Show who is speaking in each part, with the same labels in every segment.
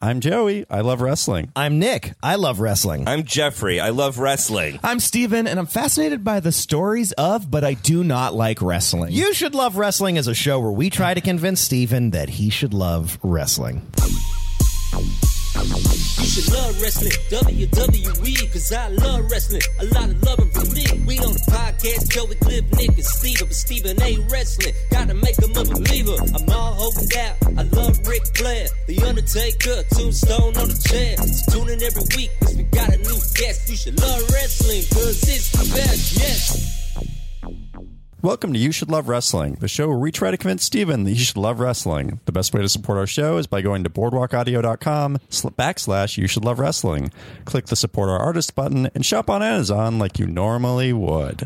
Speaker 1: I'm Joey. I love wrestling.
Speaker 2: I'm Nick. I love wrestling.
Speaker 3: I'm Jeffrey. I love wrestling.
Speaker 4: I'm Steven, and I'm fascinated by the stories of, but I do not like wrestling.
Speaker 2: You should love wrestling is a show where we try to convince Steven that he should love wrestling.
Speaker 5: You should love wrestling, WWE, cause I love wrestling. A lot of loving from me. We on the podcast, Joey Clip, Nick, and Steven, but Steven ain't wrestling. Gotta make him a believer. I'm all holding out. I love Ric Flair, The Undertaker, Tombstone on the chair. So tune in every week, cause we got a new guest. You should love wrestling, cause it's the best, yes.
Speaker 1: Welcome to You Should Love Wrestling, the show where we try to convince Steven that he should love wrestling. The best way to support our show is by going to boardwalkaudio.com sl- backslash You Should Love Wrestling. Click the Support Our Artist button and shop on Amazon like you normally would.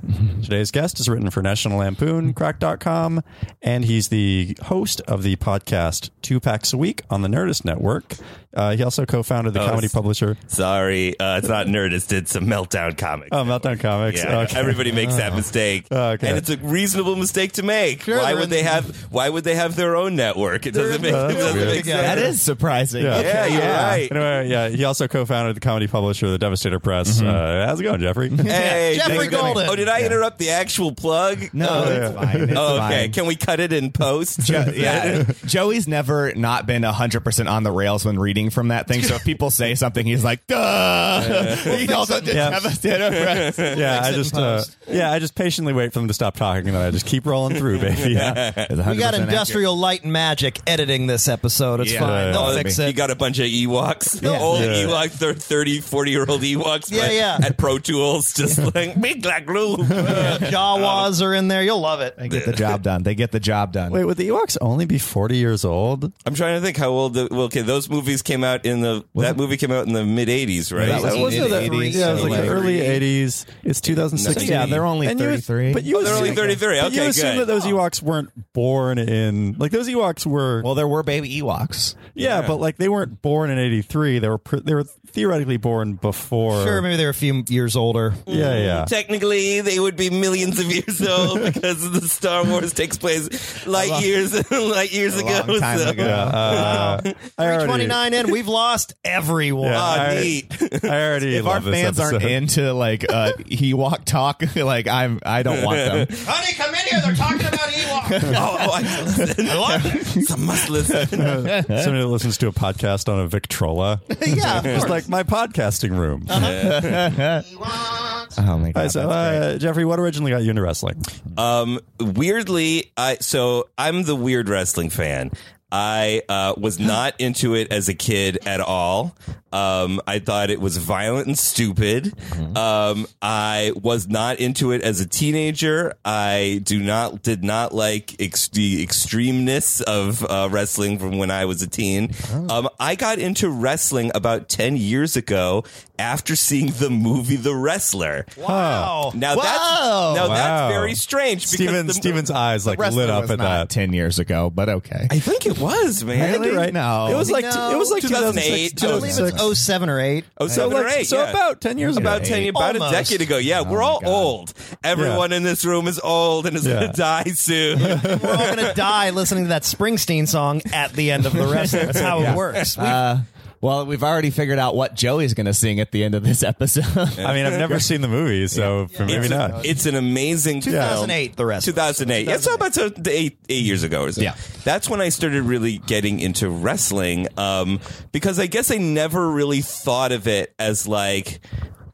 Speaker 1: Today's guest is written for National Lampoon, Crack.com, and he's the host of the podcast Two Packs a Week on the Nerdist Network. Uh, he also co-founded the
Speaker 3: Oh,
Speaker 1: comedy
Speaker 3: it's-
Speaker 1: publisher
Speaker 3: Sorry, uh, it's not Nerdist. It's a Meltdown comic.
Speaker 1: Oh, Meltdown Comics.
Speaker 3: Yeah,
Speaker 1: Okay. Oh.
Speaker 3: everybody makes that mistake,
Speaker 1: Okay.
Speaker 3: and it's a reasonable mistake to make. why
Speaker 2: they're
Speaker 3: would
Speaker 2: in-
Speaker 3: they have? Why would they have their own network? It doesn't make.
Speaker 1: Uh,
Speaker 3: It
Speaker 1: that's
Speaker 3: doesn't
Speaker 1: weird.
Speaker 3: make sense.
Speaker 2: That is surprising.
Speaker 1: Yeah.
Speaker 3: Yeah, you're right.
Speaker 1: Anyway, yeah, he also co-founded the comedy publisher, The Devastator Press.
Speaker 3: Mm-hmm.
Speaker 1: Uh, how's it going, Jeffrey?
Speaker 3: Hey,
Speaker 2: Jeffrey
Speaker 3: thanks for coming.
Speaker 2: Golden.
Speaker 3: Oh, did I interrupt the actual plug?
Speaker 2: No,
Speaker 1: yeah.
Speaker 2: it's fine. It's
Speaker 3: Oh, okay.
Speaker 2: fine.
Speaker 3: Can we cut it in post?
Speaker 2: Jo- yeah. Joey's never not been 100% on the rails when reading from that thing. So if people say something, he's like, duh. he also did
Speaker 1: Yeah.
Speaker 2: have a dinner press.
Speaker 1: yeah, I
Speaker 2: Fix it in
Speaker 1: just uh,
Speaker 2: post.
Speaker 1: yeah, I just patiently wait for them to stop talking, and then I just keep rolling through, baby. Yeah.
Speaker 2: It's 100% accurate.
Speaker 6: light and magic editing this episode. It's
Speaker 3: Yeah. fine.
Speaker 1: They'll
Speaker 3: fix Uh, You got a bunch of Ewoks, old
Speaker 1: Yeah.
Speaker 3: Ewoks, they're 30, 40 year old Ewoks.
Speaker 6: Yeah,
Speaker 3: but
Speaker 6: yeah.
Speaker 3: At Pro Tools, just like, big black room.
Speaker 6: Jawas
Speaker 2: Um,
Speaker 6: are in there. You'll love it.
Speaker 2: They get the job done. They get the job done.
Speaker 1: Wait, would the Ewoks only be forty years old?
Speaker 3: I'm trying to think how old. The, well, okay, those movies came out in the that movie came out in the mid '80s, right?
Speaker 2: Yeah, that was
Speaker 1: wasn't
Speaker 2: in the
Speaker 1: that-
Speaker 2: 80s,
Speaker 1: Yeah, it was like the
Speaker 2: so like-
Speaker 1: early '80s. It's 2016.
Speaker 2: So yeah, they're only
Speaker 1: And you-
Speaker 2: 33.
Speaker 1: But you
Speaker 3: Oh, they're only
Speaker 1: assume-
Speaker 3: 33.
Speaker 1: But you
Speaker 3: Okay,
Speaker 1: assume
Speaker 3: good.
Speaker 1: that those Ewoks weren't born in like those Ewoks were.
Speaker 2: well, there were baby Ewoks.
Speaker 1: yeah, but like they weren't born in '83. They were pr- they were theoretically born before.
Speaker 6: Sure, maybe they're a few years older.
Speaker 1: Yeah, yeah.
Speaker 3: Technically, they would be millions of years old because the Star Wars takes place light years, light years
Speaker 2: A
Speaker 3: ago.
Speaker 2: long time
Speaker 3: so-
Speaker 2: ago.
Speaker 1: Uh, I already-
Speaker 6: 29 in, we've lost everyone.
Speaker 1: Yeah,
Speaker 3: Ah,
Speaker 1: I,
Speaker 3: neat.
Speaker 1: I already
Speaker 2: If our
Speaker 1: love this
Speaker 2: fans aren't
Speaker 1: episode.
Speaker 2: into like uh, Ewok talk, like I'm, I don't want them.
Speaker 6: Honey, come in here. They're talking about Ewok.
Speaker 3: oh, oh, I must listen. I must listen.
Speaker 1: Somebody that listens to a podcast on a Victrola.
Speaker 6: yeah, of
Speaker 1: It's
Speaker 6: course.
Speaker 1: like my podcasting room.
Speaker 2: Uh-huh. Oh my
Speaker 1: All
Speaker 2: god!
Speaker 1: right,
Speaker 2: that's great.
Speaker 1: so, uh, Jeffrey, what originally got you into wrestling?
Speaker 3: Um, weirdly, I so I'm the weird wrestling fan. I uh, was not into it as a kid at all. Um, I thought it was violent and stupid. Um, I was not into it as a teenager. I do not did not like ex- the extremeness of uh, wrestling from when I was a teen. Um, I got into wrestling about ten years ago after seeing the movie The Wrestler.
Speaker 6: wow.
Speaker 3: Now that's
Speaker 2: Wow.
Speaker 3: now
Speaker 1: Wow.
Speaker 3: that's very strange. Because
Speaker 1: Steven,
Speaker 3: the-
Speaker 1: Steven's eyes like
Speaker 2: Wrestler
Speaker 1: lit up
Speaker 2: was
Speaker 1: at
Speaker 2: not
Speaker 1: that.
Speaker 2: ten years ago, but okay.
Speaker 3: I think it was man.
Speaker 1: I think you're right.
Speaker 2: No.
Speaker 1: it was like
Speaker 6: No.
Speaker 1: it was like
Speaker 3: 2008.
Speaker 1: 2006,
Speaker 3: I
Speaker 6: I believe
Speaker 1: 2006.
Speaker 6: it's 07 or 8.
Speaker 3: Oh,
Speaker 1: so
Speaker 3: seven
Speaker 1: like,
Speaker 3: or eight.
Speaker 1: so
Speaker 3: yeah.
Speaker 1: about ten years
Speaker 3: about
Speaker 1: ago. Oh
Speaker 3: ten, about
Speaker 6: Almost.
Speaker 3: a decade ago. Yeah, we're all old. Everyone in this room is old and is
Speaker 1: Yeah.
Speaker 3: going to die soon.
Speaker 6: We're all going to die listening to that Springsteen song at the end of the rest. That's how it works. We-
Speaker 2: Uh, well, we've already figured out what Joey's going to sing at the end of this episode.
Speaker 1: I mean, I've never seen the movie, so maybe
Speaker 3: it's,
Speaker 1: not.
Speaker 3: it's an amazing
Speaker 6: 2008,
Speaker 3: film.
Speaker 6: the rest of us.
Speaker 3: 2008. Yeah, so about so eight, eight years ago or so.
Speaker 2: Yeah.
Speaker 3: That's when I started really getting into wrestling um, because I guess I never really thought of it as like,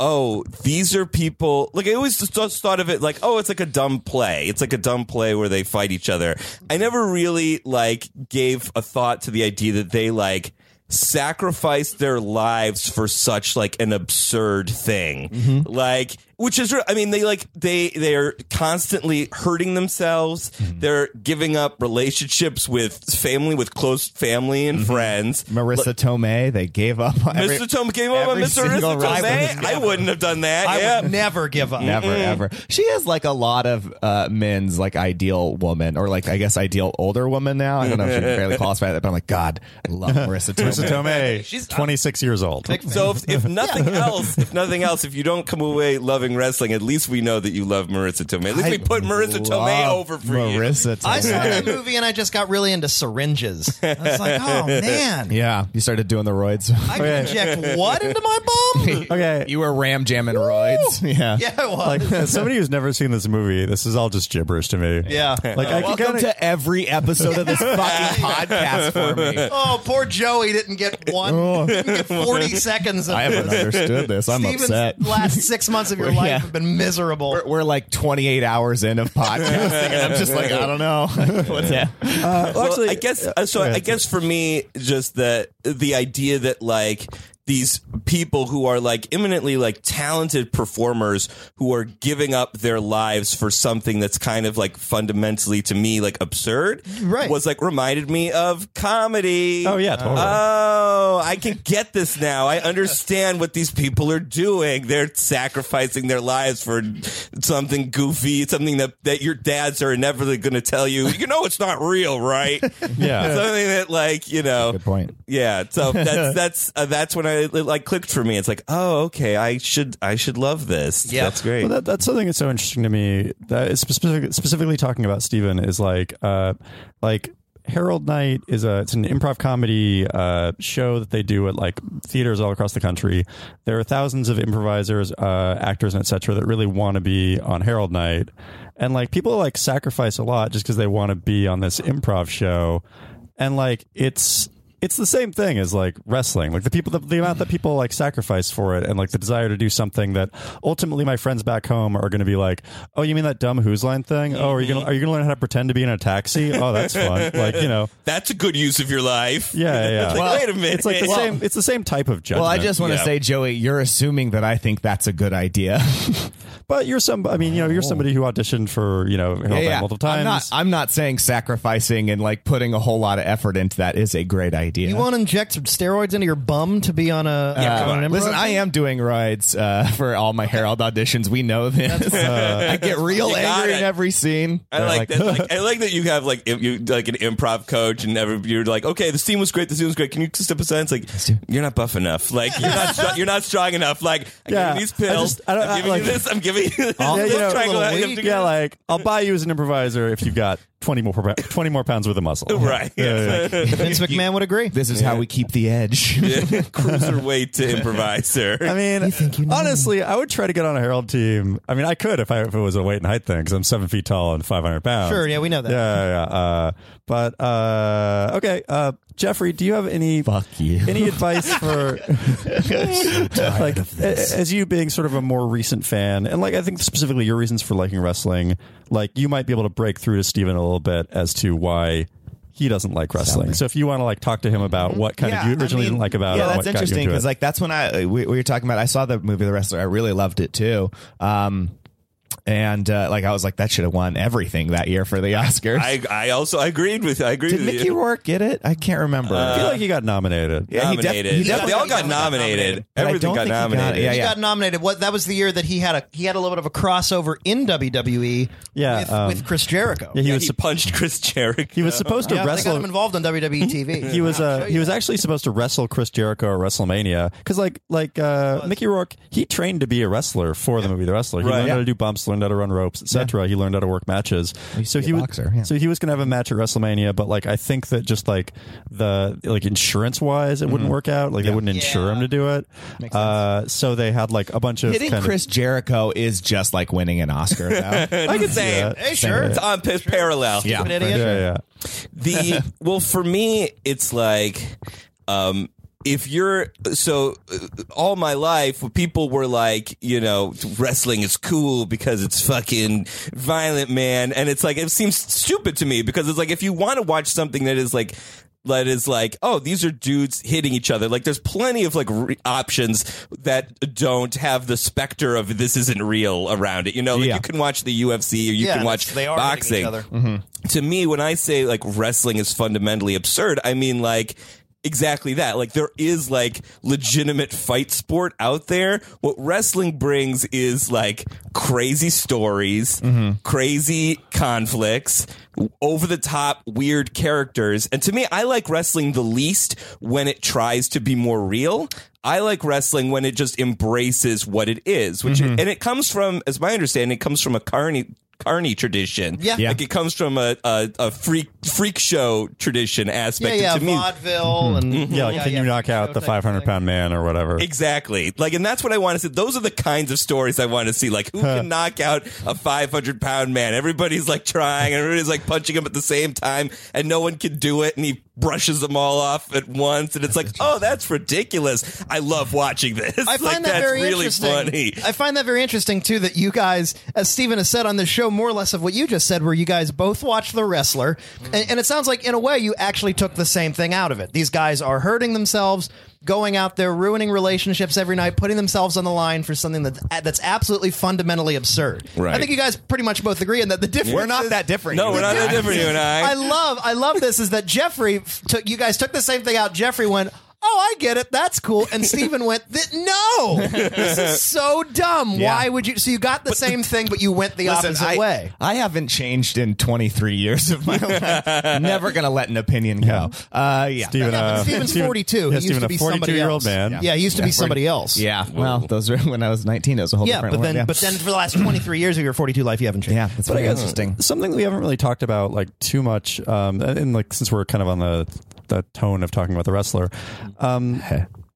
Speaker 3: oh, these are people. Like I always just just thought of it like, oh, it's like a dumb play. It's like a dumb play where they fight each other. I never really like gave a thought to the idea that they like sacrificed their lives for such like an absurd thing.
Speaker 4: Mm-hmm.
Speaker 3: Like which is re- I mean they like they they're constantly hurting themselves.
Speaker 4: Mm-hmm.
Speaker 3: They're giving up relationships with family with close family and friends.
Speaker 4: Marissa Tomei, they gave up. on Mm-hmm. every-
Speaker 3: Mr. Tom came over.
Speaker 4: every
Speaker 3: Mr.
Speaker 4: single
Speaker 3: Mr.
Speaker 4: reference.
Speaker 3: Tomei. I wouldn't have done that.
Speaker 6: I
Speaker 3: yeah.
Speaker 6: would never give up.
Speaker 4: Never ever. She is like a lot of uh, men's like ideal woman, or like I guess ideal older woman now. I don't know if she can barely qualify that, but I'm like, God, I love Marissa Tomei.
Speaker 1: Marissa Tomei, she's
Speaker 3: uh,
Speaker 1: 26 years old.
Speaker 3: So if, if nothing else, if nothing else, if you don't come away loving wrestling, at least we know that you love Marissa Tomei. At least we put Marissa Tomei
Speaker 4: Love
Speaker 3: over for you.
Speaker 4: Marissa
Speaker 6: I
Speaker 4: Tomei.
Speaker 6: saw that movie and I just got really into syringes. I was like, oh man,
Speaker 4: Yeah, you started doing the roids.
Speaker 6: I can inject what into my bum?
Speaker 1: Okay.
Speaker 4: you were ram jamming roids. Yeah.
Speaker 6: yeah, it was.
Speaker 1: like as somebody who's never seen this movie, this is all just gibberish to me.
Speaker 6: yeah.
Speaker 3: Uh,
Speaker 1: Like I can
Speaker 4: Welcome
Speaker 1: kind of
Speaker 4: to every episode of this fucking podcast for me.
Speaker 6: oh, poor Joey didn't get one.
Speaker 3: Oh.
Speaker 6: didn't get Forty seconds. Of
Speaker 4: Oh. I haven't
Speaker 6: this.
Speaker 4: understood this. I'm
Speaker 6: Steven's
Speaker 4: upset.
Speaker 6: last six months of your life
Speaker 4: yeah.
Speaker 6: have been miserable.
Speaker 4: We're, we're like 28 hours in of podcasting, and I'm just like, I don't know what's that.
Speaker 3: Well, I guess uh, so. I guess for me, just the the idea that like these people who are like imminently like talented performers who are giving up their lives for something that's kind of like fundamentally to me like absurd
Speaker 6: Right.
Speaker 3: was like reminded me of comedy
Speaker 1: Oh, yeah, totally.
Speaker 3: oh i can get this now i understand what these people are doing they're sacrificing their lives for something goofy something that, that your dads are inevitably going to tell you you know it's not real right
Speaker 1: yeah.
Speaker 3: something that like you know
Speaker 4: Good point.
Speaker 3: yeah so that's that's uh, that's when i it, like clicked for me it's like oh okay i should i should love this
Speaker 6: Yeah.
Speaker 3: that's great
Speaker 1: Well, that, that's something that's so interesting to me. That is specific, specifically talking about Steven is like, uh, like Harold Knight is a it's an improv comedy uh, show that they do at like theaters all across the country. There are thousands of improvisers, uh, actors, and etc. that really want to be on Harold Night, and like people like sacrifice a lot just because they want to be on this improv show, and like it's it's the same thing as like wrestling like the people the, the amount that people like sacrifice for it and like the desire to do something that ultimately my friends back home are going to be like oh you mean that dumb who's line thing oh are you
Speaker 3: Mm-hmm.
Speaker 1: gonna are you gonna learn how to pretend to be in a taxi oh that's fun like you know
Speaker 3: that's a good use of your life
Speaker 1: yeah yeah, yeah.
Speaker 3: It's like, wait a minute
Speaker 1: it's like the same it's the same type of judgment
Speaker 4: Well, I just want to
Speaker 3: Yeah.
Speaker 4: say, Joey, you're assuming that I think that's a good idea.
Speaker 1: but you're some i mean you know you're somebody who auditioned for you know Harold Knight multiple times
Speaker 4: I'm not, I'm not saying sacrificing and like putting a whole lot of effort into that is a great idea.
Speaker 6: You want to inject steroids into your bum to be on a?
Speaker 4: Uh,
Speaker 6: on an improv
Speaker 4: listen,
Speaker 6: team?
Speaker 4: I am doing rides uh, for all my Herald auditions. We know this. I get real
Speaker 3: You got
Speaker 4: angry
Speaker 3: it.
Speaker 4: in every scene.
Speaker 3: I
Speaker 4: They're
Speaker 3: like, that. Like, I like that you have like im- you like an improv coach and every, you're like, okay, the scene was great, the scene was great. Can you step aside? It's like you're not buff enough. Like you're not str- you're not strong enough. Like I
Speaker 1: Yeah. I
Speaker 3: gave you these
Speaker 1: just-
Speaker 3: pills.
Speaker 1: I don't-
Speaker 3: am
Speaker 1: I
Speaker 3: giving
Speaker 1: like-
Speaker 3: you this. I'm giving you this.
Speaker 1: yeah,
Speaker 3: this
Speaker 1: you know,
Speaker 3: triangle.
Speaker 1: little
Speaker 3: I have
Speaker 1: weak.
Speaker 3: to-
Speaker 1: yeah, like I'll buy you as an improviser if you've got twenty more pounds- twenty more pounds worth of muscle.
Speaker 3: right.
Speaker 1: Yeah, yeah, yeah.
Speaker 6: Vince McMahon would agree.
Speaker 4: This is how we keep the edge.
Speaker 3: Cruiserweight to improviser.
Speaker 1: I mean, honestly, I would try to get on a Herald team. I mean, I could if I if it was a weight and height thing because I'm seven feet tall and five hundred pounds.
Speaker 6: Sure, yeah, we know that.
Speaker 1: Yeah, yeah. Uh, but uh, okay, uh, Jeffrey, do you have any
Speaker 4: Fuck you.
Speaker 1: any advice for like a- as you being sort of a more recent fan and like I think specifically your reasons for liking wrestling, like you might be able to break through to Steven a little bit as to why. He doesn't like wrestling, so if you want to like talk to him about what kind
Speaker 4: Mm-hmm. Yeah,
Speaker 1: of you
Speaker 4: I
Speaker 1: originally
Speaker 4: mean,
Speaker 1: didn't like about it,
Speaker 4: yeah,
Speaker 1: and
Speaker 4: that's
Speaker 1: what got you
Speaker 4: interesting
Speaker 1: into it.
Speaker 4: because like that's when I uh, we, we were talking about. I saw the movie The Wrestler. I really loved it too. Um, and uh, like I was like that should have won everything that year for the Oscars.
Speaker 3: I, I also I agreed with I agreed
Speaker 4: Did
Speaker 3: with
Speaker 4: Mickey
Speaker 3: you. Uh,
Speaker 4: Rourke get it? I can't remember.
Speaker 1: I feel like he got nominated.
Speaker 4: Yeah, he def-
Speaker 3: nominated.
Speaker 4: he
Speaker 3: Yeah,
Speaker 4: definitely
Speaker 3: they all got
Speaker 6: got
Speaker 3: nominated.
Speaker 6: nominated.
Speaker 4: But I
Speaker 3: Everything
Speaker 4: don't
Speaker 3: got
Speaker 4: think he got it.
Speaker 3: nominated.
Speaker 4: Yeah,
Speaker 6: he
Speaker 4: yeah.
Speaker 6: got nominated. What that was the year that he had a he had a little bit of a crossover in WWE.
Speaker 1: Yeah,
Speaker 6: with,
Speaker 1: um,
Speaker 6: with Chris Jericho.
Speaker 1: Yeah, he
Speaker 3: He,
Speaker 1: was sup-
Speaker 3: punched Chris Jericho.
Speaker 1: he was supposed to
Speaker 6: Yeah, they got him
Speaker 1: wrestle. Mm-hmm.
Speaker 6: involved on E WWE TV.
Speaker 1: He was uh, he was actually supposed to wrestle Chris Jericho at WrestleMania because like like uh, Mickey Rourke he trained to be a wrestler for the movie The Wrestler. He
Speaker 3: Right.
Speaker 1: learned how
Speaker 3: Yeah.
Speaker 1: to do bumps, learned how to run ropes, etc. He learned how to work matches.
Speaker 4: used to
Speaker 1: So
Speaker 4: be
Speaker 1: he
Speaker 4: a
Speaker 1: was
Speaker 4: boxer, yeah.
Speaker 1: so he was gonna have a match at WrestleMania, but like I think that just like the like insurance wise it wouldn't work out. Like they wouldn't insure him to do it. Uh, so they had like a bunch of
Speaker 4: Hitting
Speaker 1: kind
Speaker 4: Chris Jericho is just like winning an Oscar. though.
Speaker 3: I can say
Speaker 1: Hey,
Speaker 4: sure.
Speaker 3: It's on E. p- parallel.
Speaker 4: yeah.
Speaker 6: Stupid
Speaker 1: Of,
Speaker 6: idiot.
Speaker 1: yeah, yeah.
Speaker 3: The well for me it's like um if you're so uh, all my life people were like you know wrestling is cool because it's fucking violent man and it's like it seems stupid to me because it's like if you want to watch something that is like that is like oh these are dudes hitting each other like there's plenty of like re- options that don't have the specter of this isn't real around it you know like
Speaker 4: Yeah.
Speaker 3: you can watch the UFC or you
Speaker 6: Yeah,
Speaker 3: can
Speaker 6: that's-
Speaker 3: watch
Speaker 6: they are hitting each
Speaker 3: boxing
Speaker 6: other.
Speaker 1: Mm-hmm.
Speaker 3: to me, when I say like wrestling is fundamentally absurd, I mean like exactly that. Like there is like legitimate fight sport out there. What wrestling brings is like crazy stories, crazy conflicts, over the top weird characters. And to me, I like wrestling the least when it tries to be more real. I like wrestling when it just embraces what it is, which and it comes from, as my understanding, it comes from a carny carny tradition.
Speaker 6: Yeah. Yeah.
Speaker 3: Like it comes from a, a, a freak freak show tradition
Speaker 6: Yeah,
Speaker 3: aspect.
Speaker 6: yeah,
Speaker 3: And to me,
Speaker 6: vaudeville and
Speaker 1: Mm-hmm. Yeah, like, can you
Speaker 6: yeah,
Speaker 1: knock out the
Speaker 6: showtime
Speaker 1: 500
Speaker 6: thing.
Speaker 1: pound man or whatever?
Speaker 3: Exactly. Like, and that's what I want to see. Those are the kinds of stories I want to see. Like, who can knock out a 500 pound man? Everybody's like trying, and everybody's like punching him at the same time, and no one can do it, and he brushes them all off at once. And it's like, oh, that's ridiculous. I love watching this.
Speaker 6: I
Speaker 3: like,
Speaker 6: find that
Speaker 3: that's
Speaker 6: very
Speaker 3: really
Speaker 6: interesting.
Speaker 3: funny.
Speaker 6: I find that very interesting too. That you guys, as Steven has said on this show, more or less of what you just said, where you guys both watch The Wrestler, and, and it sounds like in a way you actually took the same thing out of it. These guys are hurting themselves, going out there ruining relationships every night, putting themselves on the line for something that that's absolutely fundamentally absurd.
Speaker 3: Right.
Speaker 6: I think you guys pretty much both agree in that the difference.
Speaker 4: We're not that different.
Speaker 3: No,
Speaker 4: you
Speaker 3: we're
Speaker 4: and
Speaker 3: not that
Speaker 4: I.
Speaker 3: different, you and I.
Speaker 6: love I love this is that Jeffrey f- took you guys took the same thing out. Jeffrey went, "Oh, I get it. That's cool." And Steven went, "Th- "No. This is so dumb.
Speaker 4: Yeah.
Speaker 6: Why would you So you got the same thing but you went the opposite
Speaker 4: I,
Speaker 6: way."
Speaker 4: I haven't changed in 23 years of my life. Never going to let an opinion go. Uh, yeah.
Speaker 1: Steven, uh,
Speaker 6: Steven's
Speaker 1: Steven-
Speaker 6: 42.
Speaker 1: yeah,
Speaker 6: he used
Speaker 1: Steven,
Speaker 6: to be
Speaker 1: a
Speaker 6: somebody
Speaker 1: year old
Speaker 6: else.
Speaker 1: man.
Speaker 6: Yeah, he used to be somebody else.
Speaker 4: Yeah. Well, those were when I was 19. It was a whole
Speaker 6: Yeah,
Speaker 4: different
Speaker 6: but
Speaker 4: world,
Speaker 6: then
Speaker 4: yeah.
Speaker 6: but then for the last 23 years of your 42 life you haven't changed.
Speaker 4: yeah, that's
Speaker 1: But I
Speaker 4: very
Speaker 1: guess
Speaker 4: interesting.
Speaker 1: something that we haven't really talked about like too much, um, and like since we're kind of on the the tone of talking about the wrestler, um,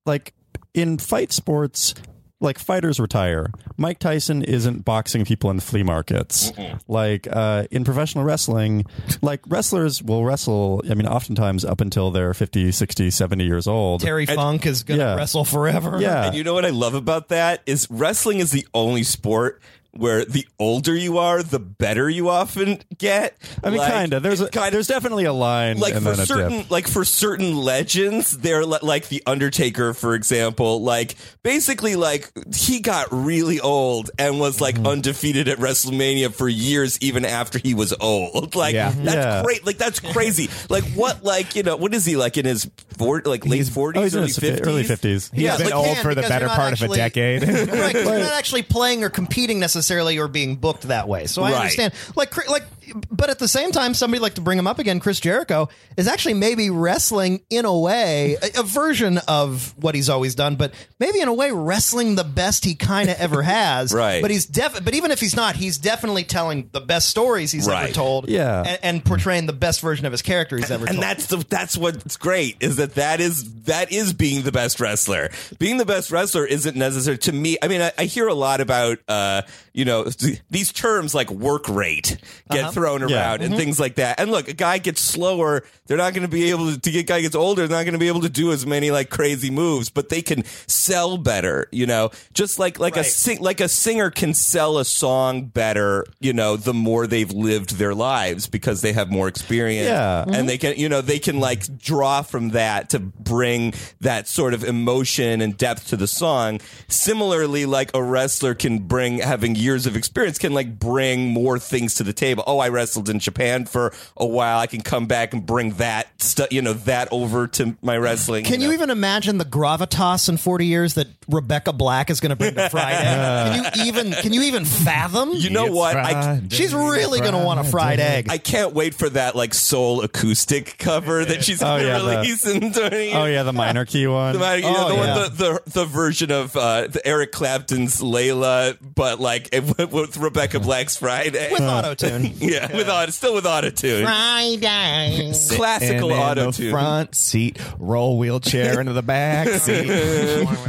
Speaker 1: like in fight sports. Like fighters retire. Mike Tyson isn't boxing people in flea markets. Like uh, in professional wrestling, like wrestlers will wrestle, I mean, oftentimes up until they're 50, 60, 70 years old.
Speaker 6: Terry Funk is going to
Speaker 1: yeah.
Speaker 6: wrestle forever.
Speaker 1: yeah.
Speaker 3: And you know what I love about that is wrestling is the only sport where the older you are, the better you often get.
Speaker 1: I mean,
Speaker 3: Like,
Speaker 1: kind of. There's a,
Speaker 3: kinda-
Speaker 1: there's definitely a line,
Speaker 3: like
Speaker 1: and
Speaker 3: for
Speaker 1: then a
Speaker 3: certain
Speaker 1: dip.
Speaker 3: like for certain legends they're li- like the undertaker for example like basically like he got really old and was like
Speaker 1: Mm-hmm.
Speaker 3: undefeated at wrestlemania for years even after he was old like
Speaker 4: Yeah.
Speaker 3: that's
Speaker 1: Yeah.
Speaker 3: great like that's crazy like what like you know what is he like in his four, like late 40s
Speaker 1: oh, he's in
Speaker 3: early,
Speaker 1: his
Speaker 3: 50s?
Speaker 1: early 50s.
Speaker 4: He's
Speaker 3: Yeah,
Speaker 4: been
Speaker 3: like,
Speaker 4: old
Speaker 6: can,
Speaker 4: for the
Speaker 6: because
Speaker 4: better
Speaker 6: you're not
Speaker 4: part of a
Speaker 6: actually-
Speaker 4: decade.
Speaker 6: right, 'cause you're not actually playing or competing necessarily or being booked that way. So I
Speaker 3: Right.
Speaker 6: understand. Like, cr- like, but at the same time, somebody like to bring him up again. Chris Jericho is actually maybe wrestling in a way, a, a version of what he's always done, but maybe in a way wrestling the best he kind of ever has.
Speaker 3: Right.
Speaker 6: But he's def. But even if he's not, he's definitely telling the best stories he's ever
Speaker 3: Right.
Speaker 6: told.
Speaker 1: Yeah.
Speaker 6: and, and portraying the best version of his character he's ever.
Speaker 3: and
Speaker 6: told.
Speaker 3: that's the that's what's great is that that is that is being the best wrestler. Being the best wrestler isn't necessary to me. I mean, I, I hear a lot about uh, you know th- these terms like work rate get
Speaker 6: Uh-huh.
Speaker 3: thrown around
Speaker 1: Yeah. Mm-hmm.
Speaker 3: and things like that. And look, a guy gets slower; they're not going to be able to. to get guy gets older; they're not going to be able to do as many like crazy moves, but they can sell better. You know, just like like a
Speaker 6: Right.
Speaker 3: sing, like a singer can sell a song better. You know, the more they've lived their lives because they have more experience
Speaker 1: Yeah. Mm-hmm.
Speaker 3: and they can you know they can like draw from that to bring that sort of emotion and depth to the song similarly like a wrestler can bring having years of experience can like bring more things to the table oh i wrestled in japan for a while i can come back and bring that stuff you know that over to my wrestling
Speaker 6: Can you
Speaker 3: know.
Speaker 6: even imagine the gravitas in 40 years that Rebecca Black is going to bring to Friday? can you even can you even fathom?
Speaker 3: you know what i
Speaker 4: Friday.
Speaker 6: She's really going to want a fried egg.
Speaker 3: I can't wait for that like soul acoustic cover that she's
Speaker 1: Oh,
Speaker 3: gonna
Speaker 1: yeah, the-
Speaker 3: release in 20 years.
Speaker 1: Oh yeah, the minor key one.
Speaker 3: The, matter- you know,
Speaker 6: Oh,
Speaker 3: the, one-
Speaker 6: yeah.
Speaker 3: the, the the version of uh, the Eric Clapton's Layla, but like it, with- with Rebecca Black's Friday.
Speaker 6: with auto tune.
Speaker 3: yeah, with auto, still with auto tune.
Speaker 6: Friday.
Speaker 3: Classical
Speaker 4: And in
Speaker 3: auto
Speaker 4: the
Speaker 3: tune.
Speaker 4: front seat, roll wheelchair into the back seat.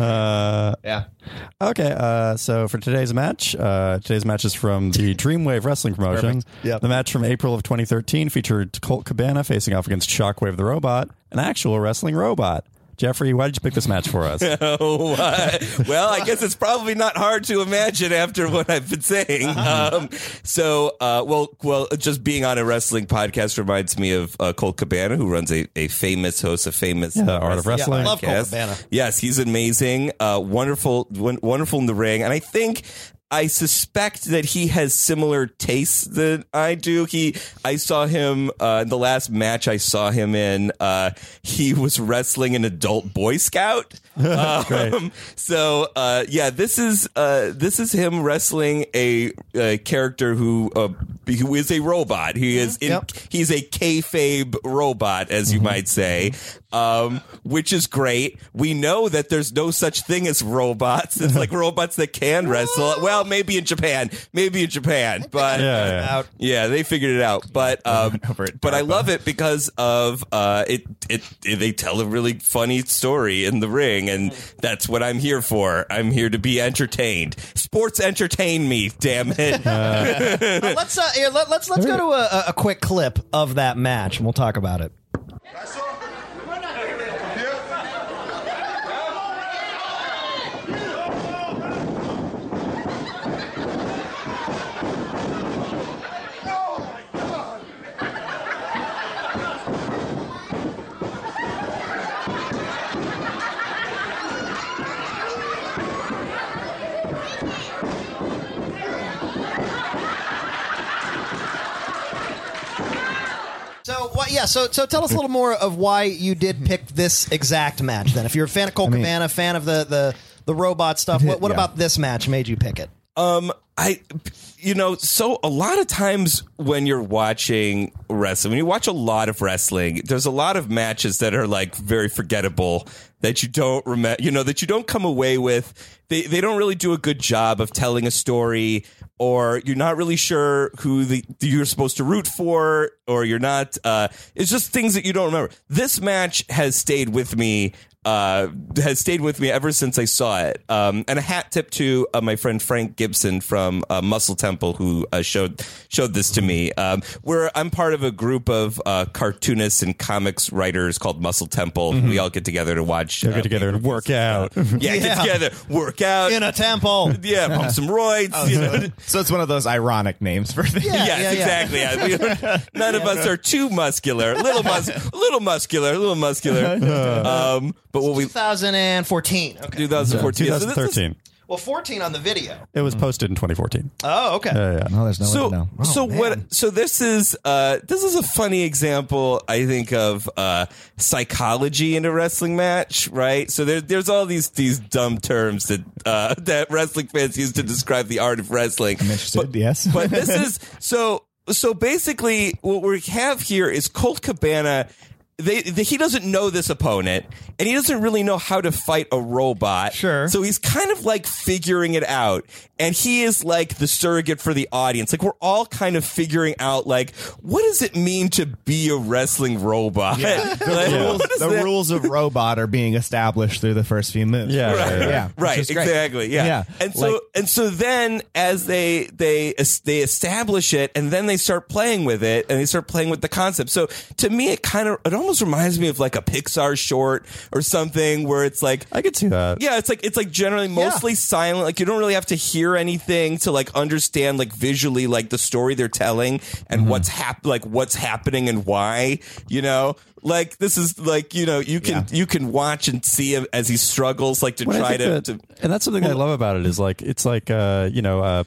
Speaker 1: Uh,
Speaker 4: yeah.
Speaker 1: okay, uh, so for today's match, uh, today's match is from the Dreamwave Wrestling promotion.
Speaker 4: Yep.
Speaker 1: The match from April of 2013 featured Colt Cabana facing off against Shockwave the Robot, an actual wrestling robot. Jeffrey, why did you pick this match for us?
Speaker 3: Oh, uh, well, I guess it's probably not hard to imagine after what I've been saying.
Speaker 1: Uh-huh.
Speaker 3: Um, so, uh, well, well, just being on a wrestling podcast reminds me of uh, Colt Cabana, who runs a, a famous host, a famous uh,
Speaker 1: The Art of Wrestling.
Speaker 6: love Colt
Speaker 3: podcast.
Speaker 6: Cabana.
Speaker 3: Yes, he's amazing, uh, wonderful, won- wonderful in the ring, and I think. I suspect that he has similar tastes than I do. He, I saw him uh, the last match I saw him in. Uh, he was wrestling an adult Boy Scout. Um, so uh, yeah, this is uh, this is him wrestling a, a character who uh, who is a robot. He is in,
Speaker 6: Mm-hmm. Yep. Mm-hmm.
Speaker 3: he's a kayfabe robot, as you might say, um, which is great. We know that there's no such thing as robots. It's like robots that can wrestle. Well, maybe in Japan, maybe in Japan, but
Speaker 1: Yeah, yeah.
Speaker 6: Out.
Speaker 3: yeah, they figured it out, but um,
Speaker 4: Over at
Speaker 3: but I
Speaker 4: DARPA.
Speaker 3: love it because of uh, it, it. It they tell a really funny story in the ring, and that's what I'm here for. I'm here to be entertained. Sports entertain me, damn it.
Speaker 6: Uh, let's uh, here, let, let's let's go to a, a quick clip of that match and we'll talk about it. So why yeah, so so tell us a little more of why you did pick this exact match then. If you're a fan of Colt Cabana, fan of the the the robot stuff, what, what
Speaker 4: Yeah.
Speaker 6: about this match made you pick it?
Speaker 3: Um, I, you know, so a lot of times when you're watching wrestling, when you watch a lot of wrestling, there's a lot of matches that are like very forgettable that you don't remember, you know, that you don't come away with. They, they don't really do a good job of telling a story or you're not really sure who the you're supposed to root for or you're not uh it's just things that you don't remember this match has stayed with me uh, has stayed with me ever since I saw it. Um, and a hat tip to uh, my friend Frank Gibson from uh, Muscle Temple, who uh, showed showed this to me. Um, where I'm part of a group of uh, cartoonists and comics writers called Muscle Temple. We all get together to watch.
Speaker 1: Go
Speaker 3: uh,
Speaker 1: get together and work out.
Speaker 3: yeah, get together, work out.
Speaker 6: In a temple.
Speaker 3: Uh, yeah, pump some roids. you know,
Speaker 4: So it's one of those ironic names for things.
Speaker 6: Yeah.
Speaker 3: yes, exactly. Yeah, we don't- none of us are too muscular. A little, mus- a little muscular, a little muscular. Um, but what we
Speaker 6: 2014. Okay.
Speaker 3: 2014. Yeah, so this is-
Speaker 1: 2013.
Speaker 6: Well, 14 on the video.
Speaker 1: It was posted in 2014.
Speaker 6: Oh, okay.
Speaker 3: Uh,
Speaker 4: No, there's no
Speaker 3: so
Speaker 4: way to know. Oh,
Speaker 3: so
Speaker 4: man.
Speaker 3: what so this is uh this is a funny example i think of uh psychology in a wrestling match right so there, there's all these these dumb terms that uh that wrestling fans use to describe the art of wrestling
Speaker 4: Interested, yes.
Speaker 3: but this is so so basically what we have here is Colt Cabana they, the, he doesn't know this opponent and he doesn't really know how to fight a robot.
Speaker 6: Sure.
Speaker 3: So he's kind of like figuring it out. And he is like the surrogate for the audience. Like we're all kind of figuring out like what does it mean to be a wrestling robot? Like,
Speaker 4: rules,
Speaker 3: what is
Speaker 4: the
Speaker 3: that?
Speaker 4: rules of robot are being established through the first few moves.
Speaker 1: Yeah, Right. yeah, yeah.
Speaker 4: which
Speaker 3: right
Speaker 4: is great.
Speaker 3: exactly yeah.
Speaker 4: Yeah,
Speaker 3: and so
Speaker 4: like-
Speaker 3: and so then as they they they establish it and then they start playing with it and they start playing with the concept so to me it kind of it almost reminds me of like a pixar short or something where it's like
Speaker 1: I could see that.
Speaker 3: yeah, it's like it's like generally mostly silent. Like you don't really have to hear anything to like understand like visually like the story they're telling and
Speaker 4: Mm-hmm.
Speaker 3: what's hap- like what's happening and why, you know? Like this is like, you know, you can you can watch and see him as he struggles like to
Speaker 1: Well, I
Speaker 3: try
Speaker 1: think
Speaker 3: to,
Speaker 1: that-
Speaker 3: to
Speaker 1: and that's something I love about it is like it's like uh, you know uh,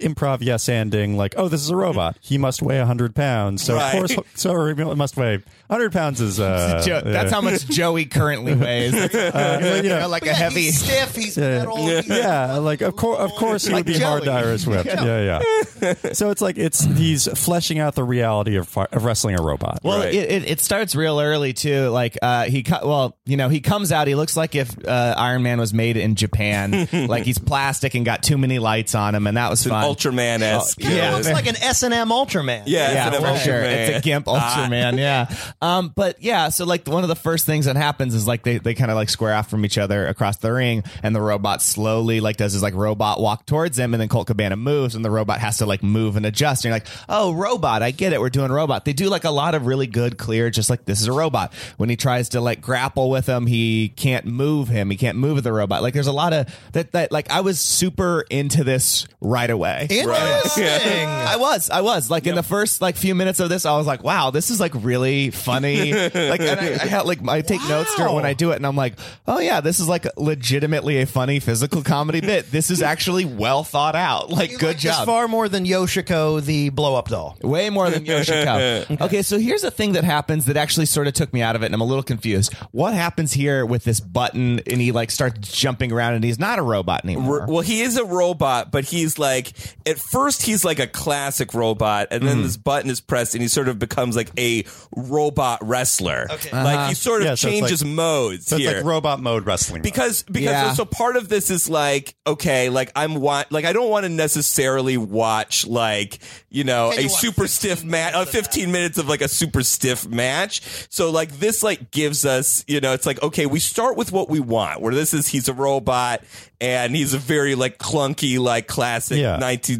Speaker 1: improv yes ending like oh this is a robot he must weigh hundred pounds so
Speaker 3: Right.
Speaker 1: of course so he must weigh hundred pounds is uh,
Speaker 4: Jo- that's how much Joey currently weighs. You know, like a heavy.
Speaker 6: He's stiff. He's metal. he's-
Speaker 1: yeah, like of course, of course, he would be hard to
Speaker 4: Joey.
Speaker 1: Irish whip. Yeah, yeah. so it's like it's he's fleshing out the reality of, fi- of wrestling a robot.
Speaker 4: Well,
Speaker 3: Right.
Speaker 4: it, it, it starts real early too. Like uh, he, co- well, you know, he comes out. He looks like if uh, Iron Man was made in Japan. like he's plastic and got too many lights on him, and that was
Speaker 3: an
Speaker 4: fun.
Speaker 3: Ultraman esque.
Speaker 4: Oh,
Speaker 6: It
Speaker 4: yeah.
Speaker 6: looks like an S&M Ultraman.
Speaker 3: Yeah,
Speaker 4: yeah,
Speaker 3: it's an
Speaker 4: for sure.
Speaker 3: Ultraman. Ah.
Speaker 4: It's a gimp Ultraman, yeah. Um, but yeah, so like one of the first things that happens is like they, they kind of like square off from each other across the ring, and the robot slowly like does his like robot walk towards him, and then Colt Cabana moves, and the robot has to like move and adjust. And you're like, oh, robot, I get it, we're doing robot. They do like a lot of really good, clear, just like this is a robot. When he tries to like grapple with him, he can't move him. He can't move the robot. Like there's a lot of that. That like I was super into this right away.
Speaker 6: Interesting.
Speaker 4: I was, I was like in the first like few minutes of this, I was like, wow, this is like really funny. like, and I, I had like I take notes during when I do it, and I'm like, oh yeah, this is like legitimately a funny physical comedy bit. This is actually well thought out. Like,
Speaker 6: You
Speaker 4: good
Speaker 6: like this
Speaker 4: job.
Speaker 6: far more than Yoshiko, the blow up doll.
Speaker 4: Way more than Yoshiko. okay. so here's a thing that happens that actually sort of took me out of it, and I'm a little confused. What happens here with this button, and he like starts jumping around, and he's not a robot anymore.
Speaker 3: R- well, he is a robot, but he's like at first he's like a classic robot, and
Speaker 1: Hmm.
Speaker 3: then this button is pressed, and he sort of becomes like a robot wrestler. Like he sort of
Speaker 1: Uh-huh. Yeah, so it's
Speaker 3: changes
Speaker 1: like-
Speaker 3: modes
Speaker 1: So it's
Speaker 3: here.
Speaker 1: like robot mode wrestling.
Speaker 3: because because
Speaker 4: Yeah.
Speaker 3: so part of this is like okay like I'm wa- like I don't want to necessarily watch like you know
Speaker 6: Can you
Speaker 3: a
Speaker 6: watch
Speaker 3: super stiff match uh, 15 minutes of like a super stiff match so like this like gives us you know it's like okay we start with what we want where this is he's a robot and he's a very like clunky like classic
Speaker 1: Yeah.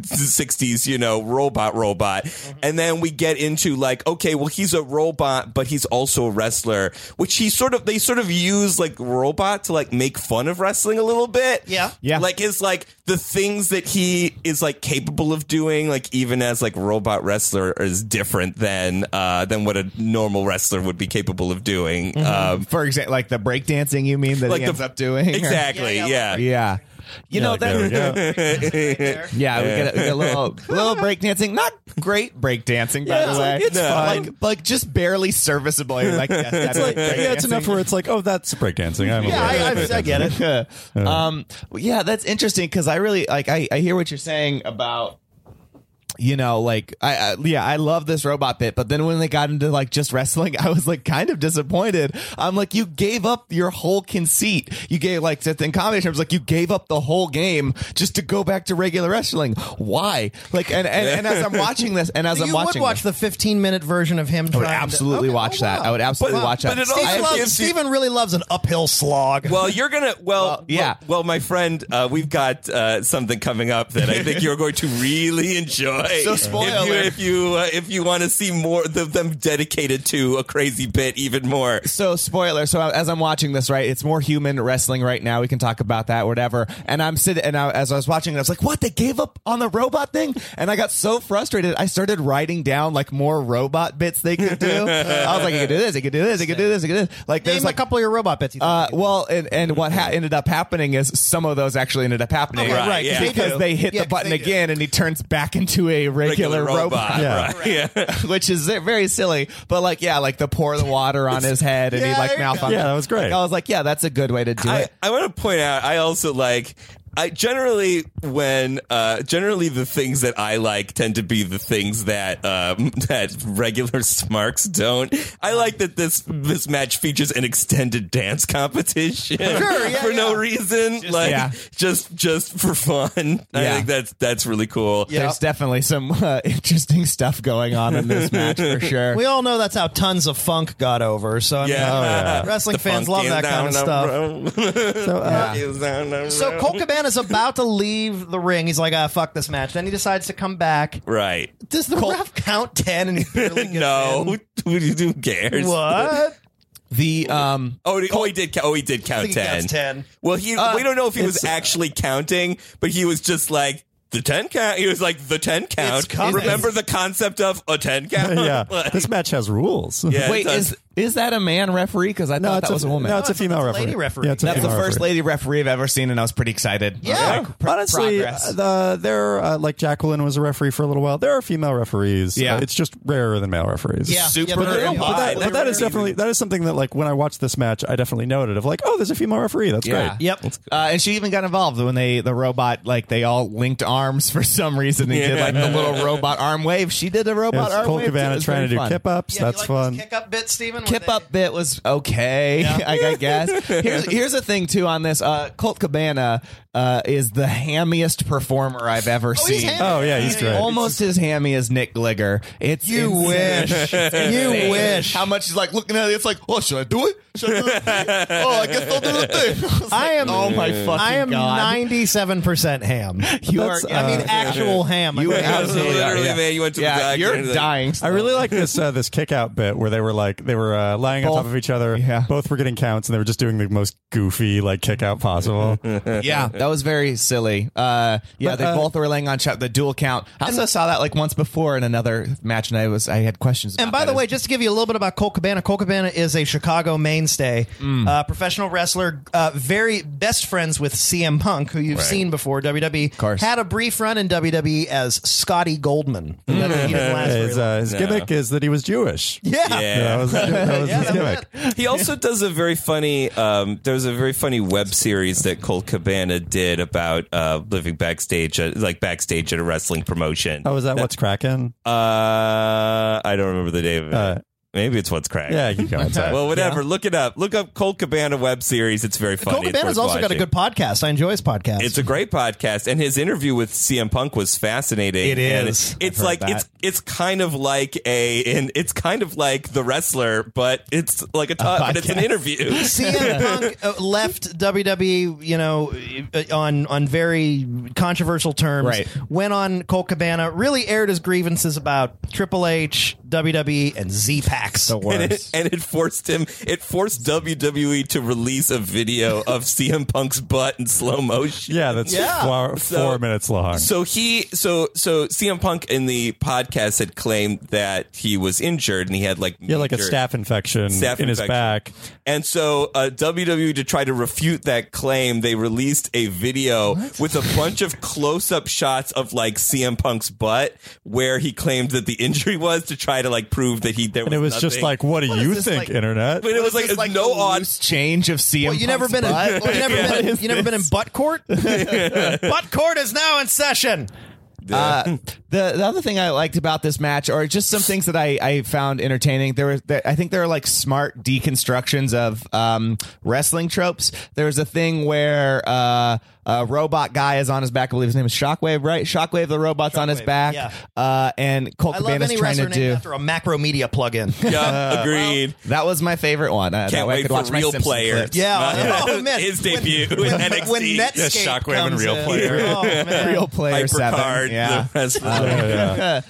Speaker 3: 1960s you know robot robot
Speaker 6: Mm-hmm.
Speaker 3: and then we get into like okay well he's a robot but he's also a wrestler which he sort of they sort of use like robot to like make fun of wrestling a little bit
Speaker 6: Yeah.
Speaker 4: Yeah.
Speaker 3: like his like the things that he is like capable of doing like even as like robot wrestler is different than uh than what a normal wrestler would be capable of doing
Speaker 6: Mm-hmm.
Speaker 3: um
Speaker 4: For example, like the breakdancing, you mean that
Speaker 3: like
Speaker 4: he
Speaker 3: the-
Speaker 4: ends up doing or-
Speaker 3: exactly
Speaker 6: Yeah,
Speaker 3: yeah,
Speaker 6: yeah,
Speaker 4: Yeah. You know that
Speaker 1: there we go.
Speaker 4: Yeah, we get a, we get a little little breakdancing. Not great breakdancing, by
Speaker 3: Yeah,
Speaker 4: the
Speaker 3: it's
Speaker 4: way.
Speaker 3: like- it's No. fine.
Speaker 4: like like just barely serviceable. You're like, yes, that
Speaker 1: It's
Speaker 4: is
Speaker 1: like, yeah, it's
Speaker 4: breakdancing.
Speaker 1: enough where it's like, oh, that's breakdancing. I'm aware
Speaker 6: Yeah, I,
Speaker 1: of
Speaker 6: I, I get it.
Speaker 4: um, yeah, that's interesting because I really like I, I hear what you're saying about you know like I, I yeah I love this robot bit, but then when they got into like just wrestling, I was like kind of disappointed. I'm like you gave up your whole conceit. You gave like to- in comedy terms like you gave up the whole game just to go back to regular wrestling. Why? Like and and, and as I'm watching this and as
Speaker 6: So
Speaker 4: I'm
Speaker 6: you would
Speaker 4: watching
Speaker 6: watch
Speaker 4: this,
Speaker 6: the 15 minute version of him.
Speaker 4: I would absolutely watch that. I would absolutely
Speaker 3: But-
Speaker 4: watch
Speaker 3: but
Speaker 4: that.
Speaker 3: it
Speaker 4: I
Speaker 3: also
Speaker 4: have-
Speaker 6: Steven, loves-
Speaker 3: gives you-
Speaker 6: oh, Steven really loves an uphill slog.
Speaker 3: Well, you're gonna. Well,
Speaker 4: yeah.
Speaker 3: Well, well, my friend, uh, we've got uh, something coming up that I think you're going to really enjoy.
Speaker 4: So spoiler.
Speaker 3: If you if you, uh, if you want to see more of them dedicated to a crazy bit, even more.
Speaker 4: so spoiler so as i'm watching this right it's more human wrestling right now we can talk about that whatever and i'm sitting and I, as i was watching it i was like what they gave up on the robot thing and i got so frustrated i started writing down like more robot bits they could do i was like i could do this i could do this i could do this i could do this like
Speaker 6: Name
Speaker 4: there's
Speaker 6: a
Speaker 4: like
Speaker 6: couple of your robot bits. you think.
Speaker 4: uh, well, and, and what ha- ended up happening is some of those actually ended up happening,
Speaker 3: Oh, right, Right, yeah. they
Speaker 4: Because
Speaker 6: do.
Speaker 4: they hit
Speaker 6: Yeah,
Speaker 4: the button
Speaker 6: they do.
Speaker 4: again, and he turns back into a regular, robot
Speaker 1: Yeah.
Speaker 3: Right. Yeah.
Speaker 4: which is very silly. But like, yeah, like the pour the water on his head and
Speaker 6: Yeah,
Speaker 4: he like
Speaker 6: there you go.
Speaker 4: malfunctioned.
Speaker 1: Yeah, that was great.
Speaker 4: Like, I was like, yeah, that's a good way to do
Speaker 3: I,
Speaker 4: it.
Speaker 3: I want to point out. I also like. I generally when uh, generally the things that I like tend to be the things that um, that regular smarks don't. I like that this this match features an extended dance competition
Speaker 6: Sure, yeah,
Speaker 3: for no
Speaker 6: yeah.
Speaker 3: reason, like
Speaker 4: yeah.
Speaker 3: just just for fun. I
Speaker 4: Yeah.
Speaker 3: think that's that's really cool.
Speaker 4: There's definitely some uh, interesting stuff going on in this match for sure.
Speaker 6: we all know that's how tons of funk got over. So I mean,
Speaker 3: Yeah. Oh, yeah.
Speaker 6: wrestling
Speaker 3: The
Speaker 6: fans
Speaker 3: funk
Speaker 6: love
Speaker 3: is
Speaker 6: that kind
Speaker 3: down
Speaker 6: of
Speaker 3: the
Speaker 6: stuff.
Speaker 3: road.
Speaker 1: So, uh,
Speaker 3: Is down the
Speaker 6: So
Speaker 3: road.
Speaker 6: Cole Cabana's about to leave the ring. He's like, ah, fuck this match. Then he decides to come back.
Speaker 3: right?
Speaker 6: Does the ref count 10 and he barely gets
Speaker 3: no, who, who
Speaker 6: in?
Speaker 3: cares?
Speaker 6: What?
Speaker 4: The um,
Speaker 3: Oh, he- oh, he did. ca- Oh, he did
Speaker 6: I
Speaker 3: count
Speaker 6: think he
Speaker 3: ten.
Speaker 6: counts Uh, 10.
Speaker 3: Well, he. we don't know if he was actually counting, but he was just like the ten count. He was like the ten count.
Speaker 6: coming.
Speaker 3: Remember the concept of a ten count.
Speaker 1: yeah,
Speaker 3: Like,
Speaker 1: this match has rules.
Speaker 3: yeah,
Speaker 4: wait,
Speaker 3: it's a-
Speaker 4: is is that a man referee? Because I
Speaker 1: no,
Speaker 4: thought
Speaker 1: it's
Speaker 4: that was a woman.
Speaker 1: No, it's a female
Speaker 6: a
Speaker 1: referee.
Speaker 6: lady referee.
Speaker 1: Yeah, it's a
Speaker 4: that's the
Speaker 1: female
Speaker 4: first
Speaker 1: referee.
Speaker 4: lady referee I've ever seen, and I was pretty excited.
Speaker 6: Yeah.
Speaker 4: Like, pr-
Speaker 1: Honestly,
Speaker 4: progress.
Speaker 1: uh, there uh, like Jacqueline was a referee for a little while. There are female referees.
Speaker 4: Yeah.
Speaker 1: Uh, it's just rarer than male referees.
Speaker 6: Yeah.
Speaker 3: super
Speaker 6: Yeah, but they're-
Speaker 3: implied.
Speaker 1: But that, but that is
Speaker 3: They're-
Speaker 1: definitely that is something that like when I watched this match, I definitely noted of like, oh, there's a female referee. That's
Speaker 4: Yeah.
Speaker 1: great.
Speaker 6: Yep.
Speaker 4: Uh, and she even got involved when they the robot like they all linked arms for some reason. They did like the little robot arm wave. She did a robot
Speaker 1: It's
Speaker 4: arm
Speaker 1: Cole
Speaker 4: wave. too. It
Speaker 1: Cabana
Speaker 4: was
Speaker 1: trying to
Speaker 4: very
Speaker 1: do
Speaker 4: fun.
Speaker 1: kip ups. that's fun.
Speaker 6: Kick up bit, Steven. where
Speaker 4: Kip
Speaker 6: they-
Speaker 4: up bit was okay, I, I guess. Here's here's a thing too on this. Uh, Colt Cabana uh, is the hammiest performer I've ever
Speaker 6: Oh, he's
Speaker 4: seen.
Speaker 6: hammy.
Speaker 1: oh yeah, he's
Speaker 6: Yeah,
Speaker 1: great.
Speaker 4: Almost as hammy as Nick Gligger. It's
Speaker 6: You
Speaker 4: insane.
Speaker 6: wish.
Speaker 4: It's insane
Speaker 6: You wish.
Speaker 4: How much he's like looking at it? It's like, oh, should I do it? oh, I guess they'll do the thing.
Speaker 6: I am.
Speaker 4: oh my fucking
Speaker 6: I am
Speaker 4: god!
Speaker 6: ninety-seven percent ham.
Speaker 4: You are-
Speaker 6: I mean,
Speaker 4: uh,
Speaker 6: actual ham.
Speaker 3: You
Speaker 6: I think I was-
Speaker 3: absolutely,
Speaker 4: are, yeah.
Speaker 3: man. You went to the
Speaker 4: yeah,
Speaker 3: doctor
Speaker 4: you're
Speaker 3: and like-
Speaker 4: dying.
Speaker 1: I really like this uh, this kick out bit where they were like they were uh, lying on
Speaker 4: Both-
Speaker 1: top of each other.
Speaker 4: yeah.
Speaker 1: Both were getting counts and they were just doing the most goofy like kick out possible.
Speaker 4: yeah, that was very silly. Uh, yeah,
Speaker 1: But,
Speaker 4: they
Speaker 1: uh,
Speaker 4: both were laying on shot the dual count. I also saw that like once before in another match, and I was I had questions.
Speaker 6: And
Speaker 4: about
Speaker 6: by the
Speaker 4: that.
Speaker 6: way, just to give you a little bit about Cole Cabana, Cole Cabana is a Chicago mainstay, uh, professional wrestler, uh, very best friends with CM Punk, who you've seen before. WWE
Speaker 4: course.
Speaker 6: had a brief run in WWE as Scotty Goldman. That he didn't last very
Speaker 1: his
Speaker 6: long.
Speaker 1: uh, his gimmick is that he was Jewish.
Speaker 6: yeah.
Speaker 3: Yeah.
Speaker 1: That was, that was his gimmick.
Speaker 3: He also does a very funny. Um, there was a very funny web series that Colt Cabana did about uh, living backstage, at, like backstage at a wrestling promotion.
Speaker 1: Oh, is that what's cracking?
Speaker 3: Uh, I don't remember the name of it.
Speaker 1: Uh,
Speaker 3: Maybe it's what's cracked.
Speaker 1: Yeah, you can go inside.
Speaker 3: Well, whatever. Look it up. Look up Colt Cabana web series. It's very funny.
Speaker 6: Cole
Speaker 3: It's
Speaker 6: Cabana's
Speaker 3: worth
Speaker 6: also got a
Speaker 3: watching.
Speaker 6: good podcast. I enjoy his podcast.
Speaker 3: It's a great podcast, and his interview with CM Punk was fascinating.
Speaker 4: It
Speaker 3: And
Speaker 4: is. I've
Speaker 3: it's
Speaker 4: heard
Speaker 3: like
Speaker 4: that.
Speaker 3: it's it's kind of like a and it's kind of like the wrestler, but it's like a talk, but it's an
Speaker 4: podcast.
Speaker 3: interview.
Speaker 6: CM Punk uh, left WWE, you know, uh, on on very controversial terms.
Speaker 4: Right.
Speaker 6: Went on Colt Cabana, really aired his grievances about Triple H, WWE, and Z Pax.
Speaker 3: And it, and it forced him. It forced WWE to release a video of CM Punk's butt in slow motion.
Speaker 1: yeah, that's
Speaker 6: Yeah.
Speaker 1: Four,
Speaker 3: So-
Speaker 1: four minutes long.
Speaker 3: So he, so so CM Punk in the podcast had claimed that he was injured and he had like
Speaker 1: yeah, like a
Speaker 3: major-
Speaker 1: staph infection
Speaker 3: Staph
Speaker 1: in his
Speaker 3: infection.
Speaker 1: back.
Speaker 3: And so uh, WWE to try to refute that claim, they released a video with a bunch of close-up shots of like CM Punk's butt, where he claimed that the injury was to try to like prove that he there
Speaker 1: And it was just
Speaker 3: nothing.
Speaker 1: like, what do you
Speaker 4: this,
Speaker 1: think,
Speaker 4: like-
Speaker 1: internet?
Speaker 3: But it was
Speaker 4: What
Speaker 3: like,
Speaker 4: is this,
Speaker 3: no
Speaker 4: the
Speaker 3: on.
Speaker 4: loose change of CM.
Speaker 6: Well, you never been in,
Speaker 4: Punk's
Speaker 6: well,
Speaker 4: butt?
Speaker 6: you never
Speaker 3: Yeah.
Speaker 6: been in, you never been in butt court. butt court is now in session.
Speaker 4: Uh, the the other thing I liked about this match, or just some things that I, I found entertaining, there was there, I think there are like smart deconstructions of um, wrestling tropes. There was a thing where uh, a robot guy is on his back. I believe his name is Shockwave, right? Shockwave, the robot's on his
Speaker 6: Shockwave,
Speaker 4: back,
Speaker 6: yeah.
Speaker 4: uh, and Colt
Speaker 6: I love
Speaker 4: Cabana's
Speaker 6: any
Speaker 4: trying
Speaker 6: wrestler
Speaker 4: to
Speaker 6: named
Speaker 4: do.
Speaker 6: after a macromedia plug-in.
Speaker 1: Uh,
Speaker 3: Yeah, agreed.
Speaker 4: That was my favorite one. Uh, that
Speaker 3: Can't
Speaker 4: way I
Speaker 3: wait
Speaker 4: could
Speaker 3: for
Speaker 4: watch my
Speaker 3: real
Speaker 4: Simpson
Speaker 3: player.
Speaker 4: clips.
Speaker 6: Yeah. Oh, man.
Speaker 3: his
Speaker 6: When-
Speaker 3: debut in NXT.
Speaker 6: when Netscape
Speaker 1: Yeah, Shockwave and
Speaker 6: comes
Speaker 1: Real
Speaker 6: in.
Speaker 1: Player.
Speaker 6: Oh, man.
Speaker 4: real player seven.
Speaker 3: Hypercard.
Speaker 4: yeah.
Speaker 3: The rest
Speaker 4: uh,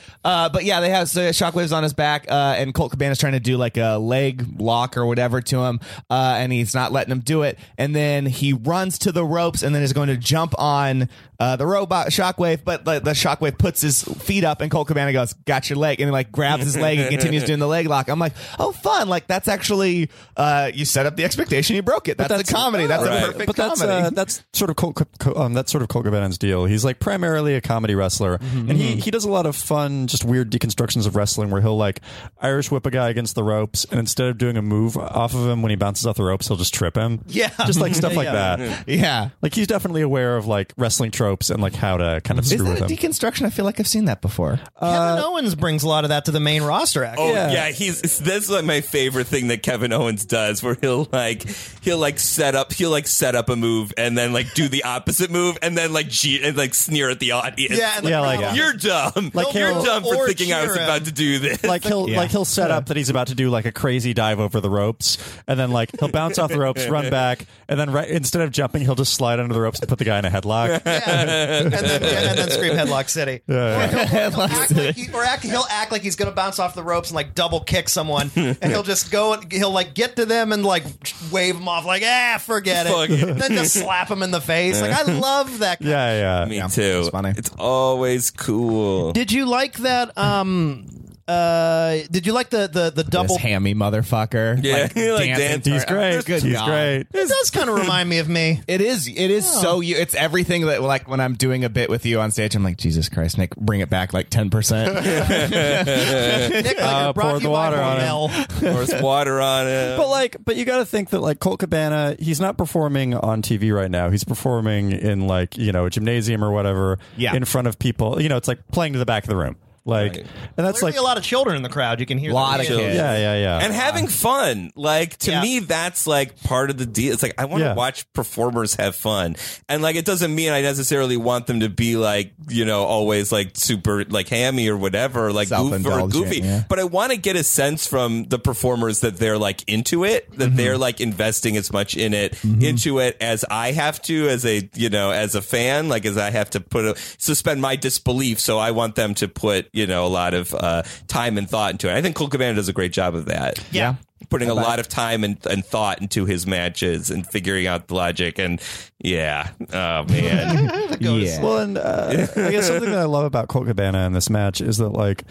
Speaker 4: but yeah, they have so Shockwave's on his back, uh, and Colt Cabana's trying to do like a leg lock or whatever to him, uh, and he's not letting him do it. And then he runs to the ropes, and then is going to jump on uh, the robot Shockwave, but the, the Shockwave puts his feet up, and Colt Cabana goes, "Got your leg," and like grabs his leg and continues doing the leg lock. I'm like, oh, fun! Like that's actually uh, you set up the expectation, you broke it. That's, a comedy. That's
Speaker 3: Right.
Speaker 4: a perfect
Speaker 1: but that's
Speaker 4: comedy.
Speaker 1: uh, that's sort of Colt, Co- Co- um, that's sort of Colt Cabana's deal. He's like primarily a comedy wrestler, and he he does a lot of fun, just weird deconstructions of wrestling where he'll like Irish whip a guy against the ropes, and instead of doing a move off of him when he bounces off the ropes, he'll just trip him.
Speaker 6: Yeah.
Speaker 1: just like stuff like
Speaker 6: Yeah.
Speaker 4: Mm-hmm.
Speaker 1: that.
Speaker 4: yeah.
Speaker 1: Like he's definitely aware of like wrestling tropes and like how to kind of
Speaker 4: Is
Speaker 1: screw
Speaker 4: that a
Speaker 1: with him.
Speaker 4: deconstruction? I feel like I've seen that before.
Speaker 6: Kevin Owens brings a lot of that to the main roster. Actually,
Speaker 3: Oh yeah, he's this is like my favorite thing that Kevin Owens does, where he'll like he'll like set up he'll like set up a move and then like do the opposite move and then like ge- and like sneer at the audience.
Speaker 6: Yeah, and the
Speaker 1: Yeah, like-
Speaker 6: crowd-
Speaker 3: you're dumb.
Speaker 1: Like
Speaker 3: you're
Speaker 1: he'll-
Speaker 3: dumb for
Speaker 6: or
Speaker 3: thinking I was
Speaker 6: cheer him.
Speaker 3: about to do this.
Speaker 1: like he'll like he'll set up that he's about to do like a crazy dive over the ropes, and then like he'll bounce off the ropes, run back, and then right instead of jumping, he'll just slide under the ropes and put the guy in a headlock.
Speaker 6: and, then, and then scream Headlock City.
Speaker 4: Headlock
Speaker 6: act like he, or act, he'll act like he's gonna bounce off the ropes and like double kick someone, and he'll just go and he'll like get to them and like wave them off, like ah, forget it.
Speaker 3: Fuck it.
Speaker 6: Then just slap him in the face. Like I love that. Kind
Speaker 1: Yeah, yeah.
Speaker 3: Me
Speaker 4: Yeah,
Speaker 3: too.
Speaker 4: it's funny.
Speaker 3: It's always cool.
Speaker 6: Did you like that? Um, uh, did you like the the the double?
Speaker 4: this hammy motherfucker.
Speaker 3: Yeah, like
Speaker 4: dancing
Speaker 3: dancing.
Speaker 1: He's great.
Speaker 4: Good
Speaker 1: He's
Speaker 4: God.
Speaker 1: great.
Speaker 6: It does kind of remind me of me.
Speaker 4: It is. It is so you. It's everything that like when I'm doing a bit with you on stage, I'm like Jesus Christ, Nick, bring it back like ten percent.
Speaker 6: Nick, like,
Speaker 1: Uh,
Speaker 6: I brought
Speaker 1: poured
Speaker 6: you
Speaker 1: the
Speaker 6: by
Speaker 1: water on him.
Speaker 6: Hormel.
Speaker 3: Pours water on it.
Speaker 1: But like, but you got to think that like Colt Cabana, he's not performing on TV right now. He's performing in like you know a gymnasium or whatever,
Speaker 4: Yeah.
Speaker 1: in front of people. You know, it's like playing to the back of the room. Like,
Speaker 3: Right.
Speaker 1: and that's
Speaker 6: Clearly
Speaker 1: like
Speaker 6: a lot of children in the crowd. You can hear
Speaker 4: Lot
Speaker 6: them.
Speaker 4: of
Speaker 6: Yeah.
Speaker 4: kids.
Speaker 1: yeah, yeah, yeah.
Speaker 3: and having fun. Like to
Speaker 6: Yeah.
Speaker 3: me, that's like part of the deal. It's like I want to
Speaker 1: Yeah.
Speaker 3: watch performers have fun, and like it doesn't mean I necessarily want them to be like you know always like super like hammy or whatever, like goof or
Speaker 4: Self-indulgent,
Speaker 3: goofy.
Speaker 4: yeah.
Speaker 3: But I want to get a sense from the performers that they're like into it, that they're like investing as much in it, into it as I have to, as a you know as a fan, like as I have to put a, suspend my disbelief. So I want them to put you know a lot of uh, time and thought into it. I think Cole Cabana does a great job of that
Speaker 6: Yeah.
Speaker 3: putting a lot of time and, and thought into his matches and figuring out the logic and yeah oh man
Speaker 4: yeah.
Speaker 1: Well, and uh, I guess something that I love about Colt Cabana in this match is that, like,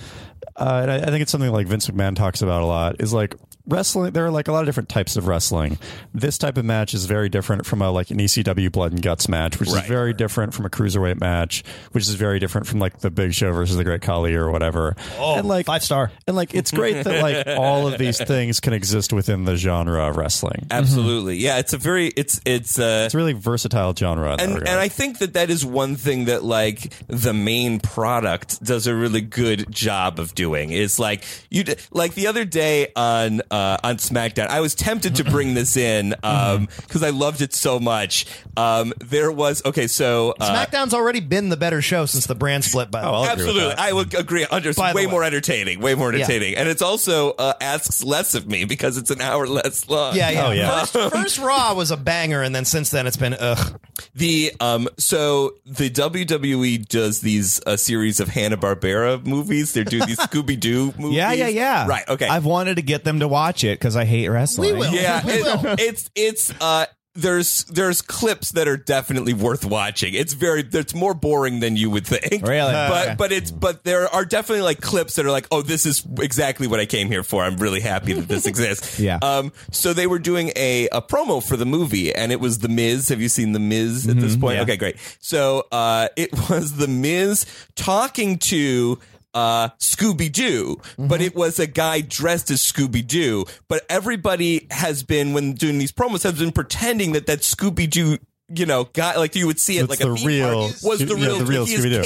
Speaker 1: uh, and I, I think it's something like Vince McMahon talks about a lot is like wrestling. There are like a lot of different types of wrestling. This type of match is very different from a like an ECW Blood and Guts match, which is very different from a cruiserweight match, which is very different from like the Big Show versus the Great Khali or whatever. Oh, and like
Speaker 6: Five star.
Speaker 1: and like it's great that like all of these things can exist within the genre of wrestling.
Speaker 3: absolutely yeah it's a very it's it's uh
Speaker 1: It's a really versatile genre. in that
Speaker 3: and,
Speaker 1: regard.
Speaker 3: and I think that that is one thing that like the main product does a really good job of doing is like you d- like the other day on uh, on SmackDown I was tempted to bring this in
Speaker 6: Mm-hmm.
Speaker 3: um 'cause because I loved it so much um there was okay so uh,
Speaker 6: SmackDown's already been the better show since the brand split.
Speaker 1: Oh,
Speaker 6: By the way,
Speaker 3: Absolutely, I would agree. Under it's
Speaker 6: By the
Speaker 3: way
Speaker 6: way.
Speaker 3: more entertaining, way more entertaining, and it's also uh, asks less of me because it's an hour less long.
Speaker 6: yeah, yeah.
Speaker 1: Oh, yeah.
Speaker 6: First, first Raw was a banger, and then since then it's been ugh.
Speaker 3: The um, so the WWE does these a series of Hanna Barbera movies. They're doing these Scooby Doo movies.
Speaker 4: yeah, yeah, yeah.
Speaker 3: Right. Okay.
Speaker 4: I've wanted to get them to watch it because I hate wrestling.
Speaker 6: We will.
Speaker 3: yeah.
Speaker 6: We
Speaker 3: it-
Speaker 6: will.
Speaker 3: it's it's uh. There's there's clips that are definitely worth watching. It's very it's more boring than you would think.
Speaker 4: Really?
Speaker 3: but
Speaker 4: Okay.
Speaker 3: but it's but there are definitely like clips that are like, oh, this is exactly what I came here for. I'm really happy that this exists.
Speaker 4: Yeah.
Speaker 3: Um. So they were doing a a promo for the movie, and it was the Miz. Have you seen the Miz at this point? Okay, great. So uh, it was the Miz talking to. Uh, Scooby Doo, but it was a guy dressed as Scooby Doo. But everybody has been, when doing these promos, has been pretending that that Scooby Doo, you know, guy, like you would see it
Speaker 1: It's
Speaker 3: like
Speaker 1: the
Speaker 3: a theme
Speaker 1: real
Speaker 3: park, was the
Speaker 1: Scoo- yeah,
Speaker 3: real,
Speaker 1: the real
Speaker 3: he is
Speaker 1: Scooby-Doo.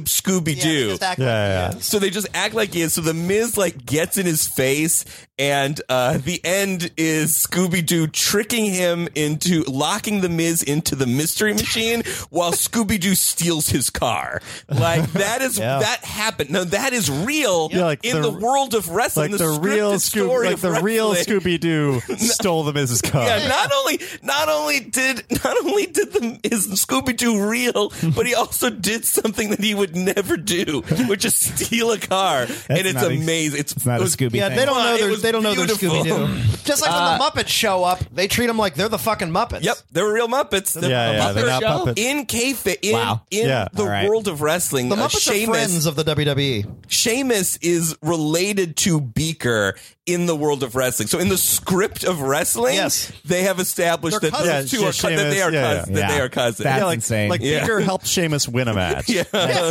Speaker 3: kayfabe Scooby
Speaker 6: Yeah,
Speaker 3: Doo.
Speaker 6: just act
Speaker 1: Yeah,
Speaker 6: like
Speaker 1: yeah,
Speaker 6: it
Speaker 1: yeah.
Speaker 6: is.
Speaker 3: So they just act like he is. So the Miz like gets in his face, and uh, the end is Scooby Doo tricking him into locking the Miz into the mystery machine while Scooby Doo steals his car. Like that is that happened. No, that is real
Speaker 1: Yeah, like
Speaker 3: in the,
Speaker 1: the-
Speaker 3: world of wrestling.
Speaker 1: like the, real
Speaker 3: scripted
Speaker 1: Scooby,
Speaker 3: story
Speaker 1: like
Speaker 3: of
Speaker 1: the real
Speaker 3: wrestling.
Speaker 1: Scooby Doo stole the Mrs. Car.
Speaker 3: Yeah, not only not only did not only did the is Scooby Doo real, but he also did something that he would never do, which is steal a car, and it's
Speaker 4: not a-
Speaker 3: amazing. It's,
Speaker 4: It's not
Speaker 3: it
Speaker 4: a
Speaker 3: was-
Speaker 4: Scooby
Speaker 6: Yeah,
Speaker 4: thing.
Speaker 6: they don't
Speaker 3: Well,
Speaker 6: know
Speaker 3: it
Speaker 6: they're,
Speaker 3: was
Speaker 6: they don't know they're
Speaker 3: beautiful. Uh,
Speaker 6: Scooby Doo. Just like when the Muppets show up, they treat them like they're the fucking Muppets.
Speaker 3: Yep, they were real Muppets. They're
Speaker 1: Yeah, yeah,
Speaker 3: Muppet
Speaker 1: they're not
Speaker 3: show.
Speaker 1: puppets.
Speaker 3: In kayfabe, in,
Speaker 4: Wow.
Speaker 3: in
Speaker 1: Yeah.
Speaker 3: the
Speaker 4: All right.
Speaker 3: world of wrestling,
Speaker 6: The
Speaker 3: uh,
Speaker 6: Muppets are friends
Speaker 3: Seamus,
Speaker 6: of the E. WWE.
Speaker 3: Seamus is related to Beaker in the world of wrestling. So in the script of wrestling,
Speaker 6: Yes.
Speaker 3: they have established
Speaker 6: They're
Speaker 3: that those
Speaker 1: cousins.
Speaker 3: two
Speaker 1: Yeah,
Speaker 3: are cou- that they
Speaker 1: Seamus,
Speaker 3: are
Speaker 1: yeah, yeah.
Speaker 3: cousins. That they
Speaker 4: Yeah.
Speaker 3: are cousins.
Speaker 4: That's
Speaker 1: Yeah, like,
Speaker 4: insane.
Speaker 1: Like
Speaker 3: Yeah.
Speaker 1: Beaker helped Seamus win a match. yeah.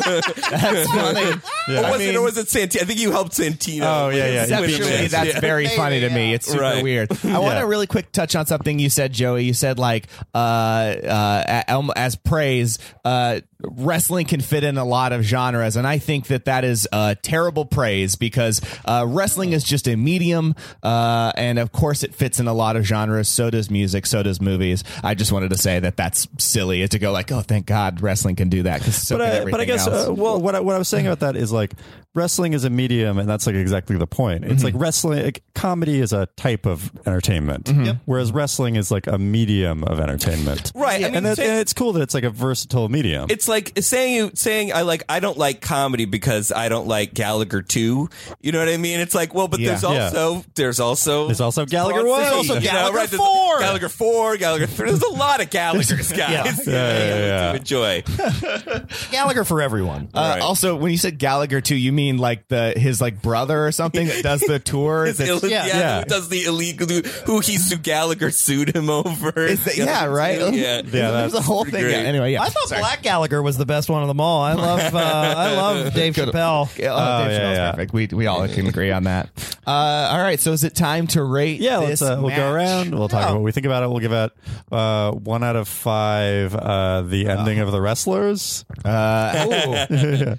Speaker 4: That's funny.
Speaker 3: Or
Speaker 4: I
Speaker 3: was it?
Speaker 4: mean-
Speaker 3: Or was it Santino? I think you helped Santino.
Speaker 1: Oh, yeah, yeah, yeah.
Speaker 3: Win a
Speaker 4: Conceptually,
Speaker 3: match.
Speaker 4: that's
Speaker 3: Yeah.
Speaker 4: very funny to me. It's super
Speaker 3: Right.
Speaker 4: weird. I want to really quick touch on something you said, Joey. You said like uh, uh, a- um, as praise, uh, wrestling can fit in a lot of genres, and I think that that is uh, terrible praise because uh, wrestling is just a medium, uh, and of course it fits in a lot of genres. So does music. So does movies. I just wanted to say that that's silly to go like, oh, thank God, wrestling can do that because so
Speaker 1: but
Speaker 4: can
Speaker 1: I,
Speaker 4: everything
Speaker 1: but I guess
Speaker 4: else.
Speaker 1: uh, well, what I, what I was saying about that is like wrestling is a medium, and that's like exactly the point.
Speaker 4: Mm-hmm.
Speaker 1: It's like wrestling like, comedy is a type of entertainment,
Speaker 4: Mm-hmm.
Speaker 1: whereas wrestling is like a medium of entertainment.
Speaker 3: Right, I mean,
Speaker 1: and, that,
Speaker 3: say-
Speaker 1: and it's cool that it's like a versatile medium.
Speaker 3: It's like saying you saying I like I don't like comedy because I don't like Gallagher two. You know what I mean? It's like well, but
Speaker 4: Yeah.
Speaker 3: there's
Speaker 1: Yeah.
Speaker 3: also there's also
Speaker 1: There's also Gallagher
Speaker 3: Bronson,
Speaker 1: one. There's also
Speaker 3: you know,
Speaker 6: Gallagher
Speaker 3: right? There's
Speaker 6: four.
Speaker 3: Gallagher four, Gallagher three. There's a lot of Gallagher's guys. you know,
Speaker 1: Yeah, yeah, yeah.
Speaker 3: To enjoy.
Speaker 6: Gallagher for everyone.
Speaker 4: Uh,
Speaker 3: Right.
Speaker 4: Also, when you said Gallagher too, you mean like the his like brother or something that does the tour?
Speaker 3: It's
Speaker 4: that's-
Speaker 3: Ill- yeah,
Speaker 6: yeah.
Speaker 1: Yeah.
Speaker 3: who Does the illegal who he sued Gallagher sued him over?
Speaker 4: Is that- yeah, right?
Speaker 3: Yeah.
Speaker 1: yeah,
Speaker 4: There's
Speaker 1: that's,
Speaker 4: a whole
Speaker 3: pretty
Speaker 4: thing.
Speaker 3: great.
Speaker 4: Yeah, anyway, yeah.
Speaker 6: I thought
Speaker 4: Sorry.
Speaker 6: Black Gallagher was the best one of them all. I love uh, I love Dave Chappelle.
Speaker 4: Yeah, oh, Dave
Speaker 1: yeah,
Speaker 4: Chappelle's
Speaker 1: yeah.
Speaker 4: perfect. We we all can agree on that. Uh, all right, so is it time to rate?
Speaker 1: yeah.
Speaker 4: this
Speaker 1: Let's uh, we'll go
Speaker 4: match?
Speaker 1: around. We'll talk about what we think about it. We'll give out uh, one out of five. Uh, the ending of the wrestlers.
Speaker 4: Uh,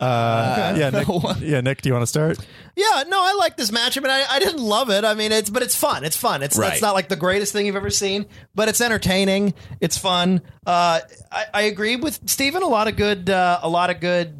Speaker 1: Uh, yeah, Nick, yeah, Nick, do you want to start?
Speaker 6: Yeah, no, I like this matchup, and I, I didn't love it. I mean, it's but it's fun. It's fun. It's
Speaker 3: Right.
Speaker 6: it's not like the greatest thing you've ever seen, but it's entertaining. It's fun. Uh, I, I agree with Steven. A lot of good, uh, a lot of good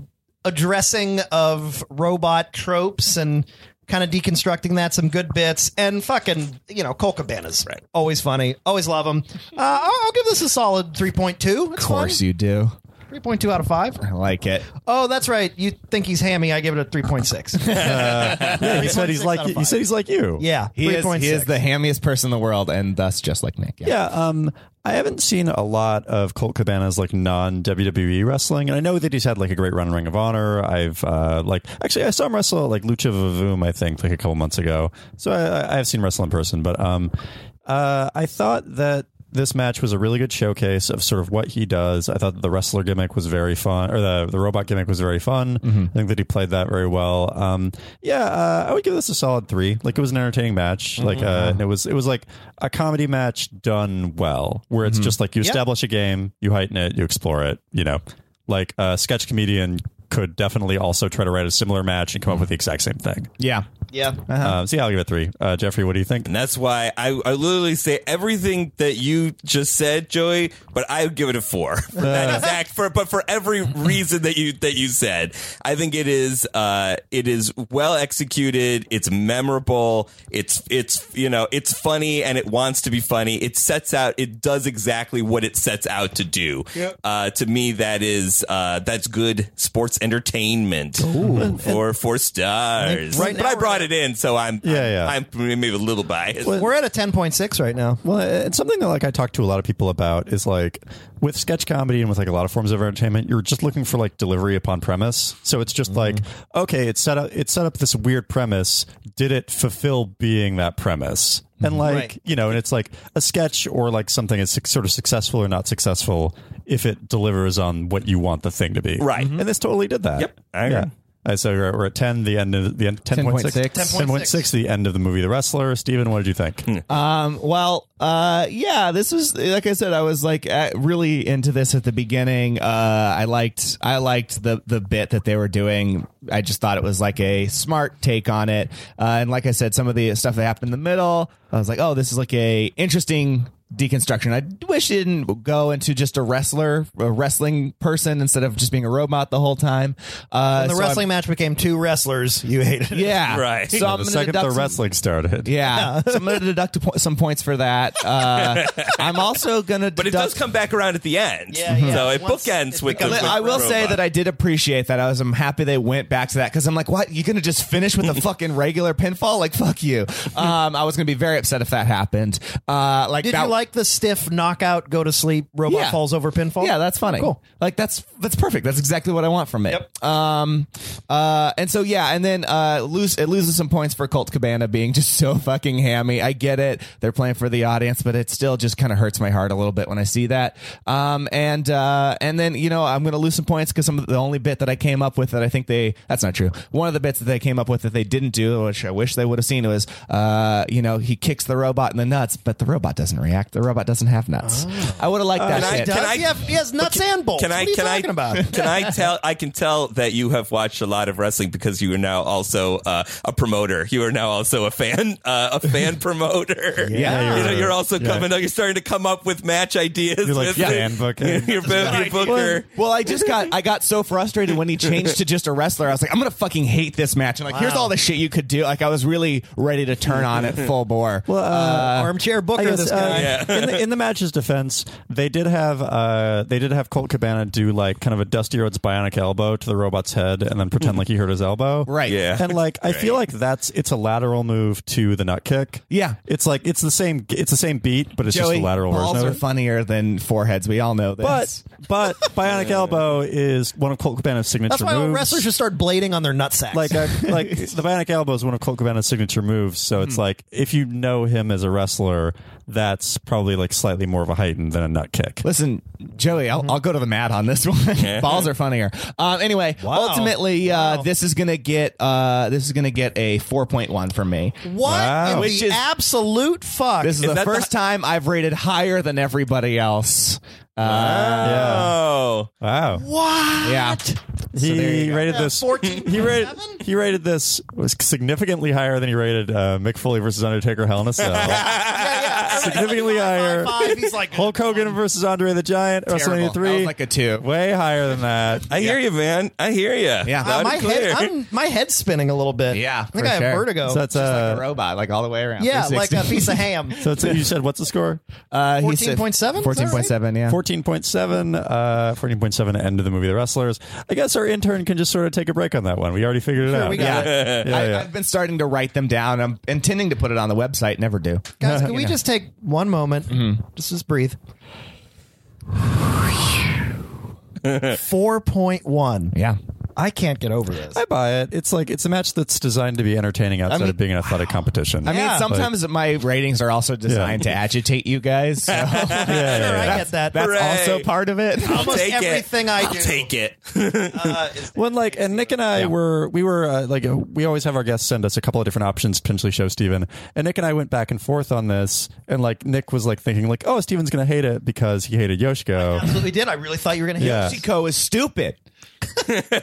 Speaker 6: addressing of robot tropes and kind of deconstructing that. Some good bits and fucking you know, Cole Cabana's
Speaker 3: Right.
Speaker 6: always funny. Always love him. Uh, I'll, I'll give this a solid three point two.
Speaker 4: Of course you do.
Speaker 6: three point two out of five.
Speaker 4: I like it.
Speaker 6: Oh, that's right. You think he's hammy? I give it a three point six.
Speaker 1: Yeah, he said he's
Speaker 6: 3.6
Speaker 1: like
Speaker 6: out of
Speaker 1: he
Speaker 6: five.
Speaker 1: said he's like you.
Speaker 6: Yeah,
Speaker 4: He is, he is
Speaker 6: 3.6.
Speaker 4: the hammiest person in the world, and thus just like Nick.
Speaker 1: Yeah, um, I haven't seen a lot of Colt Cabana's like non WWE wrestling, and I know that he's had like a great run in Ring of Honor. I've uh, like actually I saw him wrestle at, like Lucha Vavoom, I think, like a couple months ago. So I, I, I've seen wrestle in person, but um, uh, I thought that this match was a really good showcase of sort of what he does. I thought the wrestler gimmick was very fun, or the, the robot gimmick was very fun. I think that he played that very well. Um, yeah, uh, I would give this a solid three. Like it was an entertaining match. Like uh, and it was it was like a comedy match done well, where it's just like you establish a game, you heighten it, you explore it. You know, like a sketch comedian could definitely also try to write a similar match and come up with the exact same thing.
Speaker 4: Yeah.
Speaker 6: yeah.
Speaker 1: Uh, so yeah, I'll give it three. Uh, Jeffrey, what do you think?
Speaker 3: And that's why I, I literally say everything that you just said, Joey, but I would give it a four for
Speaker 6: Uh.
Speaker 3: that exact for but for every reason that you that you said. I think it is uh it is well executed, it's memorable, it's it's you know, it's funny and it wants to be funny. It sets out it does exactly what it sets out to do. Uh to me that is uh that's good sports entertainment for four stars.
Speaker 6: Right
Speaker 3: but
Speaker 6: now
Speaker 3: I
Speaker 6: we're
Speaker 3: brought it in, so I'm
Speaker 1: Yeah, yeah.
Speaker 3: I'm maybe a little biased.
Speaker 6: We're at a 10.6 right now.
Speaker 1: Well, and something that like I talk to a lot of people about is like with sketch comedy and with like a lot of forms of entertainment, you're just looking for like delivery upon premise. So it's just like,
Speaker 3: Mm-hmm.
Speaker 1: okay, it set up it set up this weird premise. Did it fulfill being that premise?
Speaker 3: Mm-hmm.
Speaker 1: And like
Speaker 6: Right.
Speaker 1: you know, and it's like a sketch or like something is suc- sort of successful or not successful if it delivers on what you want the thing to be.
Speaker 3: Right.
Speaker 1: And this totally did that.
Speaker 3: Yep. I agree.
Speaker 1: All right, so we're at- we're at ten. The end. Of, the end. 10.6.
Speaker 4: 10.6.
Speaker 1: 10.6, The end of the movie, The Wrestler. Steven, what did you think?
Speaker 4: Um, well, uh, yeah, this was like I said, I was like uh, really into this at the beginning. Uh, I liked I liked the the bit that they were doing. I just thought it was like a smart take on it. Uh, and like I said, some of the stuff that happened in the middle, I was like, oh, this is like a interesting deconstruction. I wish it didn't go into just a wrestler, a wrestling person instead of just being a robot the whole time. Uh,
Speaker 6: When the
Speaker 4: so I'm-
Speaker 6: wrestling match became two wrestlers. You hated it.
Speaker 4: yeah,
Speaker 3: Right.
Speaker 4: So
Speaker 3: Yeah,
Speaker 4: I'm
Speaker 1: the
Speaker 4: gonna
Speaker 1: second
Speaker 4: deduct
Speaker 1: the
Speaker 4: some-
Speaker 1: wrestling started.
Speaker 4: yeah, so I'm going to deduct a po- some points for that. Uh, I'm also going to,
Speaker 3: But it does come back around at the end.
Speaker 6: Yeah, yeah.
Speaker 3: So it
Speaker 6: Once
Speaker 3: bookends
Speaker 6: it
Speaker 3: with the.
Speaker 6: becomes-
Speaker 3: with
Speaker 4: I will
Speaker 3: robot.
Speaker 4: say that I did appreciate that. I was I'm happy they went back to that because I'm like, what? You're gonna just finish with a fucking regular pinfall? Like, fuck you. Um, I was gonna be very upset if that happened. Uh, like,
Speaker 6: Did
Speaker 4: that,
Speaker 6: you like the stiff knockout, go to sleep, robot
Speaker 4: Yeah.
Speaker 6: falls over pinfall?
Speaker 4: Yeah, that's funny.
Speaker 6: Cool.
Speaker 4: Like that's that's perfect. That's exactly what I want from it. Um uh and so yeah, and then uh lose it loses some points for Colt Cabana being just so fucking hammy. I get it. They're playing for the audience, but it still just kind of hurts my heart a little bit when I see that. Um and uh and then you know, I'm going to lose some points cuz some of the only bit that I came up with that I think they that's not true. One of the bits that they came up with that they didn't do, which I wish they would have seen was uh you know, he kicks the robot in the nuts, but the robot doesn't react. The robot doesn't have nuts. I would have liked that.
Speaker 3: Oh. Uh, Can I-
Speaker 4: shit.
Speaker 6: Does
Speaker 3: Can I-
Speaker 6: he, have, he has nuts and bolts.
Speaker 3: Can I?
Speaker 6: What are you
Speaker 3: can
Speaker 6: talking
Speaker 3: I?
Speaker 6: about?
Speaker 3: Can I tell? I can tell that you have watched a lot of wrestling because you are now also uh, a promoter. You are now also a fan, uh, a fan promoter.
Speaker 4: Yeah.
Speaker 3: you know, you're also coming. You're starting to come up with match ideas.
Speaker 1: You're like,
Speaker 3: with
Speaker 1: yeah, fan booker.
Speaker 3: You're, you're, you're
Speaker 4: Well,
Speaker 3: booker.
Speaker 4: well, I just got I got so frustrated when he changed to just a wrestler. I was like, I'm gonna fucking hate this match. And like, here's all the shit you could do. Like, I was really ready to turn on it full bore.
Speaker 1: Well, uh,
Speaker 6: Armchair booker,
Speaker 1: I guess,
Speaker 6: this
Speaker 1: uh,
Speaker 6: guy.
Speaker 1: in, the, in the match's defense, they did have uh, they did have Colt Cabana do like kind of a Dusty Rhodes bionic elbow to the robot's head, and then pretend like he hurt his elbow.
Speaker 4: Right.
Speaker 3: Yeah.
Speaker 1: And like, I feel like that's it's a lateral move to the nut kick.
Speaker 4: Yeah.
Speaker 1: It's like it's the same it's the same beat, but it's
Speaker 4: Joey,
Speaker 1: just a lateral
Speaker 4: balls
Speaker 1: version
Speaker 4: are
Speaker 1: of it.
Speaker 4: funnier than foreheads. We all know
Speaker 1: But
Speaker 4: this.
Speaker 1: but bionic elbow is one of Colt Cabana's signature
Speaker 6: That's why all
Speaker 1: moves.
Speaker 6: wrestlers should start blading on their nutsacks.
Speaker 1: like I, like the bionic elbow is one of Colt Cabana's signature moves. So it's like if you know him as a wrestler, that's probably like slightly more of a heightened than a nut kick.
Speaker 4: Listen, Joey, I'll, I'll go to the mat on this one. Balls are funnier. Um, anyway,
Speaker 6: Wow.
Speaker 4: ultimately, uh, this is gonna get uh, this is gonna get a 4.1 from me.
Speaker 6: what
Speaker 1: Wow.
Speaker 6: in
Speaker 4: Which
Speaker 6: the
Speaker 4: is-
Speaker 6: absolute fuck?
Speaker 4: This is,
Speaker 3: Is
Speaker 4: the
Speaker 3: that the-
Speaker 4: first time I've rated higher than everybody else. Uh,
Speaker 3: Oh,
Speaker 1: Wow.
Speaker 6: what?
Speaker 4: Yeah.
Speaker 1: He
Speaker 4: there you go.
Speaker 1: rated this.
Speaker 6: 14.7?
Speaker 1: He rated. He rated this was significantly higher than he rated uh, Mick Foley versus Undertaker Hell in a Cell. Significantly higher.
Speaker 6: High five. He's like,
Speaker 1: Hulk Hogan versus Andre the Giant
Speaker 4: Terrible.
Speaker 1: WrestleMania
Speaker 4: That was
Speaker 1: three.
Speaker 4: like a two.
Speaker 1: way higher than that.
Speaker 3: I hear you, man. I hear you.
Speaker 4: Yeah.
Speaker 6: Uh,
Speaker 3: Loud
Speaker 6: my
Speaker 3: and clear.
Speaker 6: head, I'm, my head's spinning a little bit.
Speaker 4: Yeah,
Speaker 6: I think
Speaker 4: for
Speaker 6: I have
Speaker 4: sure.
Speaker 6: vertigo.
Speaker 1: So that's
Speaker 4: like a
Speaker 1: uh,
Speaker 4: robot, like all the way around.
Speaker 6: yeah, like a
Speaker 4: 360.
Speaker 6: piece of ham.
Speaker 1: so it's, you said what's the score?
Speaker 4: Uh, he said-
Speaker 6: 14.7? Is that right?
Speaker 4: 14.7, yeah.
Speaker 1: Fourteen point seven. Uh, Fourteen point seven. End of the movie, The Wrestlers. I guess our intern can just sort of take a break on that one. We already figured it out.
Speaker 6: we got it.
Speaker 4: I, I've been starting to write them down. I'm intending to put it on the website. Never do.
Speaker 6: Guys, can we just take one moment?
Speaker 1: Mm-hmm.
Speaker 6: Just just breathe. 4.1.
Speaker 4: Yeah.
Speaker 6: I can't get over this.
Speaker 1: I buy it. It's like it's a match that's designed to be entertaining outside
Speaker 4: mean-
Speaker 1: of being an athletic competition.
Speaker 4: I mean, sometimes my ratings are also designed to agitate you guys. So
Speaker 6: Sure, I get that.
Speaker 4: that's
Speaker 3: Hooray.
Speaker 4: also part of it.
Speaker 6: almost everything
Speaker 3: it.
Speaker 6: I
Speaker 3: will
Speaker 6: do.
Speaker 3: take it.
Speaker 1: when like and Nick and I were we were uh, like uh, we always have our guests send us a couple of different options to potentially show Steven. And Nick and I went back and forth on this and like Nick was like thinking like oh Steven's going to hate it because he hated Yoshiko.
Speaker 6: Absolutely did. I really thought you were going to
Speaker 1: Yeah.
Speaker 6: hear
Speaker 4: Mexico is stupid.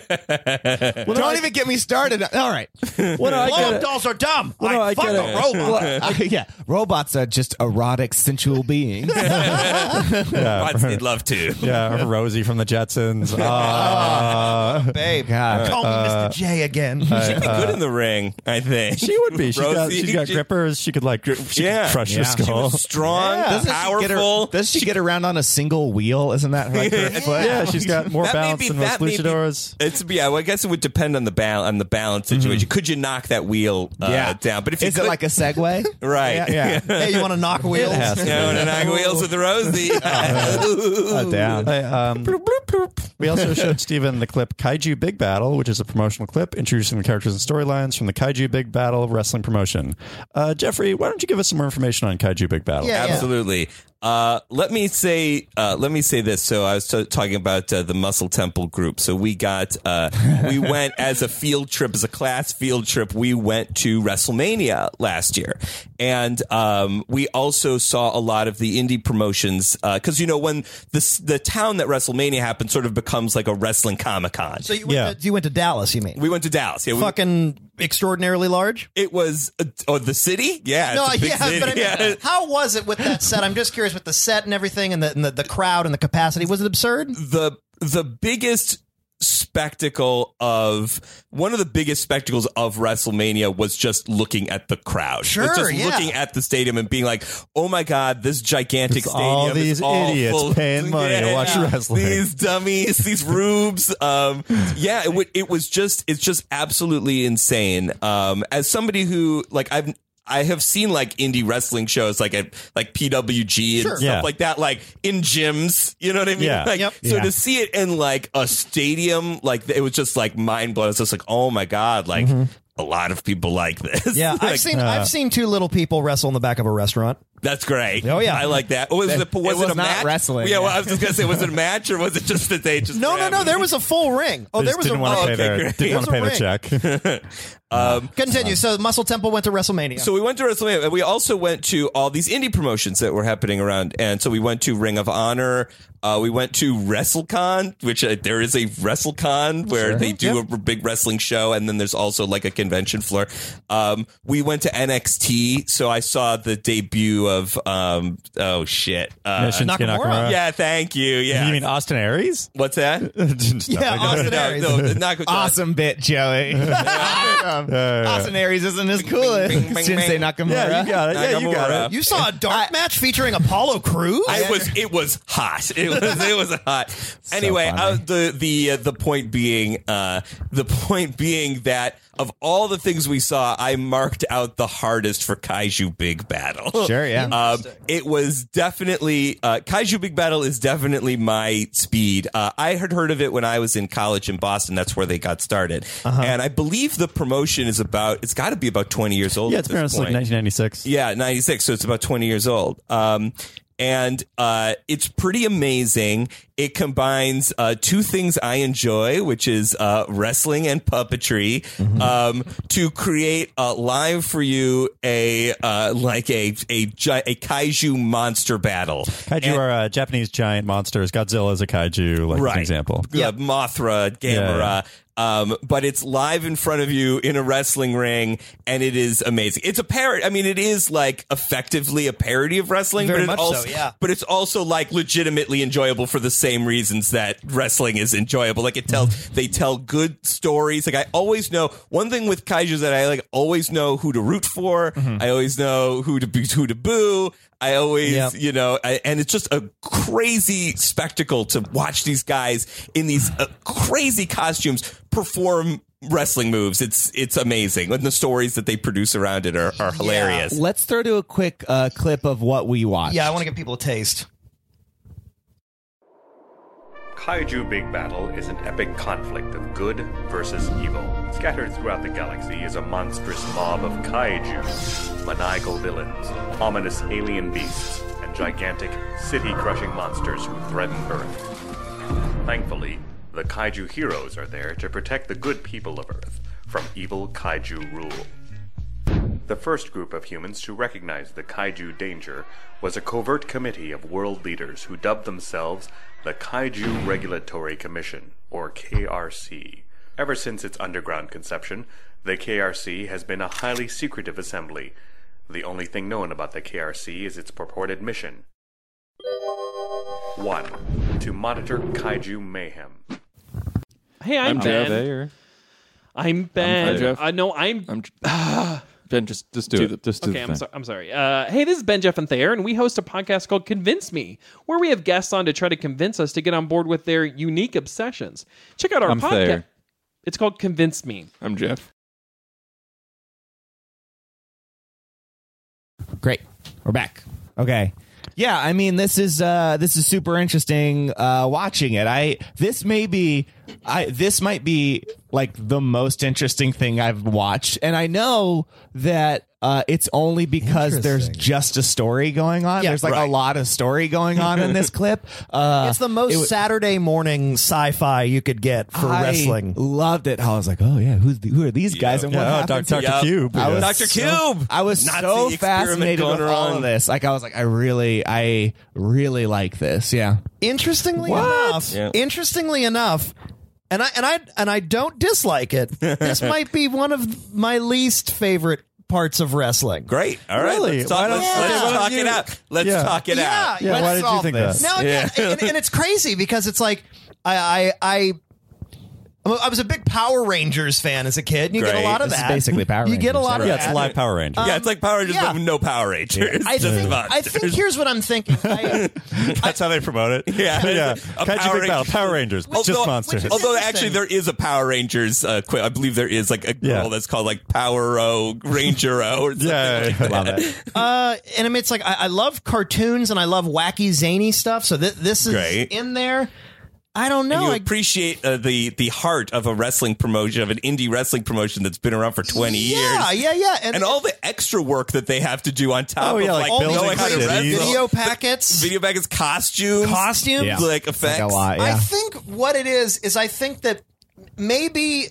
Speaker 4: Don't even get me started. All right.
Speaker 1: Well, no, I get it.
Speaker 6: dolls are dumb.
Speaker 1: Well, no, I get it.
Speaker 4: Uh, yeah, robots are just erotic, sensual beings.
Speaker 3: Bots need love to.
Speaker 1: Yeah, Rosie from the Jetsons. Ah.
Speaker 6: Babe,
Speaker 4: God. Uh,
Speaker 6: call me Mr. J again.
Speaker 3: She'd be good in the ring, I think.
Speaker 1: Uh, she would be. She's got,
Speaker 3: Rosie,
Speaker 1: she's got
Speaker 3: she-
Speaker 1: grippers. She could like she
Speaker 3: Yeah.
Speaker 1: could crush your
Speaker 4: Yeah. She
Speaker 1: skull.
Speaker 3: Strong,
Speaker 4: Doesn't She get
Speaker 3: powerful.
Speaker 4: her, does she, get around on a single wheel? Isn't that like her foot?
Speaker 1: yeah, she's got more
Speaker 3: That may
Speaker 1: balance
Speaker 3: be-
Speaker 1: than most
Speaker 3: that may be-
Speaker 1: luchadors.
Speaker 3: It's yeah. Well, I guess it would depend on the bal- on the balance
Speaker 1: Mm-hmm.
Speaker 3: situation. Could you knock that wheel uh, down? But if you
Speaker 4: is
Speaker 3: could-
Speaker 4: it like a Segway?
Speaker 3: right,
Speaker 4: Yeah.
Speaker 6: hey, you want to knock wheels?
Speaker 3: Yeah, when I knock wheels with Rosie.
Speaker 1: Uh,
Speaker 4: Oh, damn.
Speaker 1: I, um, we also showed Steven the clip Kaiju Big Battle, which is a promotional clip introducing the characters and storylines from the Kaiju Big Battle wrestling promotion. Uh, Jeffrey, why don't you give us some more information on Kaiju Big Battle?
Speaker 6: Yeah.
Speaker 3: Absolutely. Uh, let me say, uh, let me say this. So I was t- talking about uh, the Muscle Temple group. So we got, uh, we went as a field trip, as a class field trip. We went to WrestleMania last year, and um, we also saw a lot of the indie promotions because you know when the s- the town that WrestleMania happened sort of becomes like a wrestling comic con.
Speaker 6: So you went,
Speaker 1: Yeah.
Speaker 6: to, you went to Dallas, you mean?
Speaker 3: we went to Dallas.
Speaker 4: Oh.
Speaker 3: Yeah, we-
Speaker 6: Fucking extraordinarily large?
Speaker 3: it was uh, oh the city. Yeah, it's a big city.
Speaker 6: but I mean,
Speaker 3: Yeah.
Speaker 6: how was it with that set? I'm just curious with the set and everything and the, and the, the crowd and the capacity. Was it absurd?
Speaker 3: the the biggest spectacle of one of the biggest spectacles of WrestleMania was just looking at the crowd.
Speaker 6: Sure,
Speaker 3: was just
Speaker 6: yeah.
Speaker 3: looking at the stadium and being like, "Oh my god, this gigantic
Speaker 1: It's
Speaker 3: stadium
Speaker 1: all
Speaker 3: is
Speaker 1: these
Speaker 3: all
Speaker 1: idiots
Speaker 3: full-
Speaker 1: paying money to watch wrestling."
Speaker 3: These dummies, these rubes. Um, yeah, it, w- it was just it's just absolutely insane. Um, as somebody who like I've I have seen like indie wrestling shows like at like PWG and
Speaker 6: Sure.
Speaker 3: stuff
Speaker 1: Yeah.
Speaker 3: like that, like in gyms. You know what I mean?
Speaker 1: Yeah.
Speaker 3: Like,
Speaker 6: Yep.
Speaker 3: So
Speaker 4: Yeah.
Speaker 3: to see it in like a stadium, like it was just like mind blowing. It's just like, oh my god, like a lot of people like this.
Speaker 6: Mm-hmm. Yeah,
Speaker 3: Like,
Speaker 6: I've seen
Speaker 4: uh,
Speaker 6: I've seen two little people wrestle in the back of a restaurant.
Speaker 3: that's great.
Speaker 6: Oh, yeah.
Speaker 3: I like that. Was it, was it,
Speaker 4: was
Speaker 3: a
Speaker 4: not
Speaker 3: match?
Speaker 4: wrestling.
Speaker 3: Yeah, well, I was just gonna say, was it a match or was it just that they just
Speaker 6: No, no,
Speaker 3: grabbed
Speaker 6: no.
Speaker 3: it?
Speaker 6: There was a full ring. Oh,
Speaker 1: They
Speaker 6: there
Speaker 1: just
Speaker 6: was a
Speaker 1: didn't want to pay
Speaker 3: okay,
Speaker 1: their
Speaker 3: great.
Speaker 1: didn't want to pay
Speaker 6: There
Speaker 1: their
Speaker 6: was a
Speaker 1: check.
Speaker 6: continue. So Muscle Temple went to WrestleMania.
Speaker 3: So we went to WrestleMania. and We also went to all these indie promotions that were happening around, and so we went to Ring of Honor. Uh, we went to WrestleCon, which uh, there is a WrestleCon where they do a big wrestling show, and then there's also like a convention floor. Um, we went to NXT, so I saw the debut of um, oh shit, uh,
Speaker 1: Shinsuke
Speaker 6: Nakamura.
Speaker 1: Nakamura.
Speaker 3: yeah, thank you, yeah.
Speaker 1: You mean Austin Aries?
Speaker 3: What's that?
Speaker 6: yeah, Austin
Speaker 3: no,
Speaker 6: Aries.
Speaker 3: no, Nakamura.
Speaker 4: Awesome bit, Joey. awesome. Austin Aries isn't as cool as
Speaker 3: bing, bing,
Speaker 4: Jinsei
Speaker 3: bing.
Speaker 4: Nakamura.
Speaker 1: Yeah, you got it. Yeah, you
Speaker 3: Nakamura.
Speaker 1: got it.
Speaker 6: You saw a dark match featuring Apollo Crews.
Speaker 3: I was. It was hot. It was. It was hot. Anyway,
Speaker 4: funny.
Speaker 3: I, the the uh, the point being, uh, the point being that of all the things we saw, I marked out the hardest for Kaiju Big Battle.
Speaker 4: Sure, yeah.
Speaker 3: Um, it was definitely uh, Kaiju Big Battle is definitely my speed. Uh, I had heard of it when I was in college in Boston. That's where they got started,
Speaker 4: Uh-huh.
Speaker 3: and I believe the promotion is about. It's got to be about twenty years old.
Speaker 1: Yeah,
Speaker 3: at
Speaker 1: it's
Speaker 3: this
Speaker 1: parents like
Speaker 3: point.
Speaker 1: 1996.
Speaker 3: Yeah, 96. So it's about 20 years old. Um, and uh, it's pretty amazing. It combines uh, two things I enjoy, which is uh, wrestling and puppetry,
Speaker 1: Mm-hmm.
Speaker 3: um, to create uh, live for you a uh, like a a gi- a kaiju monster battle.
Speaker 1: Kaiju
Speaker 3: And-
Speaker 1: are uh, Japanese giant monsters. Godzilla is a kaiju, like as
Speaker 3: Right.
Speaker 1: an example.
Speaker 3: yeah. Mothra, Gamera. Um, but it's live in front of you in a wrestling ring, and it is amazing. It's a parody. I mean, it is like effectively a parody of wrestling,
Speaker 6: Very
Speaker 3: but it
Speaker 6: much so,
Speaker 3: also,
Speaker 6: yeah.
Speaker 3: But it's also like legitimately enjoyable for the same reasons that wrestling is enjoyable. Like it tells,
Speaker 6: Mm-hmm.
Speaker 3: they tell good stories. Like I always know one thing with kaiju is that I like always know who to root for.
Speaker 6: Mm-hmm.
Speaker 3: I always know who to be, who to boo. I always,
Speaker 6: Yep.
Speaker 3: you know, I, and it's just a crazy spectacle to watch these guys in these uh, crazy costumes perform wrestling moves. It's it's amazing, and the stories that they produce around it are, are hilarious.
Speaker 4: Let's throw to a quick uh, clip of what we watched.
Speaker 6: Yeah, I want to give people a taste.
Speaker 7: Kaiju Big Battle is an epic conflict of good versus evil. Scattered throughout the galaxy is a monstrous mob of kaiju, maniacal villains, ominous alien beasts, and gigantic, city crushing monsters who threaten Earth. Thankfully, the kaiju heroes are there to protect the good people of Earth from evil kaiju rule. The first group of humans to recognize the kaiju danger was a covert committee of world leaders who dubbed themselves the Kaiju Regulatory Commission, or KRC. Ever since its underground conception, the KRC has been a highly secretive assembly. The only thing known about the KRC is its purported mission 1. To monitor kaiju mayhem.
Speaker 8: Hey, I'm, Ben. I'm Ben.
Speaker 9: Jeff.
Speaker 8: Uh, no, I'm.
Speaker 9: I'm Ben. Just just do, it. Just do
Speaker 8: okay,
Speaker 9: the
Speaker 8: I'm,
Speaker 9: thing.
Speaker 8: so- I'm sorry. Uh, hey, this is Ben, Jeff, and Thayer, and we host a podcast called Convince Me, where we have guests on to try to convince us to get on board with their unique obsessions. Check out our
Speaker 9: I'm
Speaker 8: podcast.
Speaker 9: Thayer.
Speaker 8: It's called Convince Me.
Speaker 9: I'm Jeff.
Speaker 4: Great. We're back. Okay. Yeah, I mean this is uh this is super interesting uh watching it. I this may be I this might be like the most interesting thing I've watched. And I know that uh it's only because there's
Speaker 6: Interesting.
Speaker 4: just a story going on.
Speaker 6: Yeah,
Speaker 4: there's like
Speaker 6: right.
Speaker 4: a lot of story going on in this clip. Uh
Speaker 6: It's the most
Speaker 4: it wa-
Speaker 6: Saturday morning sci-fi you could get for
Speaker 4: I
Speaker 6: wrestling.
Speaker 4: Loved it. I was like, "Oh yeah, who's the, who are these guys?" And what
Speaker 1: Yeah, oh,
Speaker 4: happened
Speaker 1: Dr.
Speaker 4: to-
Speaker 3: Yep.
Speaker 1: Cube.
Speaker 4: I was
Speaker 1: yeah.
Speaker 3: Dr.
Speaker 4: so-
Speaker 3: Cube!
Speaker 4: I was
Speaker 3: Nazi
Speaker 4: so
Speaker 3: experiment
Speaker 4: fascinated
Speaker 3: going
Speaker 4: with all
Speaker 3: wrong.
Speaker 4: of this. Like I was like, I really, I really like this. Yeah.
Speaker 6: Interestingly enough,
Speaker 3: Yeah.
Speaker 6: interestingly enough, and I and I and I don't dislike it. this might be one of my least favorite parts of wrestling.
Speaker 3: Great. All right.
Speaker 1: Really?
Speaker 3: Let's talk,
Speaker 1: Why don't-
Speaker 3: let's,
Speaker 6: yeah.
Speaker 3: let's
Speaker 6: Why don't
Speaker 3: talk
Speaker 1: you-
Speaker 3: it out. Let's
Speaker 1: Yeah.
Speaker 3: talk it
Speaker 6: yeah,
Speaker 3: out.
Speaker 1: Yeah,
Speaker 6: let's
Speaker 1: why did you
Speaker 6: solve
Speaker 1: think
Speaker 6: this.
Speaker 1: that?
Speaker 6: No, yeah, and, and it's crazy because it's like I I I I was a big Power Rangers fan as a kid. And you get
Speaker 3: Great.
Speaker 6: a lot of
Speaker 4: This is
Speaker 6: that.
Speaker 4: basically Power
Speaker 6: You get a
Speaker 4: Rangers,
Speaker 6: lot of
Speaker 1: Yeah,
Speaker 6: that.
Speaker 1: it's live Power Rangers.
Speaker 3: yeah, it's like Power Rangers,
Speaker 6: yeah.
Speaker 3: but with no Power Rangers.
Speaker 6: I
Speaker 3: It's just
Speaker 6: think,
Speaker 3: about-
Speaker 6: I think here's what I'm thinking. I,
Speaker 1: That's how they promote it.
Speaker 3: Yeah.
Speaker 1: yeah.
Speaker 3: A
Speaker 1: Kaiju
Speaker 3: Power
Speaker 1: Big Battle, Power Rangers, just monsters.
Speaker 6: is-
Speaker 3: Although
Speaker 6: Interesting.
Speaker 3: actually there is a Power Rangers, uh, qu- I believe there is like a girl
Speaker 1: Yeah.
Speaker 3: that's called like Power O Ranger O or something.
Speaker 1: yeah,
Speaker 3: like
Speaker 1: yeah,
Speaker 3: that.
Speaker 6: uh, and I mean, it's like I, I love cartoons and I love wacky zany stuff. So thi- this is
Speaker 3: Great.
Speaker 6: in there. I don't know.
Speaker 3: And you
Speaker 6: I-
Speaker 3: appreciate uh, the the heart of a wrestling promotion of an indie wrestling promotion that's been around for twenty
Speaker 6: yeah,
Speaker 3: years.
Speaker 6: yeah, yeah,
Speaker 3: And all the extra work that they have to do on top
Speaker 1: Oh,
Speaker 3: of
Speaker 1: yeah,
Speaker 3: like,
Speaker 1: like
Speaker 6: all
Speaker 1: building
Speaker 6: the
Speaker 3: knowing how to
Speaker 6: crazy
Speaker 3: wrestle,
Speaker 1: cities.
Speaker 6: video packets,
Speaker 3: video packets, costumes,
Speaker 6: costumes.
Speaker 4: Yeah.
Speaker 3: like effects.
Speaker 4: Like a lot. Uh, Yeah.
Speaker 6: I think what it is is I think that maybe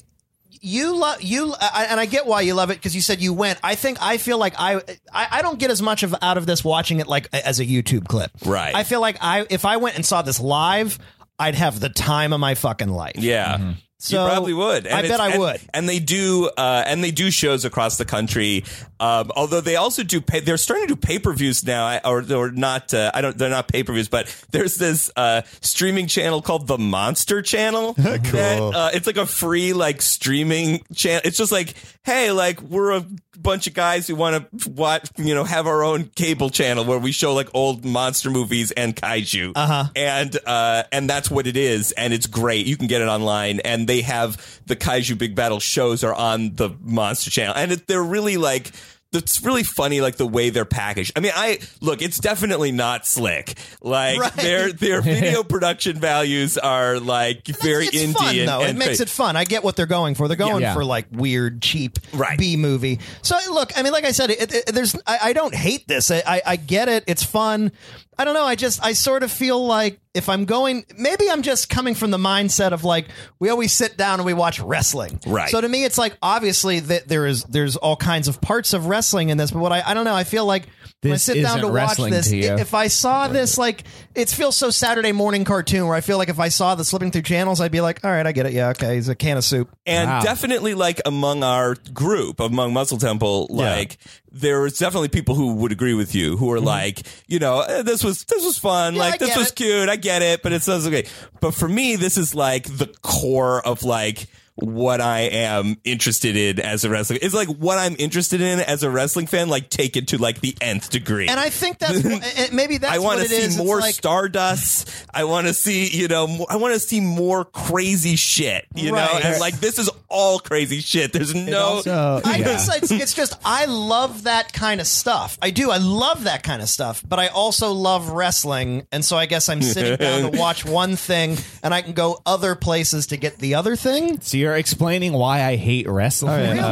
Speaker 6: you love you, I, and I get why you love it because you said you went. I think I feel like I, I I don't get as much of out of this watching it like a- as a YouTube clip.
Speaker 3: Right.
Speaker 6: I feel like I if I went and saw this live, I'd have the time of my fucking life.
Speaker 3: Yeah.
Speaker 6: So,
Speaker 3: you probably would.
Speaker 6: I
Speaker 3: it's-
Speaker 6: bet I
Speaker 3: and-
Speaker 6: would.
Speaker 3: And they do, uh, and they do shows across the country. Um, although they also do, pay, they're starting to do pay per views now, I- or or not. Uh, I don't. They're not pay per views, but there's this uh, streaming channel called the Monster Channel. cool. uh, it's like a free like streaming channel. It's just like, hey, like we're a bunch of guys who want to watch, you know, have our own cable channel where we show like old monster movies and kaiju. Uh-huh. And uh and that's what it is and it's great. You can get it online and they have the kaiju big battle shows are on the monster channel and it, they're really like it's really funny, like the way they're packaged. I mean, I look, it's definitely not slick. Like
Speaker 6: Right.
Speaker 3: their their video production values are like very
Speaker 6: it's
Speaker 3: indie.
Speaker 6: Fun,
Speaker 3: and-
Speaker 6: though it
Speaker 3: and
Speaker 6: makes
Speaker 3: fa-
Speaker 6: it fun. I get what they're going for. They're going
Speaker 4: Yeah.
Speaker 6: for like weird, cheap
Speaker 3: Right.
Speaker 6: B movie. So look, I mean, like I said, it, it, there's I, I don't hate this. I, I, I get it. It's fun. I don't know. I just I sort of feel like if I'm going, maybe I'm just coming from the mindset of like we always sit down and we watch wrestling.
Speaker 3: Right.
Speaker 6: So to me, it's like obviously that there is there's all kinds of parts of wrestling in this, but what I I don't know, I feel like when I
Speaker 4: This
Speaker 6: sit down
Speaker 4: isn't
Speaker 6: to watch
Speaker 4: wrestling
Speaker 6: this,
Speaker 4: to you.
Speaker 6: i- if I saw this like it feels so Saturday morning cartoon where I feel like if I saw the slipping through channels, I'd be like, all right, I get it. Yeah, okay, he's a can of soup.
Speaker 3: and definitely like among our group among muscle temple like there's definitely people who would agree with you who are like you know eh, this was this was fun like this
Speaker 6: get
Speaker 3: was cute i get it but it's it's okay but for me this is like the core of like what I am interested in as a wrestling It's like what I'm interested in as a wrestling fan, like take it to like the nth degree.
Speaker 6: And I think that's wh- and maybe that's
Speaker 3: I
Speaker 6: what
Speaker 3: want to
Speaker 6: it
Speaker 3: see
Speaker 6: is. It's
Speaker 3: more
Speaker 6: like-
Speaker 3: stardust. I want to see, you know, mo- I want to see more crazy shit, you know,
Speaker 6: Right.
Speaker 3: and like this is all crazy shit. There's
Speaker 4: Oh.
Speaker 3: no,
Speaker 6: I guess it's, it's just I love that kind of stuff. I do. I love that kind of stuff, but I also love wrestling, and so I guess I'm sitting down to watch one thing, and I can go other places to get the other thing.
Speaker 4: So you're explaining why I hate wrestling.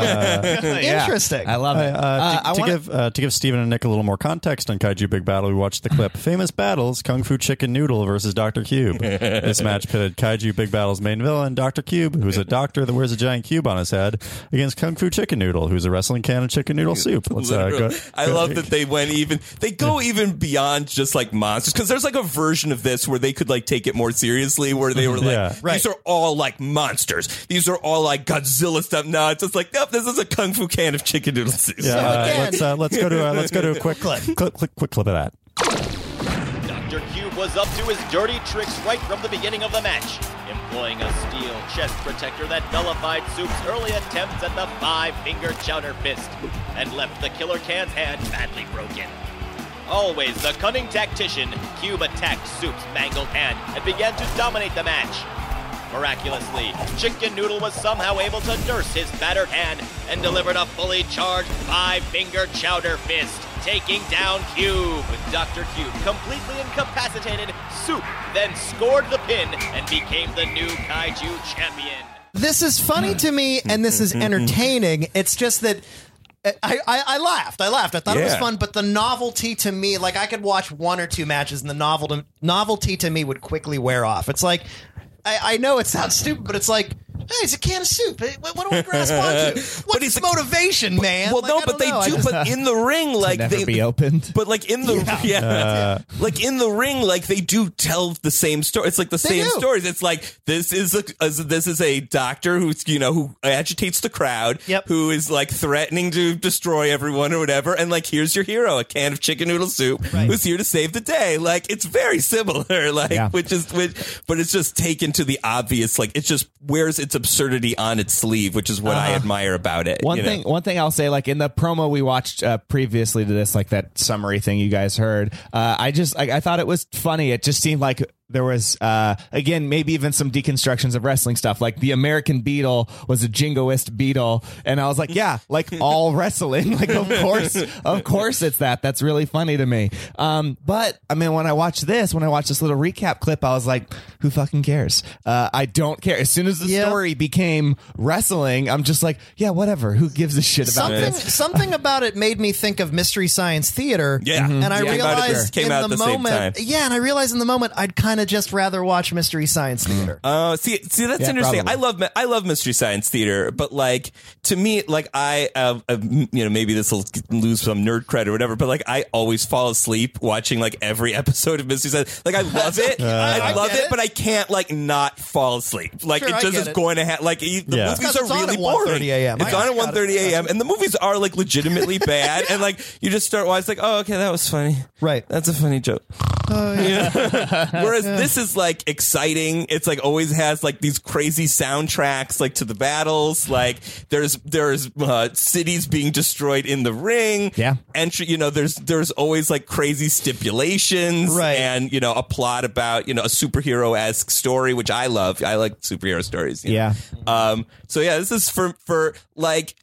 Speaker 4: Yeah.
Speaker 6: Interesting.
Speaker 4: I love it.
Speaker 1: Oh, Uh, uh, to,
Speaker 4: I
Speaker 1: to
Speaker 4: wanna-
Speaker 1: give uh, to give Steven and Nick a little more context on Kaiju Big Battle, we watched the clip "Famous Battles: Kung Fu Chicken Noodle versus Doctor Cube." this match pitted Kaiju Big Battle's main villain, Doctor Cube, who's a doctor that wears a giant cube on his head, against Kung Fu Chicken Noodle, who's a wrestling can of chicken noodle soup. Let's, uh, go,
Speaker 3: Literally. I love that they went even they go even beyond just like monsters because there's like a version of this where they could like take it more seriously where they were like
Speaker 1: Yeah.
Speaker 3: these are all like monsters these are all like Godzilla stuff no it's just like nope this is a kung fu can of chicken noodle soup
Speaker 1: Yeah, uh,
Speaker 6: again-
Speaker 1: let's uh, let's go to uh, let's go to a quick clip, clip, clip, quick clip of that.
Speaker 10: Dr. Cube was up to his dirty tricks right from the beginning of the match, employing a steel chest protector that nullified Soup's early attempts at the five finger counter fist and left the Killer Can's hand badly broken. Always the cunning tactician, Cube attacked Soup's mangled hand and began to dominate the match. Miraculously, Chicken Noodle was somehow able to nurse his battered hand and delivered a fully charged five finger chowder fist, taking down Cube. Dr. Cube completely incapacitated Soup, then scored the pin and became the new Kaiju champion.
Speaker 6: This is funny to me, and this
Speaker 3: Mm-hmm.
Speaker 6: is entertaining. It's just that. I, I, I laughed. I laughed. I thought it was
Speaker 3: Yeah.
Speaker 6: fun, but the novelty to me, like I could watch one or two matches, and the novel novelty to me would quickly wear off. It's like, I, I know it sounds stupid, but it's like, hey, it's a can of soup. Hey, What, what do I grasp onto? What's his motivation, man?
Speaker 3: well
Speaker 6: Like,
Speaker 3: no
Speaker 6: I
Speaker 3: but
Speaker 6: don't
Speaker 3: they
Speaker 6: know. I
Speaker 3: do
Speaker 6: just-
Speaker 3: but in the ring like
Speaker 4: never
Speaker 3: they
Speaker 4: be opened.
Speaker 3: But like in the yeah, like in the ring, like they do tell the same story. It's like the same
Speaker 6: do.
Speaker 3: stories. It's like this is a as- this is a doctor who's you know who agitates the crowd,
Speaker 6: Yep.
Speaker 3: who is like threatening to destroy everyone or whatever. And like here's your hero, a can of chicken noodle soup, who's here to save the day. Like it's very similar, like
Speaker 4: Yeah.
Speaker 3: which is which, but it's just taken to the obvious. Like it just wears its absurdity on its sleeve, which is what I admire about it.
Speaker 4: One
Speaker 3: you know?
Speaker 4: thing, one thing I'll say, like in the promo we watched uh, previously to this, like that summary thing you guys heard, uh, I just, I, I thought it was funny. It just seemed like there was, uh, again, maybe even some deconstructions of wrestling stuff. Like the American Beetle was a jingoist beetle, and I was like, yeah, like all wrestling, like of course, of course, it's that. That's really funny to me. Um, but I mean, when I watched this, when I watched this little recap clip, I was like, who fucking cares? Uh, I don't care. As soon as the
Speaker 6: Yeah.
Speaker 4: story became wrestling, I'm just like, yeah, whatever. Who gives a shit about
Speaker 6: something
Speaker 4: this?
Speaker 6: something about it made me think of mystery science theater
Speaker 3: Yeah. Mhm.
Speaker 6: Mm-hmm. and i
Speaker 3: Yeah. Came out at the-
Speaker 6: realized
Speaker 3: came
Speaker 6: in
Speaker 3: out at
Speaker 6: the,
Speaker 3: the same
Speaker 6: moment
Speaker 3: time.
Speaker 6: yeah and i realized in the moment i'd kind of just rather watch mystery science theater
Speaker 3: Oh, see, see, that's
Speaker 4: Yeah,
Speaker 3: interesting.
Speaker 4: probably.
Speaker 3: I love, I love mystery science theater, but like to me, like I, uh, uh, m- you know, maybe this will lose some nerd cred or whatever, but like I always fall asleep watching like every episode of mystery science. Like I love it, I,
Speaker 6: I
Speaker 3: love
Speaker 6: get
Speaker 3: it,
Speaker 6: it.
Speaker 3: but I can't like not fall asleep. Like
Speaker 6: Sure,
Speaker 3: it
Speaker 6: I
Speaker 3: just
Speaker 6: get
Speaker 3: is
Speaker 6: it.
Speaker 3: going to have like e- the
Speaker 1: Yeah.
Speaker 3: movies
Speaker 6: Because
Speaker 3: are
Speaker 6: it's on
Speaker 3: really
Speaker 6: at 1:30
Speaker 3: boring.
Speaker 6: a.m..
Speaker 3: It's
Speaker 6: I-
Speaker 3: on
Speaker 6: I
Speaker 3: at
Speaker 6: got it.
Speaker 3: 1.30 a.m. and the movies are like legitimately bad, and like you just start watching, it's like oh okay, that was funny,
Speaker 6: Right.
Speaker 3: That's a funny joke. Whereas this is like exciting. It's like always has like these crazy soundtracks like to the battles. Like there's there's uh, cities being destroyed in the ring.
Speaker 4: Yeah.
Speaker 3: Entry, you know, there's there's always like crazy stipulations
Speaker 6: Right.
Speaker 3: and you know, a plot about, you know, a superhero esque story, which I love. I like superhero stories. you know.
Speaker 4: Yeah.
Speaker 3: Um, so yeah, this is for for like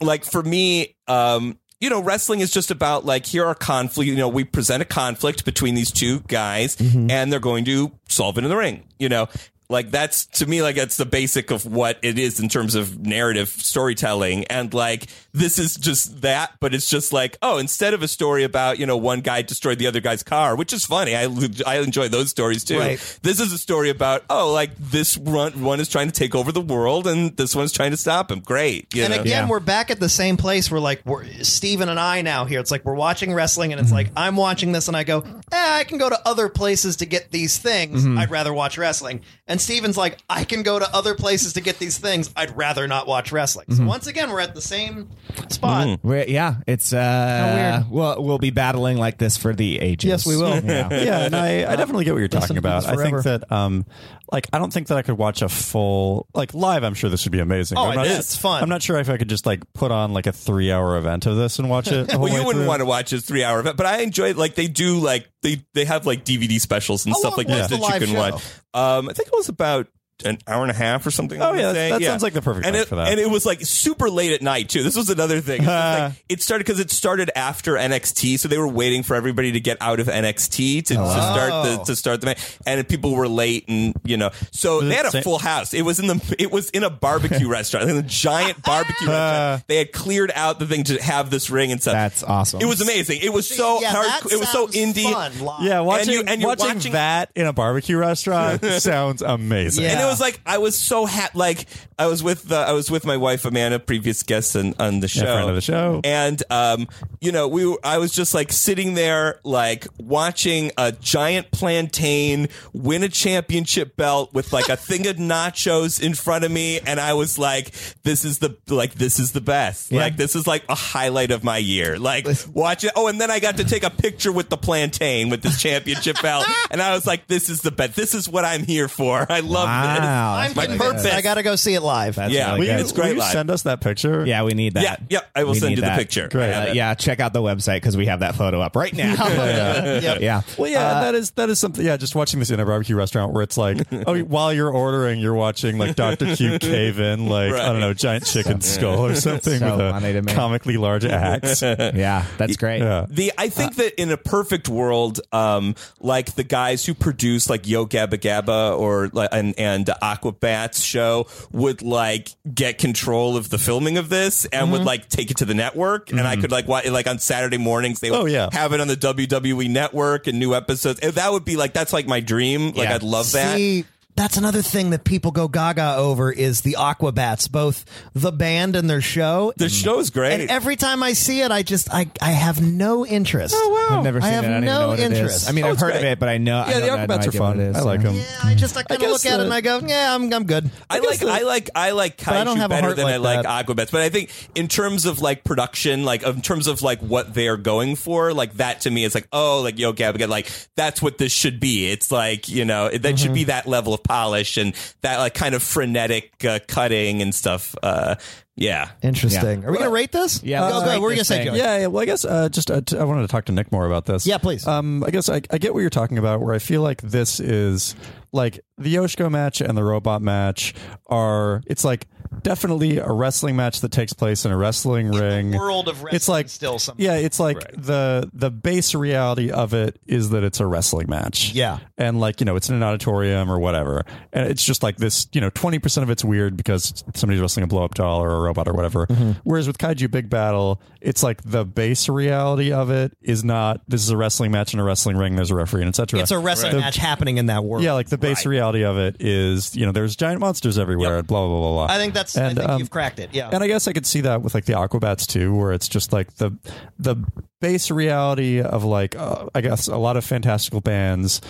Speaker 3: like for me, um, you know, wrestling is just about like here are conflict. You know, we present a conflict between these two guys, and they're going to solve it in the ring. You know, Like that's to me like that's the basic of what it is in terms of narrative storytelling and like this is just that but it's just like oh instead of a story about you know one guy destroyed the other guy's car which is funny I I enjoy those stories too.
Speaker 2: Right.
Speaker 3: This is a story about oh like this one, one is trying to take over the world and this one's trying to stop him. Great. you
Speaker 6: and
Speaker 3: know?
Speaker 6: again, we're back at the same place. We're like, we're, Steven and I now here. It's like we're watching wrestling, and it's like I'm watching this, and I go, eh, I can go to other places to get these things.
Speaker 11: Mhm.
Speaker 6: I'd rather watch wrestling. And Steven's like, I can go to other places to get these things. I'd rather not watch wrestling. So
Speaker 4: Mhm.
Speaker 6: once again, we're at the same spot.
Speaker 3: Mm-hmm.
Speaker 4: We're- yeah, it's uh, we'll we'll be battling like this for the ages.
Speaker 6: Yes, we will.
Speaker 4: Yeah,
Speaker 1: yeah, and I,
Speaker 3: Uh,
Speaker 1: I definitely get what you're talking about. I think that, um, like, I don't think that I could watch a full, like, live. I'm sure this would be amazing.
Speaker 3: Oh,
Speaker 1: I'm
Speaker 3: it
Speaker 1: not,
Speaker 3: is. It's fun.
Speaker 1: I'm not sure if I could just like put on like a three hour event of this and watch it. the whole
Speaker 3: well, you
Speaker 1: way
Speaker 3: wouldn't
Speaker 1: through.
Speaker 3: want to watch his three hour event, but I enjoy like they do like they they have like DVD specials and
Speaker 1: How
Speaker 3: stuff
Speaker 1: long
Speaker 3: like
Speaker 1: was
Speaker 3: that
Speaker 1: the
Speaker 3: that you
Speaker 1: live
Speaker 3: can
Speaker 1: show?
Speaker 3: watch. Um, I think it was about an hour and a half or something. I
Speaker 1: Oh,
Speaker 3: wanna
Speaker 1: yeah,
Speaker 3: say.
Speaker 1: that sounds like the perfect
Speaker 3: and
Speaker 1: length
Speaker 3: it,
Speaker 1: for that.
Speaker 3: And it was like super late at night too. This was another thing. It's just, like, it started because it started after NXT, so they were waiting for everybody to get out of NXT
Speaker 1: Oh,
Speaker 3: to, to
Speaker 2: wow.
Speaker 3: start the to start the match, and people were late, and you know, so
Speaker 2: Was
Speaker 3: they
Speaker 2: it
Speaker 3: had a
Speaker 2: sa-
Speaker 3: full house. It was in the it was in a barbecue restaurant, in a giant barbecue restaurant. They had cleared out the thing to have this ring and stuff.
Speaker 4: That's awesome.
Speaker 3: It was amazing. It was so
Speaker 6: Yeah, that
Speaker 3: hard. It was so
Speaker 6: sounds
Speaker 3: indie.
Speaker 6: fun live.
Speaker 1: Yeah,
Speaker 3: And
Speaker 1: watching,
Speaker 3: you- and you're
Speaker 1: watching,
Speaker 3: watching-
Speaker 1: that in a barbecue restaurant sounds amazing.
Speaker 3: And it was like I was so happy. Like I was with uh, I was with my wife Amanda, previous guest on, on the show,
Speaker 1: friend of the show.
Speaker 3: and um, you know we were, I was just like sitting there like watching a giant plantain win a championship belt with like a thing of nachos in front of me, and I was like, this is the like this is the best. Like this is like a highlight of my year. Like watch it. Oh, and then I got to take a picture with the plantain with this championship belt, and I was like, this is the best. This is what I'm here for. I love
Speaker 4: Oh,
Speaker 3: this.
Speaker 6: I'm
Speaker 3: my
Speaker 6: convinced
Speaker 3: purpose.
Speaker 6: I got to go see it live.
Speaker 3: Yeah, really
Speaker 1: will you,
Speaker 3: good. it's great
Speaker 1: will you
Speaker 3: live.
Speaker 1: send us that picture?
Speaker 4: Yeah, we need that.
Speaker 3: Yeah, yeah, I will
Speaker 4: We
Speaker 3: send
Speaker 4: need
Speaker 3: you the
Speaker 4: that.
Speaker 3: picture. I have
Speaker 4: Uh,
Speaker 3: it.
Speaker 4: yeah, check out the website because we have that photo up right now.
Speaker 1: yeah.
Speaker 4: yeah. yeah.
Speaker 1: Well, yeah,
Speaker 4: Uh,
Speaker 1: that is that is something. Yeah, just watching this in a barbecue restaurant where it's like, oh, while you're ordering, you're watching like Doctor Q cave in like I don't know, giant chicken skull or something
Speaker 4: So
Speaker 1: with
Speaker 4: funny to
Speaker 1: a
Speaker 4: me.
Speaker 1: comically large axe.
Speaker 4: yeah, that's great.
Speaker 1: Yeah.
Speaker 3: The I think that in a perfect world, um, like the guys who produce like Yo Gabba Gabba or like and and Aquabats show would like get control of the filming of this and would like take it to the network, and I
Speaker 2: Mhm.
Speaker 3: could like watch like on Saturday mornings they would
Speaker 2: Oh, yeah.
Speaker 3: have it on the WWE network and new episodes. And that would be like that's like my dream. Like I'd love that.
Speaker 6: See, that's another thing that people go gaga over is the Aquabats, both the band and their show.
Speaker 3: The show's great.
Speaker 6: And every time I see it, I just I I have no interest. Oh
Speaker 4: I've never seen
Speaker 6: I have
Speaker 4: it. I don't
Speaker 6: no
Speaker 4: even know what it
Speaker 6: interest.
Speaker 4: is. I
Speaker 3: Oh,
Speaker 4: mean, I've heard of it, but I know. I
Speaker 6: Yeah, the
Speaker 4: don't, I have no
Speaker 6: Aquabats are
Speaker 4: idea what
Speaker 1: fun.
Speaker 4: it is.
Speaker 1: I like
Speaker 4: Yeah.
Speaker 1: 'em.
Speaker 6: I just I kind of
Speaker 1: guess
Speaker 6: look at it
Speaker 1: the-
Speaker 6: and I go, yeah, I'm I'm good.
Speaker 3: I like I like I like
Speaker 6: But I don't
Speaker 3: kaiju
Speaker 6: have a
Speaker 3: better
Speaker 6: heart
Speaker 3: than I like
Speaker 6: like
Speaker 3: Aquabats, but I think in terms of like production, like in terms of like what they're going for, like that to me is like oh like Yo Gabba, like that's what this should be. It's like you know it- that
Speaker 6: Mm-hmm.
Speaker 3: should be that level of polish and that like kind of frenetic uh, cutting and stuff. Uh, yeah,
Speaker 6: Interesting. Are we gonna rate this?
Speaker 3: Yeah,
Speaker 6: go
Speaker 3: let's
Speaker 6: go.
Speaker 3: rate
Speaker 6: We're gonna
Speaker 3: this
Speaker 6: say
Speaker 3: thing.
Speaker 6: Joey.
Speaker 1: Yeah, yeah. Well, I guess uh, just uh, t- I wanted to talk to Nick more about this. Yeah,
Speaker 6: please.
Speaker 4: Uh,
Speaker 1: Um, I guess I, I get what you're talking about. Where I feel like this is like the Yoshiko match and the robot match are. It's like definitely a wrestling match that takes place in a wrestling ring.
Speaker 6: world of
Speaker 1: it's like
Speaker 6: still some.
Speaker 1: Yeah, it's like the the base reality of it is that it's a wrestling match.
Speaker 6: Yeah.
Speaker 1: And like, you know, it's in an auditorium or whatever. And it's just like this, you know, 20% of it's weird because somebody's wrestling a blow up doll or a robot or whatever. Whereas with Kaiju Big Battle, it's like the base reality of it is not this is a wrestling match in a wrestling ring, there's a referee and etc.
Speaker 6: It's a wrestling
Speaker 1: The-
Speaker 6: match happening in that world.
Speaker 1: Yeah, like the base reality of it is, you know, there's giant monsters everywhere and blah blah blah blah.
Speaker 6: I think that's.
Speaker 1: And,
Speaker 6: I think
Speaker 1: um,
Speaker 6: you've cracked it. Yeah.
Speaker 1: and I guess I could see that with like the Aquabats too, where it's just like the the base reality of like uh, I guess a lot of fantastical bands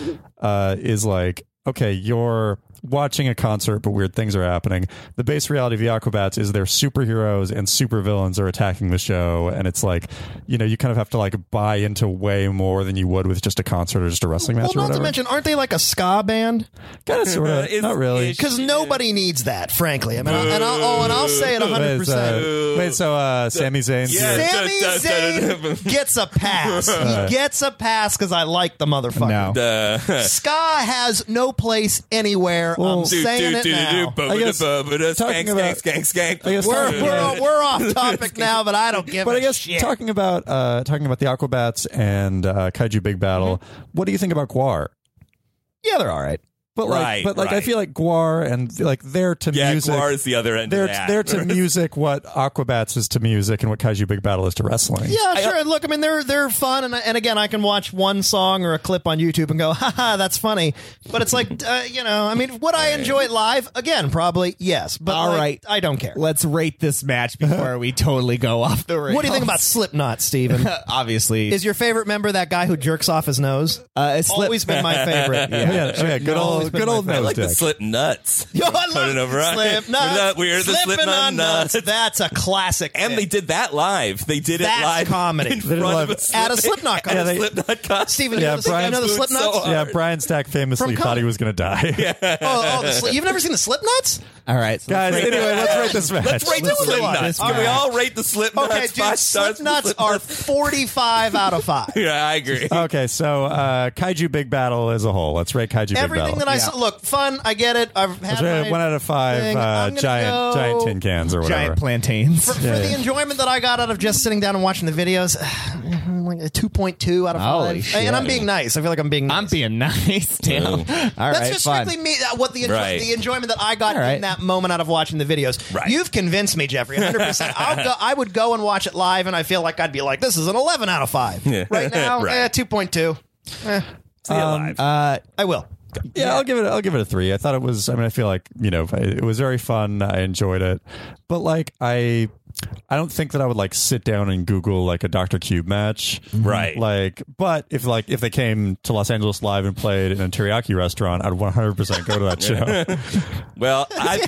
Speaker 1: uh, is like okay, you're watching a concert, but weird things are happening. The base reality of the Aquabats is they're superheroes and supervillains are attacking the show, and it's like you know you kind of have to like buy into way more than you would with just a concert or just a wrestling match
Speaker 6: well,
Speaker 1: or
Speaker 6: not
Speaker 1: whatever.
Speaker 6: to mention, aren't they like a ska band?
Speaker 1: Kind of, sort of, not really.
Speaker 6: Because nobody needs that, frankly. I mean, I- and I'll, oh, and I'll say it
Speaker 1: Wait,
Speaker 6: 100.
Speaker 1: so-
Speaker 4: uh,
Speaker 6: percent
Speaker 1: Wait, so uh, Sami Zayn?
Speaker 6: Sami Zayn gets a pass.
Speaker 1: Uh.
Speaker 6: He gets a pass because I like the motherfucker.
Speaker 3: Uh,
Speaker 6: Ska has no place anywhere.
Speaker 3: Um,
Speaker 6: I'm saying it now.
Speaker 1: I guess talking about- I guess
Speaker 6: We're,
Speaker 1: talking
Speaker 6: we're,
Speaker 1: about-
Speaker 6: on- we're off topic now, but I don't give
Speaker 1: but
Speaker 6: a
Speaker 1: I guess
Speaker 6: shit.
Speaker 1: talking about uh, talking about the
Speaker 6: Mm-hmm.
Speaker 1: Aquabats and uh, Kaiju Big Battle, what do you think about Guar?
Speaker 6: Yeah, they're all right.
Speaker 1: But like,
Speaker 3: Right,
Speaker 1: but like, I
Speaker 3: right.
Speaker 1: feel like Guar and like they're to
Speaker 3: Yeah,
Speaker 1: music.
Speaker 3: Guar is the other end of
Speaker 1: They're
Speaker 3: that.
Speaker 1: they're to music what Aquabats is to music, and what Kaiju Big Battle is to wrestling.
Speaker 6: Yeah, sure. and Look, I mean, they're they're fun, and and again, I can watch one song or a clip on YouTube and go, haha, that's funny. But it's like, uh, you know, I mean, would I enjoy it live? Again, probably yes. But
Speaker 4: All
Speaker 6: like,
Speaker 4: right.
Speaker 6: I don't care.
Speaker 4: Let's rate this match before we totally go off the rails.
Speaker 6: What do you think about Slipknot, Steven?
Speaker 4: Obviously,
Speaker 6: Is your favorite member that guy who jerks off his nose?
Speaker 4: Uh,
Speaker 6: it's always been my favorite.
Speaker 3: Yeah.
Speaker 1: Oh, yeah, good old
Speaker 6: Always been
Speaker 1: good
Speaker 6: my
Speaker 1: old
Speaker 3: I
Speaker 1: nose
Speaker 3: like the
Speaker 1: dick.
Speaker 3: slip nuts.
Speaker 6: Yo, I
Speaker 3: Conan
Speaker 6: love
Speaker 3: O'Brien.
Speaker 6: Slip
Speaker 3: We're
Speaker 6: Nuts.
Speaker 3: not- We're the
Speaker 6: Slipping
Speaker 3: slip nut
Speaker 6: on nuts.
Speaker 3: nuts.
Speaker 6: That's a classic.
Speaker 3: And they did that live. They did
Speaker 6: That's
Speaker 3: it live
Speaker 6: comedy.
Speaker 3: in
Speaker 6: They did it
Speaker 3: front of
Speaker 6: live.
Speaker 3: a
Speaker 6: At a
Speaker 3: at
Speaker 6: Slipknot
Speaker 3: a
Speaker 6: concert.
Speaker 3: Slipknot concert.
Speaker 6: Steven, you know the- you know the
Speaker 3: Brian
Speaker 6: Slipknots?
Speaker 3: booed so
Speaker 1: yeah,
Speaker 3: hard.
Speaker 1: Brian Stack famously
Speaker 6: From
Speaker 1: thought he was going to die.
Speaker 6: Oh, oh the sli- you've never seen the Slipknots?
Speaker 4: All right, so
Speaker 1: Guys,
Speaker 4: let's rate-
Speaker 1: anyway, let's rate this match.
Speaker 3: Let's rate the
Speaker 6: Let's
Speaker 3: slip
Speaker 6: rate
Speaker 3: nuts.
Speaker 6: this
Speaker 3: Can we
Speaker 6: match.
Speaker 3: all rate the slip nuts?
Speaker 6: Okay, dude,
Speaker 3: Five stars. for
Speaker 6: Slipknots
Speaker 3: slip
Speaker 6: are
Speaker 3: nuts.
Speaker 6: 45 out of 5.
Speaker 3: Yeah, I agree.
Speaker 1: Okay, so uh, Kaiju Big Battle as a whole. Let's rate Kaiju
Speaker 6: Everything
Speaker 1: Big Battle.
Speaker 6: that I saw, look, fun. I get it. I've had
Speaker 1: Let's rate
Speaker 6: my
Speaker 1: it one out of
Speaker 6: thing.
Speaker 1: five uh,
Speaker 6: I'm gonna
Speaker 1: giant
Speaker 6: go-
Speaker 1: giant tin cans or whatever.
Speaker 4: giant plantains.
Speaker 6: For the enjoyment that I got out of just sitting down and watching the videos, like a 2.2 out of
Speaker 4: Holy
Speaker 6: 5.
Speaker 4: shit.
Speaker 6: And I'm being nice. I feel like I'm being nice.
Speaker 4: I'm being nice. Damn. All right,
Speaker 6: That's just
Speaker 4: fine.
Speaker 6: strictly me. uh, What the enjo-
Speaker 3: Right.
Speaker 6: the enjoyment that I got
Speaker 4: All right.
Speaker 6: in that moment out of watching the videos.
Speaker 3: Right.
Speaker 6: You've convinced me, Jeffrey. 100. percent I'll go, I would go and watch it live, and I feel like I'd be like, "This is an 11 out of 5."
Speaker 3: Yeah.
Speaker 6: Right now,
Speaker 3: Right.
Speaker 6: eh, 2.2.
Speaker 3: Stay
Speaker 6: Um,
Speaker 3: alive.
Speaker 6: uh, I will.
Speaker 1: Yeah, I'll give it. I'll give it a three. I thought it was. I mean, I feel like you know, it was very fun. I enjoyed it, but like I, I don't think that I would like sit down and Google like a Doctor Cube match,
Speaker 3: Right.
Speaker 1: Like, but if like if they came to Los Angeles live and played in a teriyaki restaurant, I'd one hundred percent go to that show.
Speaker 3: Well, I.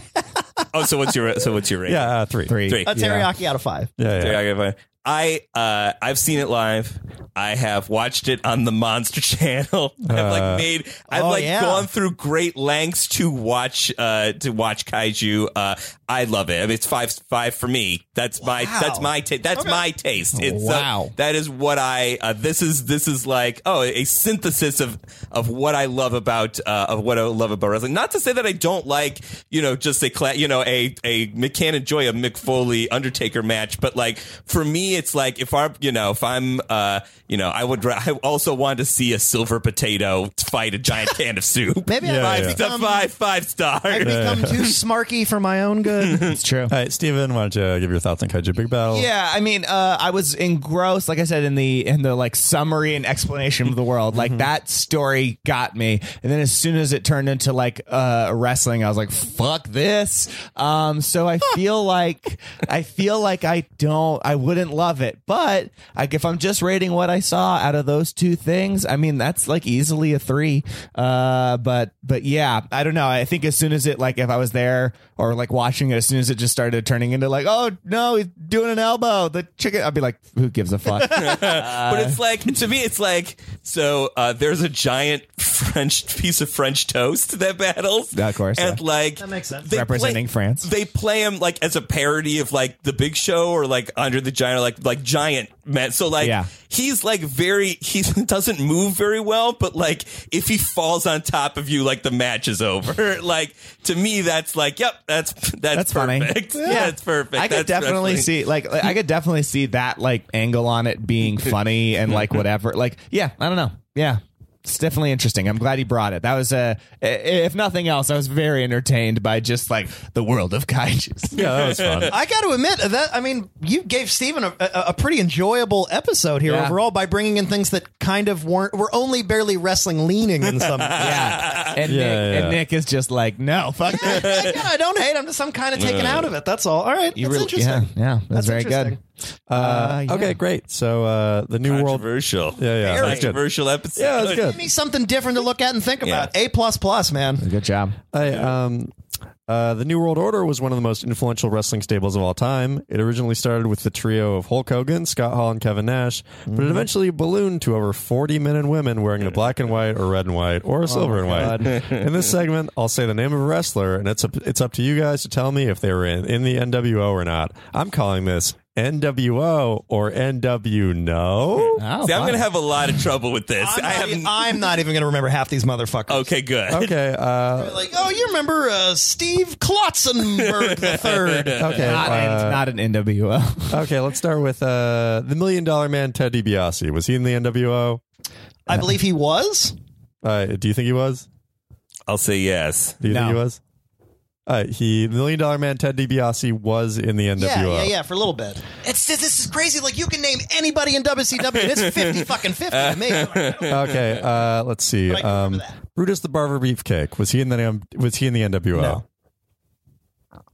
Speaker 3: oh, so what's your so what's your rating?
Speaker 1: yeah, uh, three.
Speaker 4: Three.
Speaker 3: Three.
Speaker 6: A teriyaki out of five.
Speaker 1: Yeah, yeah.
Speaker 3: Okay, okay, fine. I uh, I've seen it live. I have watched it on the Monster Channel. I've like made. I've
Speaker 6: oh,
Speaker 3: like
Speaker 6: yeah.
Speaker 3: gone through great lengths to watch uh, to watch kaiju. Uh, I love it. I mean, it's five five for me. That's my
Speaker 6: Wow.
Speaker 3: that's my ta- that's my taste. It's uh,
Speaker 4: Wow.
Speaker 3: that is what I. Uh, this is this is like oh a synthesis of of what I love about uh, of what I love about wrestling. Not to say that I don't like you know just a cla- you know a a McCann and Joy a Mick Foley Undertaker match, but like for me it's like if I you know if I'm uh you know I would ra- I also want to see a silver potato fight a giant can of soup.
Speaker 6: Maybe
Speaker 1: Yeah,
Speaker 6: I've
Speaker 1: yeah.
Speaker 3: It's a
Speaker 6: become,
Speaker 3: five five star.
Speaker 6: I've become too smarky for my own good.
Speaker 4: It's true.
Speaker 1: All right, Steven, why don't you give your thoughts on Kaiju Big Battle?
Speaker 4: Yeah, I mean, uh, I was engrossed, like I said, in the in the like summary and explanation of the world. Like that story got me, and then as soon as it turned into like uh, wrestling, I was like, "Fuck this!" Um, so I feel like I feel like I don't, I wouldn't love it, but like if I'm just rating what I saw out of those two things, I mean, that's like easily a three. Uh, but but yeah, I don't know. I think as soon as it like if I was there or like watching it, as soon as it just started turning into like, oh no, he's doing an elbow, the chicken. I'd be like, who gives a fuck?
Speaker 3: but
Speaker 4: Uh.
Speaker 3: it's like to me, it's like so. Uh, there's a giant French piece of French toast that battles,
Speaker 4: Of course,
Speaker 3: and
Speaker 4: yeah.
Speaker 3: like
Speaker 6: That makes sense.
Speaker 3: they
Speaker 4: Representing
Speaker 3: play-
Speaker 4: France.
Speaker 3: They play him like as a parody of like the Big Show or like Under the Giant, or like like Giant Man. So like
Speaker 4: Yeah.
Speaker 3: he's like very he doesn't move very well, but like if he falls on top of you, like the match is over. like to me, that's like yep, that's that's,
Speaker 4: That's funny.
Speaker 3: perfect.
Speaker 4: Yeah.
Speaker 3: that's perfect.
Speaker 4: I could
Speaker 3: That's
Speaker 4: definitely
Speaker 3: wrestling.
Speaker 4: see like, like, I could definitely see that like angle on it being funny and like whatever. Like yeah, I don't know. Yeah. It's definitely interesting. I'm glad he brought it. That was a i- if nothing else, I was very entertained by just like the world of kaijus.
Speaker 1: Yeah, that was fun.
Speaker 6: I got to admit that I mean you gave Steven a, a, a pretty enjoyable episode here
Speaker 4: Yeah.
Speaker 6: overall by bringing in things that kind of weren't were only barely wrestling leaning in some.
Speaker 4: Yeah. And
Speaker 1: Yeah,
Speaker 4: Nick
Speaker 1: yeah.
Speaker 4: and Nick is just like, no, fuck that.
Speaker 6: Again, I don't hate. I'm just I'm kind of taken out of it. That's all. All right,
Speaker 4: Uh, You
Speaker 6: that's
Speaker 4: really-
Speaker 6: interesting.
Speaker 4: Yeah, yeah, that's,
Speaker 6: That's
Speaker 4: very good.
Speaker 6: interesting.
Speaker 4: Uh, yeah.
Speaker 1: Okay, great. So uh, the new world.
Speaker 3: Controversial,
Speaker 1: Yeah, yeah, that's good.
Speaker 3: controversial episode.
Speaker 1: Yeah, that's good.
Speaker 6: Give me something different to look at and think about. A plus plus, man.
Speaker 4: Good job.
Speaker 1: I, um, uh, the New World Order was one of the most influential wrestling stables of all time. It originally started with the trio of Hulk Hogan, Scott Hall, and Kevin Nash, but it eventually ballooned to over 40 men and women wearing the black and white, or red and white, or silver and white. In this segment, I'll say the name of a wrestler, and it's up, it's up to you guys to tell me if they were in, in the NWO or not. I'm calling this NWO or NW No.
Speaker 4: Oh,
Speaker 3: See, I'm gonna have a lot of trouble with this.
Speaker 6: I'm
Speaker 3: I
Speaker 6: not,
Speaker 3: have
Speaker 6: e- I'm not even going to remember half these motherfuckers.
Speaker 3: okay, good.
Speaker 1: Okay. Uh,
Speaker 6: Like, oh, you remember uh, Steve Klotzenberg the third?
Speaker 1: okay.
Speaker 4: not, an, not an NWO.
Speaker 1: Okay, let's start with uh, the Million Dollar Man, Ted DiBiase. Was he in the NWO?
Speaker 6: I believe he was.
Speaker 1: Uh, do you think he was?
Speaker 3: I'll say yes.
Speaker 1: Do you think he was? Uh, he Million Dollar Man Ted DiBiase was in the NWO.
Speaker 6: Yeah, yeah, yeah, for a little bit. It's just, this is crazy. Like you can name anybody in WCW, and it's fifty fucking fifty to me.
Speaker 1: okay, uh, let's see. Um, Brutus the Barber Beefcake was he in the um, was he in the NWO? No.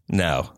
Speaker 3: No.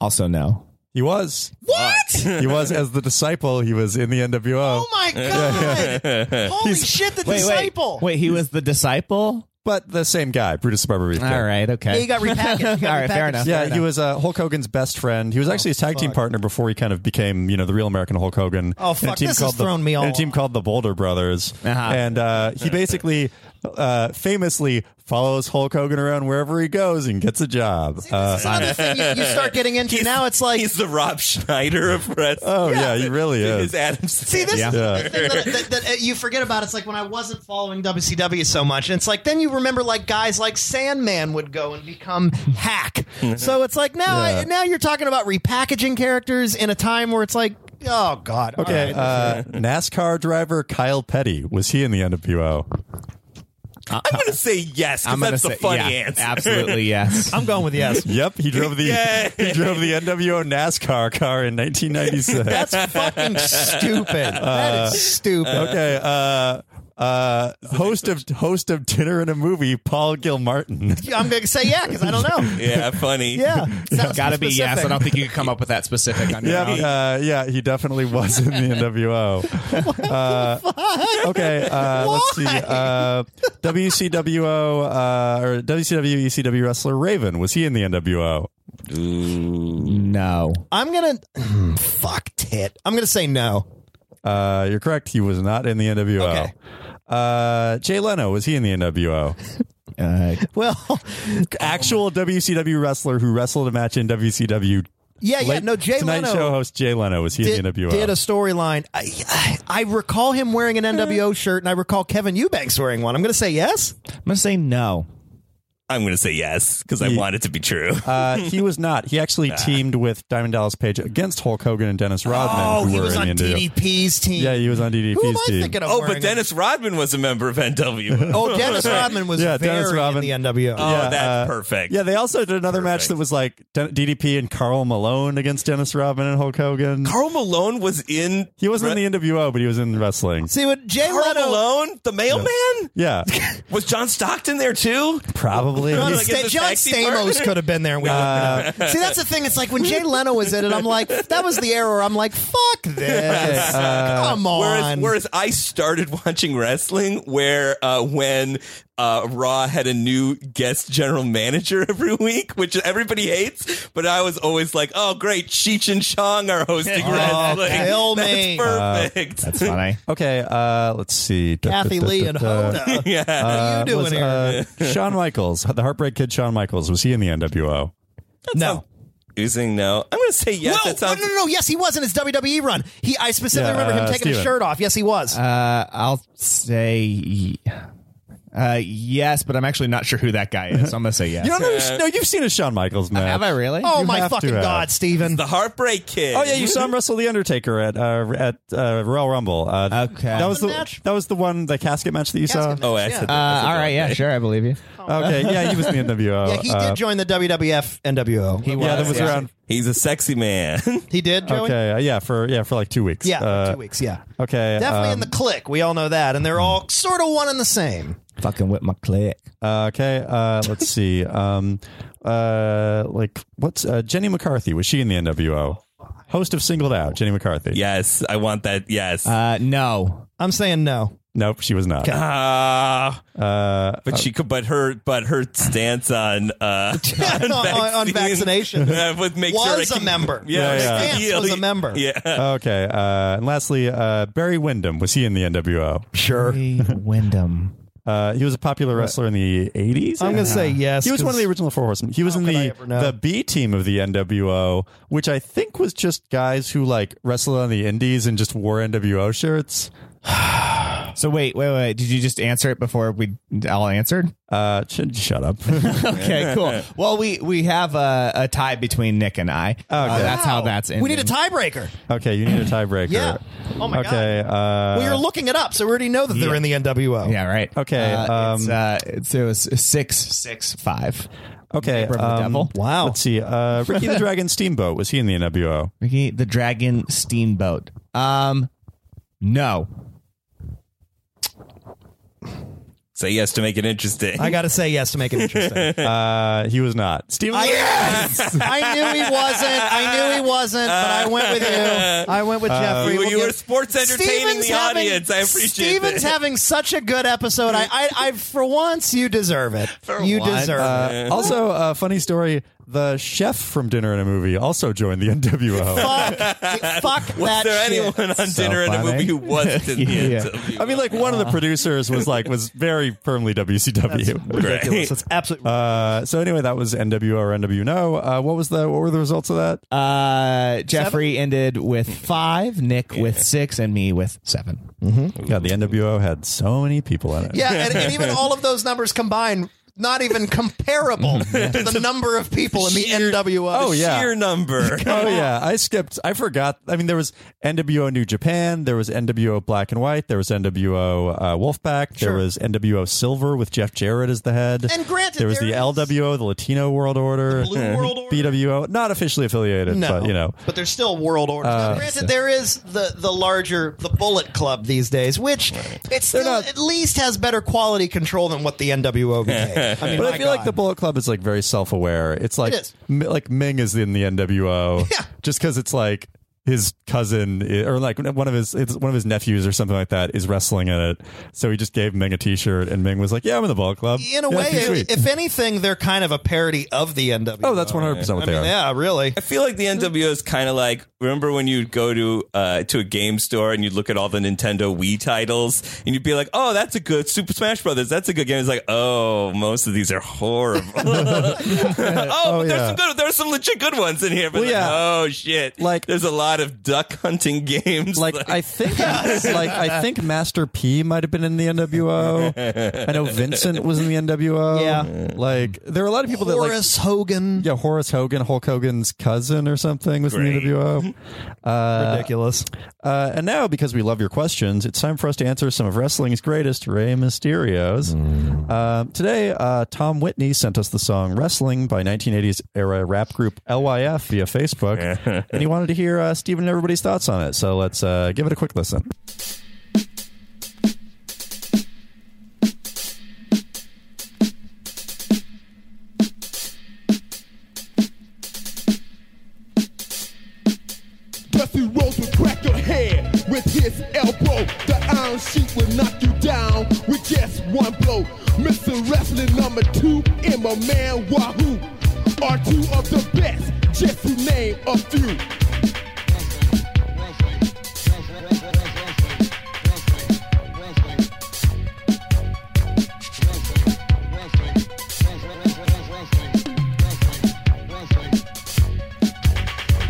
Speaker 1: Also no. He was.
Speaker 6: What?
Speaker 1: he was as the disciple. He was in the NWO. Oh
Speaker 6: my God. Holy shit, the disciple.
Speaker 4: Wait, he was the disciple.
Speaker 1: But the same guy, Brutus the Barber Beefcake.
Speaker 4: All right, okay.
Speaker 6: Yeah, he got repackaged. He got
Speaker 4: All right, fair
Speaker 6: repackaged.
Speaker 4: enough.
Speaker 1: Yeah,
Speaker 4: fair
Speaker 1: he
Speaker 4: enough.
Speaker 1: was uh, Hulk Hogan's best friend. He
Speaker 6: Oh,
Speaker 1: was actually his tag team partner before he kind of became, you know, the real American Hulk Hogan.
Speaker 6: Oh,
Speaker 1: in a
Speaker 6: fuck,
Speaker 1: team
Speaker 6: this
Speaker 1: called
Speaker 6: has
Speaker 1: the-
Speaker 6: thrown me all Uh-huh.
Speaker 1: in a team called the Boulder Brothers, and uh, he basically uh, famously follows Hulk Hogan around wherever he goes and gets a job. Uh,
Speaker 6: Another thing you, you start getting into now, it's like
Speaker 3: he's the Rob Schneider of wrestling.
Speaker 1: Oh yeah, he really is.
Speaker 3: His Adam See
Speaker 6: this is the thing that, that, that, uh, you forget about. It's like when I wasn't following WCW so much, and it's like then you remember like guys like Sandman would go and become hack. so it's like now I,
Speaker 1: Yeah.
Speaker 6: now you're talking about repackaging characters in a time where it's like oh god. all
Speaker 1: Okay,
Speaker 6: right.
Speaker 1: uh, NASCAR driver Kyle Petty was he in the NWO?
Speaker 3: I'm going to say yes because
Speaker 1: I'm gonna
Speaker 3: that's the
Speaker 1: say-
Speaker 3: funny
Speaker 1: yeah,
Speaker 3: answer.
Speaker 1: absolutely
Speaker 4: yes.
Speaker 6: I'm going with yes.
Speaker 1: Yep, he drove the
Speaker 3: Yay.
Speaker 1: he drove the NWO NASCAR car in 1996.
Speaker 6: That's fucking stupid. that
Speaker 1: Uh,
Speaker 6: is stupid.
Speaker 1: Okay. Uh, uh, host of host of dinner and a movie, Paul Gilmartin.
Speaker 6: I'm going to say yeah because I don't know.
Speaker 3: yeah, funny.
Speaker 6: Yeah, sounds
Speaker 4: Gotta be yes. I
Speaker 6: specific.
Speaker 4: don't think you could come up with that specific on your
Speaker 1: Yeah,
Speaker 4: own.
Speaker 1: uh, yeah, he definitely was in the NWO. Uh, okay, uh, let's see. Uh, WCWO uh, or WCW ECW wrestler Raven was he in the NWO?
Speaker 4: No.
Speaker 6: I'm gonna fuck tit. I'm gonna say no.
Speaker 1: Uh, you're correct. He was not in the NWO.
Speaker 6: Okay.
Speaker 1: Uh, Jay Leno was he in the NWO?
Speaker 4: Uh,
Speaker 6: well,
Speaker 1: actual WCW wrestler who wrestled a match in WCW.
Speaker 6: Yeah, yeah,
Speaker 1: Late-
Speaker 6: no, Jay
Speaker 1: Tonight
Speaker 6: Leno
Speaker 1: show host Jay Leno was he in the
Speaker 6: did,
Speaker 1: NWO?
Speaker 6: did a storyline. I, I I recall him wearing an NWO shirt, and I recall Kevin Eubanks wearing one. I'm gonna say yes.
Speaker 4: I'm gonna say no.
Speaker 3: I'm going to say yes because I
Speaker 1: Ye-
Speaker 3: want it to be true.
Speaker 1: Uh, he was not. He actually teamed with Diamond Dallas Page against Hulk Hogan and Dennis Rodman.
Speaker 6: oh,
Speaker 1: who
Speaker 6: he
Speaker 1: were
Speaker 6: was
Speaker 1: in
Speaker 6: on
Speaker 1: the NWO.
Speaker 6: DDP's team.
Speaker 1: Yeah, he was on DDP's
Speaker 6: Who am I
Speaker 1: team.
Speaker 6: thinking of
Speaker 3: oh,
Speaker 6: wearing
Speaker 3: but Dennis Rodman was a member of NWO.
Speaker 6: Oh, uh, Dennis Rodman was
Speaker 1: yeah,
Speaker 6: very
Speaker 1: Dennis Rodman. uh,
Speaker 6: in the NWO.
Speaker 3: Oh, that's perfect.
Speaker 1: Yeah, they also did another match that was like Den- DDP and Carl Malone against Dennis Rodman and Hulk Hogan.
Speaker 3: Carl Malone was in.
Speaker 1: he wasn't in the NWO, but he was in wrestling.
Speaker 6: See what Jay
Speaker 3: Carl
Speaker 6: Leno?
Speaker 3: Malone, the mailman.
Speaker 1: Yeah,
Speaker 3: Was John Stockton there too?
Speaker 1: probably.
Speaker 6: John,
Speaker 3: Like,
Speaker 6: Sta-
Speaker 3: is it
Speaker 6: John
Speaker 3: taxi
Speaker 6: Stamos
Speaker 3: partner?
Speaker 6: could have been there. And we wouldn't
Speaker 1: Uh,
Speaker 6: have known. See, that's the thing. It's like when Jay Leno was in it, I'm like, that was the era. Where I'm like, fuck this.
Speaker 1: uh,
Speaker 6: Come on.
Speaker 3: Whereas, whereas I started watching wrestling where uh, when uh, Raw had a new guest general manager every week, which everybody hates, but I was always like, "Oh, great, Cheech and Chong are hosting wrestling.
Speaker 6: kill
Speaker 3: That's
Speaker 6: me.
Speaker 3: perfect."
Speaker 4: Uh, That's funny.
Speaker 1: Okay, uh, let's see. Da-
Speaker 6: Kathy
Speaker 1: da- da-
Speaker 6: Lee
Speaker 1: da-
Speaker 6: and
Speaker 1: da.
Speaker 6: Hoda.
Speaker 3: yeah,
Speaker 4: Uh,
Speaker 6: What are you
Speaker 1: was,
Speaker 6: doing here?
Speaker 1: uh, Shawn Michaels, the Heartbreak Kid. Shawn Michaels was he in the NWO?
Speaker 6: no.
Speaker 3: using no. I'm going to say yes.
Speaker 6: Whoa,
Speaker 3: that sounds
Speaker 6: no, no, no. Yes, he was in his WWE run. He, I specifically
Speaker 1: Yeah,
Speaker 6: remember him
Speaker 1: uh,
Speaker 6: taking his
Speaker 1: Steven.
Speaker 6: shirt off. Yes, he was.
Speaker 4: Uh, I'll say uh, yes, but I'm actually not sure who that guy is. So I'm gonna say yes.
Speaker 1: You don't know? No, you've seen a Shawn Michaels match.
Speaker 4: Have I really?
Speaker 6: oh
Speaker 1: you
Speaker 6: my
Speaker 1: have to uh,
Speaker 6: fucking
Speaker 1: have.
Speaker 6: god, Steven.
Speaker 3: the Heartbreak Kid.
Speaker 1: Oh yeah, you saw him wrestle the Undertaker at uh, at uh, Royal Rumble. Uh,
Speaker 4: Okay.
Speaker 1: that was the
Speaker 6: Match?
Speaker 1: that was the one the casket match that you
Speaker 6: Casket
Speaker 1: saw. Oh.
Speaker 3: Oh, I
Speaker 6: match, yeah.
Speaker 3: said that.
Speaker 4: Uh, all right. Yeah. Sure. I believe you.
Speaker 1: Okay, yeah, he was in the NWO.
Speaker 6: yeah, he
Speaker 1: Uh,
Speaker 6: did join the WWF NWO. He,
Speaker 1: yeah, that was
Speaker 4: yeah.
Speaker 1: around.
Speaker 3: He's a sexy man.
Speaker 6: did, Joey?
Speaker 1: Okay, uh, yeah, for yeah for like two weeks.
Speaker 6: Yeah,
Speaker 1: Uh,
Speaker 6: two weeks, yeah.
Speaker 1: Okay,
Speaker 6: Definitely
Speaker 1: um, hmm.
Speaker 6: in the click. We all know that. And they're all sort of one and the same.
Speaker 4: Fucking whip my click.
Speaker 1: Uh, okay, uh, let's see. Um, uh, like what's uh, Jenny McCarthy? Was she in the NWO? Host of Singled Out, Jenny McCarthy.
Speaker 3: yes, I want that. Yes.
Speaker 4: Uh, no.
Speaker 6: I'm saying no.
Speaker 1: Nope, she was not.
Speaker 3: Ah,
Speaker 1: Uh,
Speaker 3: but she could, but her, but her stance on uh, on,
Speaker 6: On- on
Speaker 3: vaccine,
Speaker 6: vaccinations.
Speaker 3: uh, would make sure
Speaker 6: Was
Speaker 3: it
Speaker 6: a member.
Speaker 3: Yeah,
Speaker 1: Yeah,
Speaker 3: make
Speaker 1: yeah.
Speaker 3: it
Speaker 6: Vance was a member.
Speaker 3: Yeah,
Speaker 1: okay, uh, and lastly, uh, Barry Windham was he in the NWO?
Speaker 6: Sure.
Speaker 4: Barry Wyndham.
Speaker 1: Uh, he was a popular wrestler in the eighties.
Speaker 6: I'm going to say yes.
Speaker 1: He was one of the
Speaker 6: 'cause-
Speaker 1: original four horsemen. He was in
Speaker 6: could I
Speaker 1: the
Speaker 6: ever know?
Speaker 1: the B team of the NWO, which I think was just guys who like wrestled on the indies and just wore NWO shirts.
Speaker 4: So wait, wait, wait. Did you just answer it before we all answered?
Speaker 1: Uh, shut up.
Speaker 4: okay, cool. Well, we we have a, a tie between Nick and I. Okay,
Speaker 1: Oh,
Speaker 4: Uh, that's how that's. Ending.
Speaker 6: We need a tiebreaker.
Speaker 1: Okay, you need a tiebreaker.
Speaker 6: Yeah. Oh my
Speaker 1: okay, God. Uh,
Speaker 6: we were looking it up, so we already know that they're in the NWO.
Speaker 4: Yeah, right.
Speaker 1: Okay,
Speaker 4: Uh,
Speaker 1: um,
Speaker 4: it's, uh, it's, it was six, six, five.
Speaker 1: Okay.
Speaker 4: Neighbor of the devil.
Speaker 1: Wow. Let's see. Uh, Ricky the Dragon Steamboat was he in the NWO?
Speaker 4: Ricky the Dragon Steamboat. Um, no.
Speaker 3: Say yes to make it interesting.
Speaker 6: I got to say yes to make it interesting.
Speaker 1: uh, he was not. Steven.
Speaker 6: I, I knew he wasn't. I knew he wasn't, but I went with you. I went with
Speaker 3: Uh,
Speaker 6: Jeffrey.
Speaker 3: you-
Speaker 6: We'll
Speaker 3: you
Speaker 6: give-
Speaker 3: were sports entertaining the audience. I appreciate
Speaker 6: Steven's
Speaker 3: that.
Speaker 6: having such a good episode. I, I, I, for once, you deserve it. you deserve
Speaker 1: Uh,
Speaker 6: it.
Speaker 1: also, uh, funny story: the chef from Dinner and a Movie also joined the NWO.
Speaker 6: fuck, fuck that.
Speaker 3: Uh, Was there
Speaker 6: shit.
Speaker 3: anyone on
Speaker 1: So
Speaker 3: dinner and a
Speaker 1: funny.
Speaker 3: movie who wasn't in the
Speaker 1: Yeah.
Speaker 3: NWO?
Speaker 1: I mean, like one of
Speaker 6: Uh-huh.
Speaker 1: the producers was like was very firmly WCW.
Speaker 6: Ridiculous. That's absolutely.
Speaker 1: Uh, so anyway, that was NWO or NWO. No, uh, what was the what were the results of that?
Speaker 4: Uh, Jeffrey ended with five, Nick with six, and me with seven.
Speaker 1: Mm-hmm. God, the NWO had so many people in it.
Speaker 6: Yeah, and, and even all of those numbers combined, not even comparable to the number of people in the NWO.
Speaker 1: Oh yeah,
Speaker 3: sheer number.
Speaker 1: oh yeah, I skipped. I forgot. I mean, there was NWO New Japan, there was NWO Black and White, there was NWO uh, Wolfpack, there was NWO Silver with Jeff Jarrett as the head.
Speaker 6: And granted,
Speaker 1: there was
Speaker 6: there
Speaker 1: the
Speaker 6: is-
Speaker 1: LWO, the Latino World Order,
Speaker 6: Blue World Order?
Speaker 1: BWO, not officially affiliated,
Speaker 6: No.
Speaker 1: but you know,
Speaker 6: But there's still world order.
Speaker 1: Uh,
Speaker 6: Granted, there is the the larger the Bullet Club these days, which it still at least has better quality control than what the NWO became. I mean,
Speaker 1: but
Speaker 6: my
Speaker 1: I feel like
Speaker 6: God.
Speaker 1: the Bullet Club is like very self aware. It's like
Speaker 6: It is.
Speaker 1: M- like Ming is in the NWO, yeah. just because it's like his cousin i- or like one of his it's one of his nephews or something like that is wrestling in it. So he just gave Ming a T-shirt, and Ming was like, "Yeah, I'm in the Bullet Club."
Speaker 6: in a
Speaker 1: Yeah,
Speaker 6: way,
Speaker 1: pretty
Speaker 6: if,
Speaker 1: sweet."
Speaker 6: if anything, they're kind of a parody of the NWO.
Speaker 1: oh, that's 100 percent what
Speaker 6: I
Speaker 1: they
Speaker 6: mean,
Speaker 1: are.
Speaker 6: yeah, really.
Speaker 3: I feel like the NWO is kind of like remember when you'd go to uh, to a game store and you'd look at all the Nintendo Wii titles and you'd be like, "Oh, that's a good Super Smash Brothers. That's a good game." It's like, "Oh, most of these are horrible." oh, but there's
Speaker 1: yeah.
Speaker 3: some good. There's some legit good ones in here. But
Speaker 1: Well,
Speaker 3: like,
Speaker 1: yeah.
Speaker 3: oh shit, like there's a lot of duck hunting games.
Speaker 1: Like I think, like I think Master P might have been in the NWO. I know Vincent was in the NWO.
Speaker 6: Yeah.
Speaker 1: like there were a lot of people that like
Speaker 6: Horace Hogan.
Speaker 1: Yeah, Horace Hogan, Hulk Hogan's cousin or something was in
Speaker 3: Great.
Speaker 1: the NWO. Uh,
Speaker 6: Ridiculous.
Speaker 1: uh, and now, because we love your questions, it's time for us to answer some of wrestling's greatest Rey Mysterios. Uh, today, uh, Tom Whitney sent us the song Wrestling by 1980s era rap group LYF via Facebook. and he wanted to hear uh, Steven and everybody's thoughts on it. So let's uh, give it a quick listen.
Speaker 11: Dusty Rose would crack your head with his elbow. The iron sheet would knock you down with just one blow. Mr. Wrestling number two, Emma Man Wahoo. Are two of the best, just to name a few.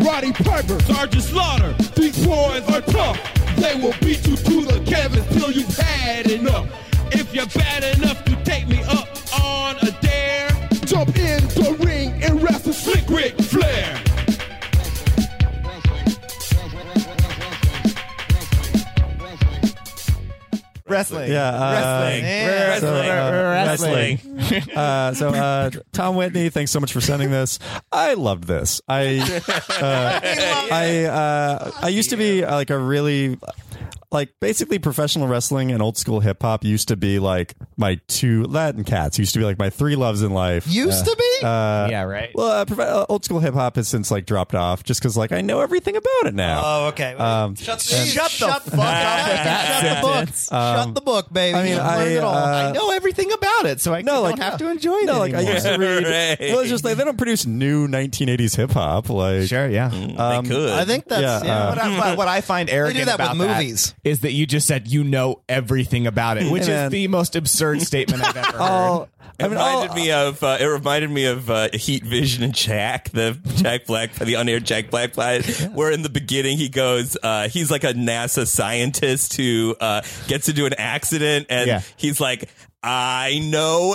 Speaker 11: Roddy Piper, Sergeant Slaughter. These boys are tough. They will beat you to the canvas till you've had enough. If you're bad enough to take me up on a dare, jump in the ring and wrestle Slick Rick Flair.
Speaker 4: Wrestling.
Speaker 1: Yeah, uh,
Speaker 4: Wrestling.
Speaker 1: Yeah.
Speaker 4: Wrestling.
Speaker 1: So, uh,
Speaker 4: Wrestling.
Speaker 1: wrestling. Uh, so, uh, Tom Whitney, thanks so much for sending this. I loved this. I, uh, I, uh, I used to be uh, like a really. Like basically, professional wrestling and old school hip hop used to be like my two Latin cats used to be like my three loves in life.
Speaker 6: Used to be?
Speaker 1: Uh,
Speaker 4: Yeah, right.
Speaker 1: Well, uh, prof- uh, old school hip hop has since like dropped off just because like I know everything about it now.
Speaker 6: Oh, okay.
Speaker 1: Um,
Speaker 6: shut, the, shut the fuck up. Shut the book. shut the book, baby.
Speaker 1: I mean,
Speaker 6: You've learned
Speaker 1: I,
Speaker 6: it all.
Speaker 1: uh,
Speaker 6: I know everything about it, so I
Speaker 1: no,
Speaker 6: don't
Speaker 1: like uh,
Speaker 6: have to enjoy it
Speaker 1: no, like I
Speaker 6: anymore.
Speaker 1: used to read.
Speaker 3: Right.
Speaker 1: Well, it's just like they don't produce new 1980s hip hop. Like
Speaker 4: Sure, yeah.
Speaker 1: um,
Speaker 3: they could.
Speaker 6: I think
Speaker 1: Yeah,
Speaker 6: that's yeah.
Speaker 1: uh,
Speaker 4: what, I, what- what I find arrogant
Speaker 6: that with
Speaker 4: about
Speaker 6: movies.
Speaker 4: that is that you just said you know everything about it, which
Speaker 1: Hey, man.
Speaker 4: is the most absurd statement I've ever heard.
Speaker 1: all
Speaker 3: It reminded me of uh, it reminded me of uh, Heat Vision and Jack, the Jack Black, the unaired Jack Black planet, where in the beginning he goes, uh, he's like a NASA scientist who uh, gets into an accident, and
Speaker 1: Yeah.
Speaker 3: he's like, I know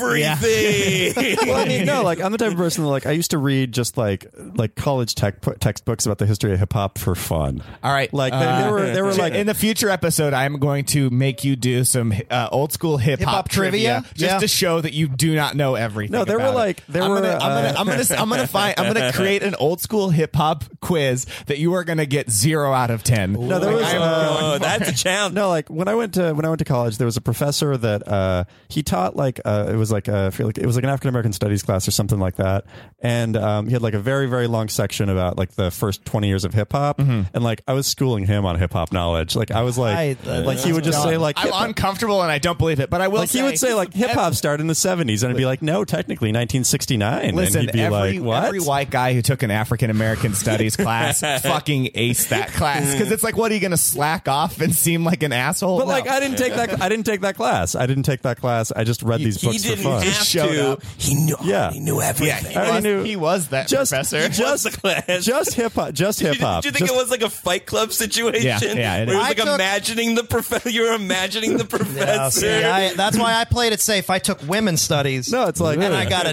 Speaker 3: everything.
Speaker 1: well, I mean, no, like I'm the type of person that like I used to read just like like college tech textbooks about the history of hip hop for fun.
Speaker 4: All right, uh,
Speaker 1: like they,
Speaker 6: uh,
Speaker 1: they were they were like
Speaker 4: in the future episode, I'm going to make you do some uh, old school hip hop
Speaker 1: Hip-hop trivia?
Speaker 4: trivia, just
Speaker 1: Yeah.
Speaker 4: to show that you do not know everything.
Speaker 1: No, there
Speaker 4: about
Speaker 1: were,
Speaker 4: it.
Speaker 1: like- there
Speaker 4: I'm
Speaker 1: were,
Speaker 4: Gonna, I'm
Speaker 1: uh,
Speaker 4: gonna I'm gonna s- I'm gonna find I'm gonna create an old school hip hop quiz that you are gonna get zero out of ten.
Speaker 1: No, there was. uh,
Speaker 3: Oh, that's a challenge.
Speaker 1: No, like when I went to when I went to college, there was a professor that uh, he taught like uh, it was like uh, I feel like it was like an African American studies class or something like that, and um, he had like a very very long section about like the first twenty years of hip hop, and like I was schooling him on hip hop knowledge. Like I was like,
Speaker 4: I-
Speaker 1: like he would just say like
Speaker 4: I'm
Speaker 1: hip-hop-
Speaker 4: uncomfortable and I don't believe it, but I will.
Speaker 1: like he would say like hip hop started in the seventies, and I'd be like, no, technically 1969.
Speaker 4: Listen,
Speaker 1: and he'd be
Speaker 4: every,
Speaker 1: like, what?
Speaker 4: every white guy who took an African American studies class fucking aced that class because it's like, what are you going to slack off and seem like an asshole?
Speaker 1: But
Speaker 4: No.
Speaker 1: like I didn't take that I didn't take that class. I didn't take that class. I just read these
Speaker 4: he
Speaker 1: books
Speaker 4: didn't
Speaker 1: for fun.
Speaker 4: have Just showed to. up.
Speaker 3: He knew
Speaker 1: yeah.
Speaker 3: he knew everything.
Speaker 4: he was- he was that
Speaker 1: just,
Speaker 4: professor.
Speaker 1: Just, just hip hop. Just hip hop.
Speaker 3: Did you think it was like a Fight Club situation?
Speaker 1: Yeah, yeah, it
Speaker 3: where it
Speaker 1: is.
Speaker 3: was
Speaker 1: I
Speaker 3: like
Speaker 1: took-
Speaker 3: imagining the professor. You're imagining the professor.
Speaker 6: Yeah, see, I, that's why I played it safe. I took women's studies. No,
Speaker 1: it's like-
Speaker 6: and I got a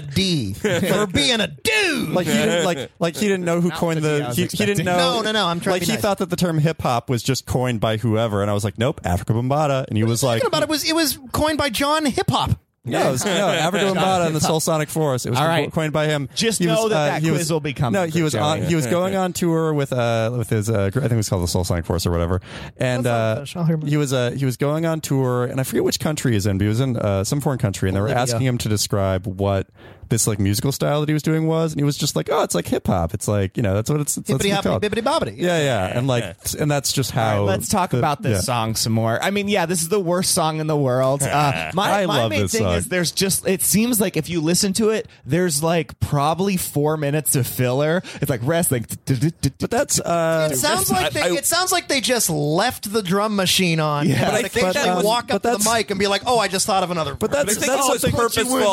Speaker 6: D for being a dude.
Speaker 1: like he didn't like like he didn't know who coined
Speaker 6: I
Speaker 1: the
Speaker 6: was
Speaker 1: he, he didn't
Speaker 6: expecting.
Speaker 1: know
Speaker 6: No, no, no, I'm trying
Speaker 1: like
Speaker 6: to be
Speaker 1: he
Speaker 6: nice.
Speaker 1: thought that the term hip hop was just coined by whoever, and I was like, nope, Africa Bambata, and he was like,
Speaker 6: Talking about it was it was coined by John Hip Hop.
Speaker 1: No, it was, no, Africa Bambata and the Soul Sonic Force. It was
Speaker 4: All right.
Speaker 1: coined by him.
Speaker 4: Just
Speaker 1: He was,
Speaker 4: know that
Speaker 1: uh,
Speaker 4: that
Speaker 1: he
Speaker 4: quiz
Speaker 1: was-
Speaker 4: will be coming.
Speaker 1: No, he was on. He was going on tour with uh with his uh, gr- I think it was called the Soul Sonic Force or whatever. And uh, he was uh he was going on tour, and I forget which country he's in, but he was in uh, some foreign country, and they were
Speaker 6: Bolivia.
Speaker 1: asking him to describe what this like musical style that he was doing was, and he was just like, oh, it's like hip hop. It's like you know that's what it's, it's that's what
Speaker 6: Bibbity
Speaker 1: it's
Speaker 6: hoppity
Speaker 1: called.
Speaker 6: bibbity bobbity.
Speaker 1: Yeah, yeah, and like, and that's just how.
Speaker 4: Let's talk
Speaker 1: Oh, the-
Speaker 4: about this
Speaker 1: yeah.
Speaker 4: song some more. I mean, yeah, this is the worst song in the world. Uh, my
Speaker 1: I
Speaker 4: my
Speaker 1: love
Speaker 4: main
Speaker 1: this
Speaker 4: thing
Speaker 1: song.
Speaker 4: is there's just it seems like if you listen to it, there's like probably four minutes of filler. It's like wrestling, but
Speaker 1: that's uh,
Speaker 6: It sounds like they, it sounds like they just left the drum machine on.
Speaker 4: Yeah.
Speaker 6: Yeah,
Speaker 4: But I
Speaker 6: but
Speaker 4: think
Speaker 6: occasionally
Speaker 4: that was-
Speaker 6: walk up
Speaker 4: but
Speaker 6: to the
Speaker 4: that's-
Speaker 6: mic and be like, "Oh, I just thought of another." But
Speaker 3: I think
Speaker 6: "Oh,
Speaker 3: that was purposeful.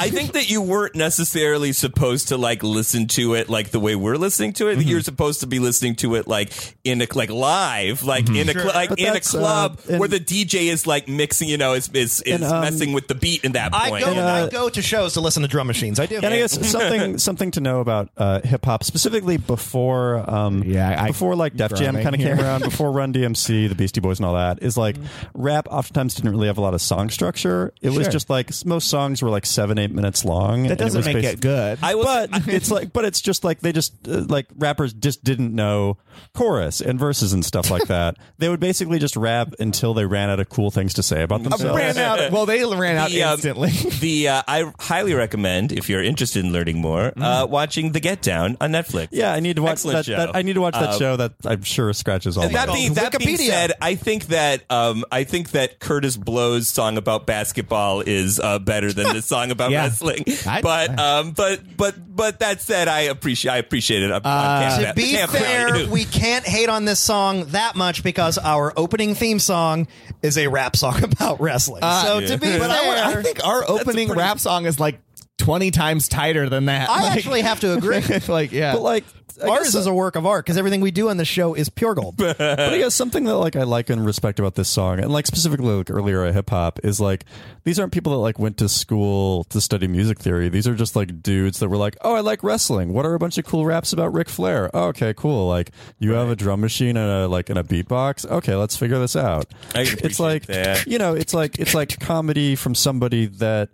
Speaker 3: I think that you weren't necessarily supposed to like listen to it like the way we're listening to it.
Speaker 1: Mm-hmm.
Speaker 3: You're supposed to be listening to it like in a like live, like in a
Speaker 1: Sure.
Speaker 3: cl- like
Speaker 1: But
Speaker 3: in a
Speaker 1: that's, uh,
Speaker 3: club
Speaker 1: in-
Speaker 3: where the DJ is like mixing, you know, is is, is
Speaker 1: And, um,
Speaker 3: messing with the beat in that
Speaker 6: I
Speaker 3: point.
Speaker 6: go,
Speaker 4: uh,
Speaker 6: I go to shows to listen to drum machines. I do.
Speaker 1: And I guess something something to know about uh, hip hop specifically before um, yeah before like Def Jam
Speaker 4: drumming
Speaker 1: kind of came
Speaker 4: here. Mm-hmm.
Speaker 1: around before Run DMC the Beastie Boys and all that is like rap oftentimes didn't really have a lot of song structure it was
Speaker 4: Sure.
Speaker 1: just like s- most songs were like seven eight minutes long
Speaker 4: That
Speaker 1: and
Speaker 4: doesn't
Speaker 1: was
Speaker 4: make
Speaker 1: basi-
Speaker 4: it good.
Speaker 3: I was,
Speaker 1: but it's like but it's just like they just uh, like rappers just didn't know chorus and verses and stuff like that they would basically just rap until they ran out of cool things to say about themselves
Speaker 4: ran out. Well, they ran out
Speaker 3: um,
Speaker 4: instantly.
Speaker 3: the uh, I highly recommend if you're interested in learning more, uh,
Speaker 6: Mm.
Speaker 3: watching The Get Down on Netflix.
Speaker 1: yeah I need to watch
Speaker 3: Excellent
Speaker 1: that,
Speaker 3: show.
Speaker 1: that I need to watch that
Speaker 3: Uh,
Speaker 1: show that I'm sure scratches all
Speaker 3: And
Speaker 1: my
Speaker 3: that being, that being said, I think that um, I think that Curtis Blow's song about basketball is uh, better than the song about
Speaker 4: Yeah.
Speaker 3: wrestling.
Speaker 4: I-
Speaker 3: but um, but but but that said, I appreciate I appreciate it. I, I
Speaker 4: uh,
Speaker 3: can't-
Speaker 6: Uh, to be
Speaker 3: can't
Speaker 6: fair,
Speaker 3: value.
Speaker 6: we can't hate on this song that much because our opening theme song is a rap song about wrestling.
Speaker 4: Uh,
Speaker 6: so to be fair,
Speaker 4: but I, I think our opening rap song is like twenty times tighter than that.
Speaker 6: I
Speaker 4: Like-
Speaker 6: actually have to agree.
Speaker 4: like yeah,
Speaker 1: But like
Speaker 6: Ours is a work of art because everything we do on the show is pure gold.
Speaker 1: but I guess something that like I like and respect about this song, and like specifically like earlier hip hop, is like these aren't people that like went to school to study music theory. These are just like dudes that were like, oh, I like wrestling. What are a bunch of cool raps about Ric Flair? Oh, okay, cool. Like you have a drum machine and a like and a beatbox. Okay, let's figure this out.
Speaker 3: I can
Speaker 1: it's like
Speaker 3: that.
Speaker 1: you know, it's like it's like comedy from somebody that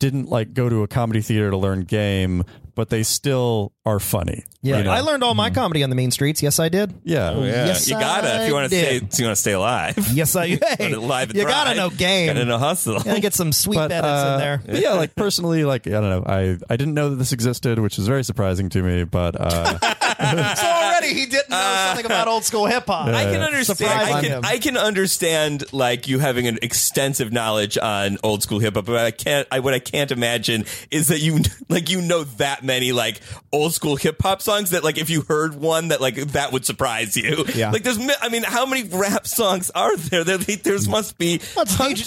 Speaker 1: didn't like go to a comedy theater to learn game, but they still are funny.
Speaker 6: Yeah,
Speaker 1: you know?
Speaker 6: I learned all
Speaker 4: Hmm.
Speaker 6: my comedy on the mean streets. Yes, I did.
Speaker 1: Yeah.
Speaker 3: Oh, yeah.
Speaker 6: Yes,
Speaker 3: you gotta if you want
Speaker 6: I
Speaker 3: to stay
Speaker 6: did.
Speaker 3: if you want to stay alive.
Speaker 6: Yes, I. Hey,
Speaker 3: Live and
Speaker 6: you gotta
Speaker 3: thrive.
Speaker 6: know game.
Speaker 3: Gotta know hustle.
Speaker 6: Gotta get some sweet
Speaker 1: But,
Speaker 6: edits
Speaker 1: uh,
Speaker 6: in there.
Speaker 1: but yeah, like personally, like I don't know, I I didn't know that this existed, which is very surprising to me. But uh,
Speaker 6: so already
Speaker 4: funny he didn't know something about old school hip hop.
Speaker 6: Uh,
Speaker 3: I can understand. I can, I can understand like you having an extensive knowledge on old school hip hop, but I can't. I, what I can't imagine is that you like you know that many like old school hip hop songs that like if you heard one that like that would surprise you.
Speaker 6: Yeah.
Speaker 3: Like there's, mi- I mean, how many rap songs are there? There,
Speaker 6: Mm.
Speaker 3: there's must be hundreds, hundreds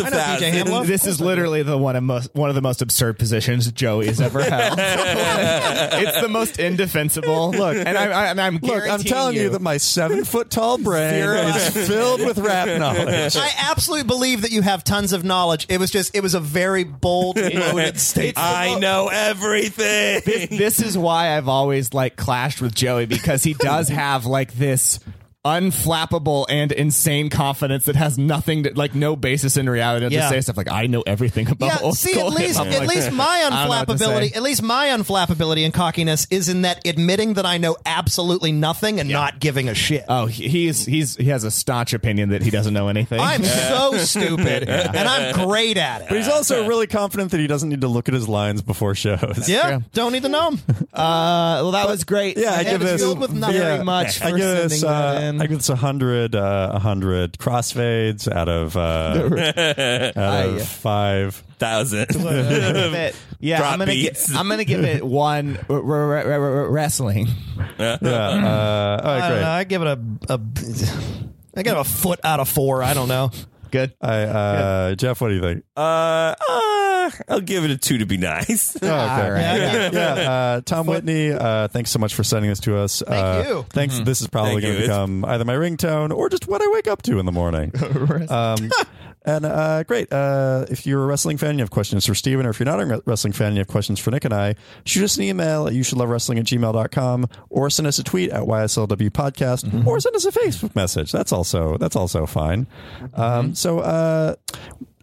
Speaker 3: of thousands.
Speaker 6: This is literally the one of most one of the most absurd positions Joey has ever held. it's the most indefensible. Look, and I, I, and I'm
Speaker 1: Look, I'm
Speaker 6: guaranteeing
Speaker 1: telling you,
Speaker 6: you
Speaker 1: that my seven foot tall brain is filled with rap knowledge.
Speaker 4: I absolutely believe that you have tons of knowledge. It was just, it was a very bold, loaded statement.
Speaker 3: I know everything.
Speaker 6: This, this is why I've always like clashed with Joey because he does have like this unflappable and insane confidence that has nothing to like no basis in reality to
Speaker 4: Yeah.
Speaker 6: say stuff like I know everything about
Speaker 4: Yeah,
Speaker 6: old
Speaker 4: see,
Speaker 6: school
Speaker 4: at least
Speaker 6: hip-hop."
Speaker 4: at
Speaker 6: Like,
Speaker 4: least my
Speaker 6: I don't know what to say.
Speaker 4: unflappability, at least my unflappability and cockiness is in that admitting that I know absolutely nothing and not giving a shit.
Speaker 6: Oh, he- he's he's he has a staunch opinion that he doesn't know anything.
Speaker 4: I'm so stupid, and I'm great at it.
Speaker 1: But he's also really confident that he doesn't need to look at his lines before shows.
Speaker 4: yeah, don't need to know him.
Speaker 6: Uh, well, that was great.
Speaker 1: Yeah, I
Speaker 4: Head
Speaker 1: give
Speaker 4: is
Speaker 1: this
Speaker 4: filled with nothing.
Speaker 1: yeah,
Speaker 4: Very much
Speaker 1: I
Speaker 4: for
Speaker 1: give this.
Speaker 4: sending that
Speaker 1: Uh,
Speaker 4: in.
Speaker 1: I give this a hundred. Uh, a hundred crossfades out of uh, out
Speaker 6: I-
Speaker 1: of five
Speaker 3: thousand.
Speaker 6: Give it- yeah, I'm gonna gi- I'm gonna give it one r- r- r- r- r- wrestling.
Speaker 3: Yeah.
Speaker 1: Uh, all
Speaker 4: I
Speaker 1: right,
Speaker 4: don't
Speaker 1: great.
Speaker 4: know. I give it a, a I give it a foot out of four. I don't know.
Speaker 6: Good.
Speaker 1: I, uh, Jeff, what do you think?
Speaker 3: Uh, uh, I'll give it a two to be nice.
Speaker 1: Oh, okay. Yeah, yeah. Uh, Tom Whitney, uh, thanks so much for sending this to us. Thank uh,
Speaker 3: you.
Speaker 1: Thanks.
Speaker 3: Mhm.
Speaker 1: This is probably
Speaker 3: Thank
Speaker 1: going
Speaker 3: you.
Speaker 1: to
Speaker 3: It's-
Speaker 1: become either my ringtone or just what I wake up to in the morning. um, and uh, great. Uh, if you're a wrestling fan, and you have questions for Steven, or if you're not a re- wrestling fan, and you have questions for Nick and I, shoot us an email at you should love wrestling at gmail.com or send us a tweet at YSLW podcast
Speaker 3: Mm-hmm.
Speaker 1: or send us a Facebook message. That's also that's also fine.
Speaker 3: Mm-hmm.
Speaker 1: Um, so uh,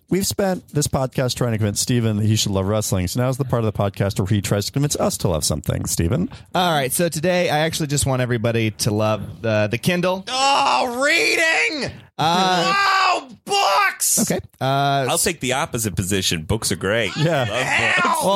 Speaker 1: We've spent this podcast trying to convince Steven that he should love wrestling. So now's the part of the podcast where he tries to convince us to love something, Steven.
Speaker 6: All right, so today I actually just want everybody to love the the Kindle.
Speaker 4: Oh, reading.
Speaker 6: Uh,
Speaker 4: wow, books.
Speaker 6: Okay. Uh,
Speaker 3: I'll take the opposite position. Books are great.
Speaker 1: Yeah.
Speaker 6: Well,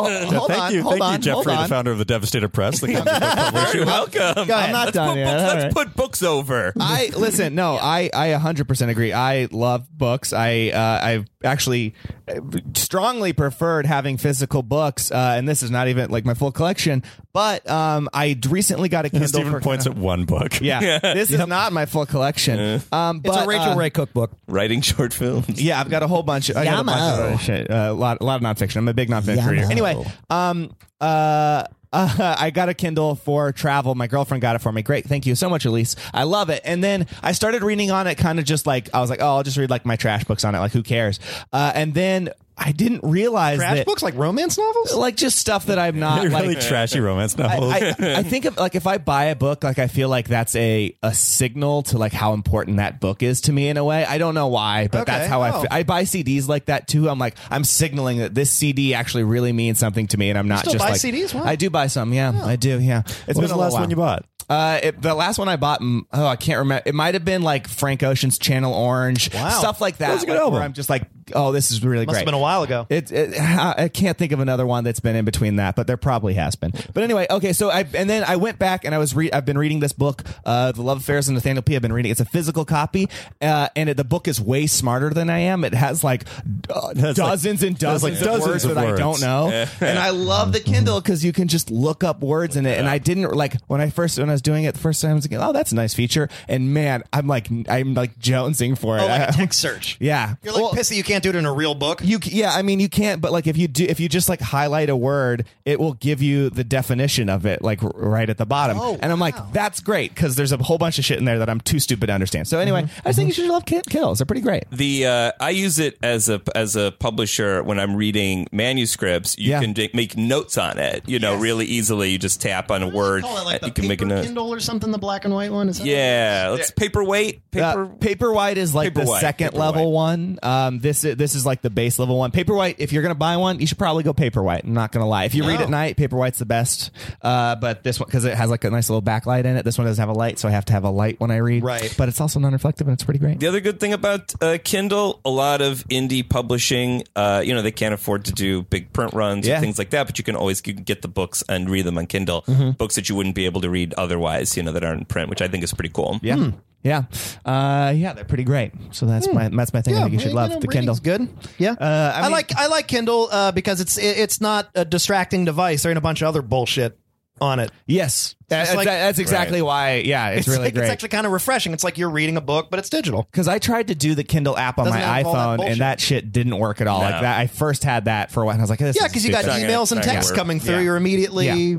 Speaker 1: Yeah,
Speaker 6: Oh, hold
Speaker 1: thank
Speaker 6: on,
Speaker 1: you,
Speaker 6: hold
Speaker 1: thank
Speaker 6: on,
Speaker 1: you, Jeffrey,
Speaker 6: hold
Speaker 1: the
Speaker 6: on.
Speaker 1: founder of the Devastator Press. The comic book publisher.
Speaker 3: You're welcome.
Speaker 6: Go ahead. I'm not
Speaker 3: let's
Speaker 6: done
Speaker 3: Put
Speaker 6: yet.
Speaker 3: Books,
Speaker 6: All
Speaker 3: let's
Speaker 6: right.
Speaker 3: put books over.
Speaker 6: I listen. No, I I 100% agree. I love books. I uh, I've actually uh, strongly preferred having physical books, uh, and this is not even like my full collection. But um, I d- recently got a Kindle.
Speaker 1: Steven
Speaker 6: for-
Speaker 1: points at one book.
Speaker 6: Yeah, this is not my full collection. Um, but,
Speaker 4: It's a Rachel
Speaker 6: uh,
Speaker 4: Ray cookbook.
Speaker 3: Writing short films.
Speaker 6: Yeah, I've got a whole bunch. I got a bunch of
Speaker 4: Yamo.
Speaker 6: other shit. Uh, a lot, a lot of nonfiction. I'm a big nonfiction
Speaker 4: Yamo.
Speaker 6: reader. Anyway, um, uh, uh, I got a Kindle for travel. My girlfriend got it for me. Great, thank you so much, Elise. I love it. And then I started reading on it, kind of just like I was like, oh, I'll just read like my trash books on it. Like, who cares? Uh, and then I didn't realize
Speaker 4: Trash
Speaker 6: that
Speaker 4: books like romance novels.
Speaker 6: like just stuff that I'm not
Speaker 1: They're
Speaker 6: like uh,
Speaker 1: really trashy romance
Speaker 6: I,
Speaker 1: novels.
Speaker 6: I, I think of like if I buy a book, like I feel like that's a a signal to like how important that book is to me in a way. I don't know why, but
Speaker 4: Okay.
Speaker 6: that's how I
Speaker 4: Oh.
Speaker 6: feel. I buy CDs like that too. I'm like I'm signaling that this CD actually really means something to me, and I'm not
Speaker 4: still
Speaker 6: just
Speaker 4: buy
Speaker 6: like
Speaker 4: CDs? Wow.
Speaker 6: I do buy some, yeah,
Speaker 4: Oh.
Speaker 6: I do, yeah. It's
Speaker 1: what was the
Speaker 6: little
Speaker 1: last
Speaker 6: while.
Speaker 1: one you bought?
Speaker 6: Uh, it, the last one I bought, mm, oh, I can't remember. It might have been like Frank Ocean's Channel Orange,
Speaker 4: Wow.
Speaker 6: stuff like that.
Speaker 1: That was a good
Speaker 6: like,
Speaker 1: album.
Speaker 6: Where I'm just like, oh, this is really
Speaker 4: Must
Speaker 6: great.
Speaker 4: have been a while ago.
Speaker 6: It, it, I can't think of another one that's been in between that, but there probably has been. But anyway, okay. So I and then I went back and I was re- I've been reading this book, uh, The Love Affairs of Nathaniel P. I've been reading. It's a physical copy, uh, and it, the book is way smarter than I am. It has like uh,
Speaker 1: That's like-
Speaker 6: dozens and
Speaker 1: that's
Speaker 6: dozens,
Speaker 1: like
Speaker 6: of
Speaker 1: dozens
Speaker 6: words Mm-hmm.
Speaker 1: of
Speaker 6: that I don't
Speaker 1: words.
Speaker 6: know. and I love the Kindle because you can just look up words in it. And I didn't like when I first when I was doing it the first time. I was thinking, oh, that's a nice feature. And man, I'm like I'm like jonesing for it.
Speaker 4: Oh, like
Speaker 6: I-
Speaker 4: a text search.
Speaker 6: yeah,
Speaker 4: You're like
Speaker 6: Well,
Speaker 4: pissed that you can't do it in a real book.
Speaker 6: you c- yeah, I mean you can't, but like if you do, if you just like highlight a word, it will give you the definition of it, like r- right at the bottom.
Speaker 4: Oh,
Speaker 6: and I'm like, that's great because there's a whole bunch of shit in there that I'm too stupid to understand. So anyway, I just think you should love ki- kills. They're pretty great.
Speaker 3: the uh, I use it as a as a publisher when I'm reading manuscripts. You
Speaker 6: Yeah.
Speaker 3: can d- make notes on it. You know, really easily. You just tap on a word.
Speaker 4: Call it like
Speaker 3: and
Speaker 4: the
Speaker 3: you can make a
Speaker 4: paper
Speaker 3: note.
Speaker 4: Kindle or something. The black and white one. Is that
Speaker 3: Yeah, let's paperweight. Paper.
Speaker 6: Paperwhite Uh, is like the
Speaker 3: Paperwhite,
Speaker 6: second
Speaker 3: Paperwhite.
Speaker 6: level one. Um, this is this is like the base level one. Paperwhite. If you're gonna buy one, you should probably go Paperwhite. I'm not gonna lie. If you read
Speaker 12: No.
Speaker 6: at night, Paperwhite's the best. Uh, but this one because it has like a nice little backlight in it. This one doesn't have a light, so I have to have a light when I read. Right. But it's also non-reflective and it's pretty great.
Speaker 3: The other good thing about uh, Kindle, a lot of indie publishing, uh, you know, they can't afford to do big print runs
Speaker 6: Yeah.
Speaker 3: and things like that, but you can always you can get the books and read them on Kindle.
Speaker 6: Mhm.
Speaker 3: Books that you wouldn't be able to read otherwise, you know, that aren't in print, which I think is pretty cool.
Speaker 6: Yeah. Hmm. Yeah, uh, yeah, they're pretty great. So
Speaker 4: Hmm.
Speaker 6: that's my that's my thing. I think you should love the Kindle.
Speaker 4: Good. Yeah.
Speaker 6: Uh,
Speaker 4: I, like I like Kindle uh, because it's it, it's not a distracting device. There ain't a bunch of other bullshit on it.
Speaker 6: Yes,
Speaker 4: It's
Speaker 6: That-
Speaker 4: like-
Speaker 6: that's exactly why. Yeah, it's, really
Speaker 4: like-
Speaker 6: great.
Speaker 4: It's actually kind of refreshing. It's like you're reading a book, but it's digital.
Speaker 6: Because I tried to do the Kindle app on
Speaker 4: Doesn't
Speaker 6: my
Speaker 4: have all that
Speaker 6: iPhone,
Speaker 4: bullshit.
Speaker 6: and that shit didn't work at all.
Speaker 4: No.
Speaker 6: Like that, I first had that for a while, and I was like, this
Speaker 4: yeah,
Speaker 6: is
Speaker 4: because you got
Speaker 6: stupid.
Speaker 4: emails and texts coming through.
Speaker 6: Yeah.
Speaker 4: You're immediately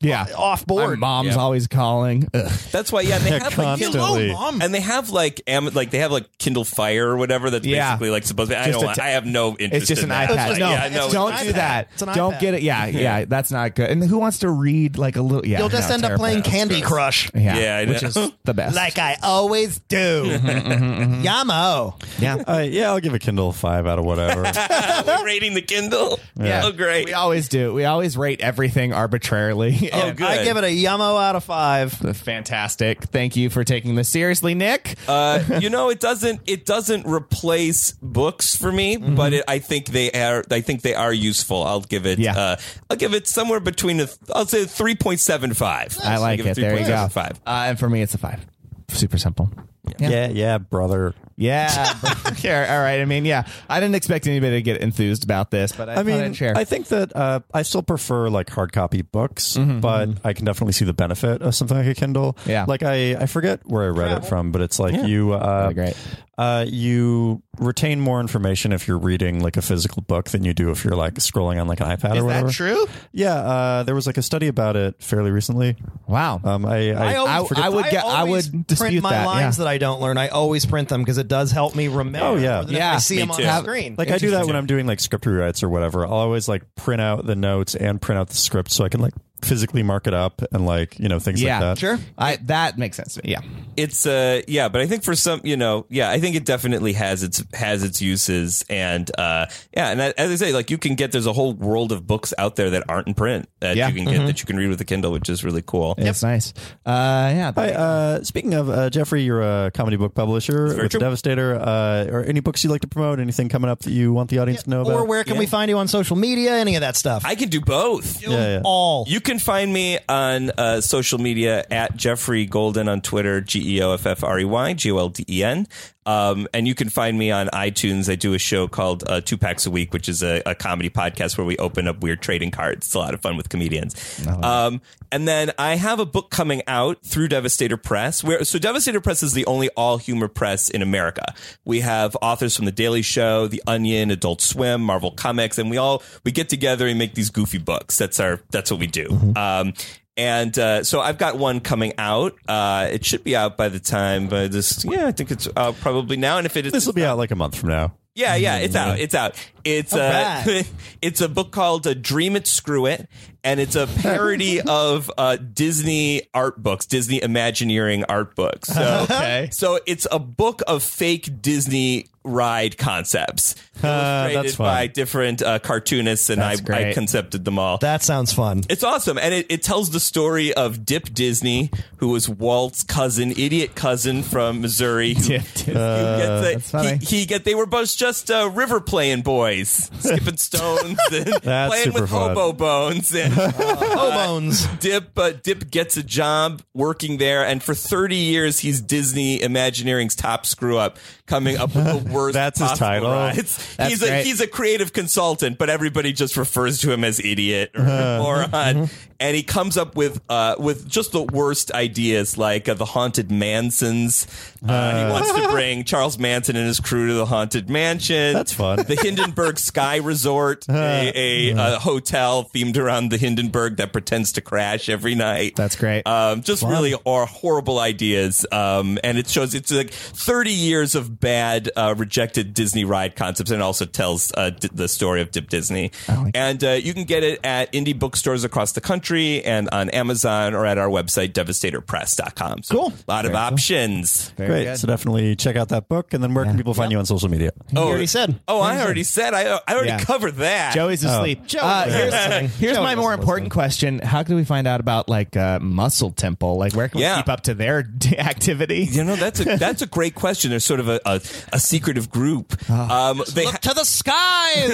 Speaker 6: Yeah. yeah.
Speaker 4: off board.
Speaker 6: My mom's always calling. Ugh.
Speaker 3: That's why, yeah, they have like
Speaker 6: Constantly.
Speaker 3: Hello, Mom. and they have like Am- like they have like Kindle Fire or whatever. That's
Speaker 6: Yeah.
Speaker 3: basically like supposed. to be, I
Speaker 6: Just
Speaker 3: don't.
Speaker 6: a
Speaker 3: want-
Speaker 6: te-
Speaker 3: I have no interest.
Speaker 6: It's just
Speaker 3: in
Speaker 6: an
Speaker 3: that.
Speaker 6: iPad.
Speaker 3: Like, yeah, no,
Speaker 6: don't
Speaker 3: it's
Speaker 6: do
Speaker 3: an iPad.
Speaker 6: that.
Speaker 3: It's an
Speaker 6: don't
Speaker 3: iPad.
Speaker 6: get it. Yeah, yeah, that's not good. And who wants to read like a little? Yeah,
Speaker 4: You'll just
Speaker 6: no,
Speaker 4: end up
Speaker 6: terrible.
Speaker 4: playing
Speaker 6: That's
Speaker 4: Candy
Speaker 6: gross.
Speaker 4: Crush.
Speaker 6: Yeah,
Speaker 3: Yeah, I
Speaker 6: which
Speaker 3: know.
Speaker 6: is the best.
Speaker 4: Like I always do.
Speaker 6: Mhm, mhm, mhm.
Speaker 4: Yamo.
Speaker 6: Yeah.
Speaker 1: Uh, yeah, I'll give a Kindle a five out of whatever.
Speaker 3: We're rating the Kindle.
Speaker 6: Yeah.
Speaker 3: Oh, great.
Speaker 6: We always do. We always rate everything arbitrarily.
Speaker 3: Oh,
Speaker 6: And
Speaker 3: good. I give
Speaker 4: it a Yamo out of five.
Speaker 6: Fantastic. Thank you for taking this seriously, Nick.
Speaker 3: Uh, you know, it doesn't it doesn't replace books for me,
Speaker 6: Mm-hmm.
Speaker 3: but it, I think they are I think they are useful. I'll give it uh, I'll give it somewhere between a th- I'll say three point seven five.
Speaker 6: I like it. There you go.
Speaker 3: Five.
Speaker 6: Uh, and for me, it's a five. Super simple.
Speaker 1: Yeah, yeah, brother.
Speaker 6: Yeah. Here, all right. I mean, yeah. I didn't expect anybody to get enthused about this, but I,
Speaker 1: I,
Speaker 6: thought
Speaker 1: mean,
Speaker 6: I'd share.
Speaker 1: I think that uh, I still prefer like hard copy books, but I can definitely see the benefit of something like a Kindle.
Speaker 6: Yeah.
Speaker 1: like I, I forget where I read it from, but it's like
Speaker 6: Yeah.
Speaker 1: you, uh,
Speaker 6: Really great.
Speaker 1: uh, you retain more information if you're reading like a physical book than you do if you're like scrolling on like an iPad
Speaker 4: Is
Speaker 1: or whatever.
Speaker 4: that true?
Speaker 1: Yeah, uh, there was like a study about it fairly recently.
Speaker 6: Wow.
Speaker 1: Um, I I, forget-
Speaker 4: always print my lines that I don't learn. I always print them because it does help me remember.
Speaker 1: Oh yeah,
Speaker 4: more than if I see them on the screen.
Speaker 1: Like I do that when I'm doing like script rewrites or whatever. I'll always like print out the notes and print out the script so I can like physically mark it up and like you know things like
Speaker 3: Yeah,
Speaker 1: that.
Speaker 3: sure.
Speaker 6: I, that makes sense. Yeah.
Speaker 3: It's uh yeah, but I think for some you know yeah, I think it definitely has its has its uses and uh yeah, and as I say, like you can get there's a whole world of books out there that aren't in print that
Speaker 6: Yeah.
Speaker 3: you can get
Speaker 6: Mhm.
Speaker 3: that you can read with the Kindle, which is really cool.
Speaker 6: It's nice. Uh, yeah.
Speaker 1: Hi, uh, speaking of uh, Jeffrey, you're a comedy book publisher
Speaker 3: very
Speaker 1: with
Speaker 3: true.
Speaker 1: Devastator. Uh, or any books you like to promote? Anything coming up that you want the audience to know about?
Speaker 4: Or where can we find you on social media? Any of that stuff?
Speaker 3: I can do both.
Speaker 1: Yeah, yeah.
Speaker 4: All.
Speaker 3: You can find me on uh, social media at Jeffrey Golden on Twitter, G E O F F R E Y, G O L D E N. Um, and you can find me on iTunes. I do a show called uh, Two Packs a Week, which is a, a comedy podcast where we open up weird trading cards. It's a lot of fun with comedians. Um, and then I have a book coming out through Devastator Press. Where so Devastator Press is the only all humor press in America. We have authors from The Daily Show, The Onion, Adult Swim, Marvel Comics, and we all we get together and make these goofy books. That's our that's what we do. Um, and uh, so I've got one coming out. Uh, it should be out by the time, but this yeah, I think it's out probably now. And if it is,
Speaker 1: This will be out like a month from now.
Speaker 3: yeah, yeah, it's
Speaker 4: Mm-hmm.
Speaker 3: out. It's out. It's
Speaker 1: All
Speaker 3: uh, it's a book called uh, "Dream It, Screw It," and it's a parody of uh, Disney art books, Disney Imagineering art books. So,
Speaker 6: Okay.
Speaker 3: so it's a book of fake Disney ride concepts
Speaker 4: Uh, that's
Speaker 3: illustrated
Speaker 4: fun.
Speaker 3: by different uh, cartoonists, and I,
Speaker 4: That's
Speaker 3: I
Speaker 4: great.
Speaker 3: concepted them all.
Speaker 4: That sounds fun.
Speaker 3: It's awesome. And it, it tells the story of Dip Disney, who was Walt's cousin, idiot cousin from Missouri. Who, Dip Disney.
Speaker 6: Uh,
Speaker 3: gets a, he, he get, they were both just uh, river playing boys, skipping stones and
Speaker 1: That's
Speaker 3: playing
Speaker 1: super
Speaker 3: with
Speaker 1: fun.
Speaker 3: hobo bones. And, uh,
Speaker 4: Ho bones.
Speaker 3: Dip uh, Dip gets a job working there, and for 30 years he's Disney Imagineering's top screw up, coming up with the worst.
Speaker 1: That's his
Speaker 3: possible
Speaker 1: title.
Speaker 3: rides.
Speaker 1: That's
Speaker 3: He's a
Speaker 1: great.
Speaker 3: he's a creative consultant, but everybody just refers to him as idiot or moron. And he comes up with uh, with just the worst ideas, like uh, the haunted Mansons. Uh, he wants to bring Charles Manson and his crew to the haunted mansion. That's
Speaker 1: fun.
Speaker 3: The Hindenburg Sky Resort, a, a, uh, hotel themed around the Hindenburg that pretends to crash every night.
Speaker 6: That's great.
Speaker 3: Um, just really are horrible ideas. Um, and it shows it's like 30 years of bad, uh, rejected Disney ride concepts and it also tells uh, d- the story of Dip Disney. and uh, you can get it at indie bookstores across the country and on Amazon or at our website, devastatorpress.com. So cool. A lot of options.
Speaker 6: Very
Speaker 1: Great. So definitely check out that book. And then where can people find you on social media?
Speaker 3: Oh, I already said. I I already
Speaker 1: Yeah.
Speaker 3: covered that.
Speaker 4: Joey's asleep. Uh, here's here's my more important question: How do we find out about like uh, Muscle Temple? Like, where can
Speaker 3: Yeah.
Speaker 4: we keep up to their d- activity?
Speaker 3: You know, that's a that's a great question. There's sort of a a, a secretive group. Um, they look
Speaker 6: to the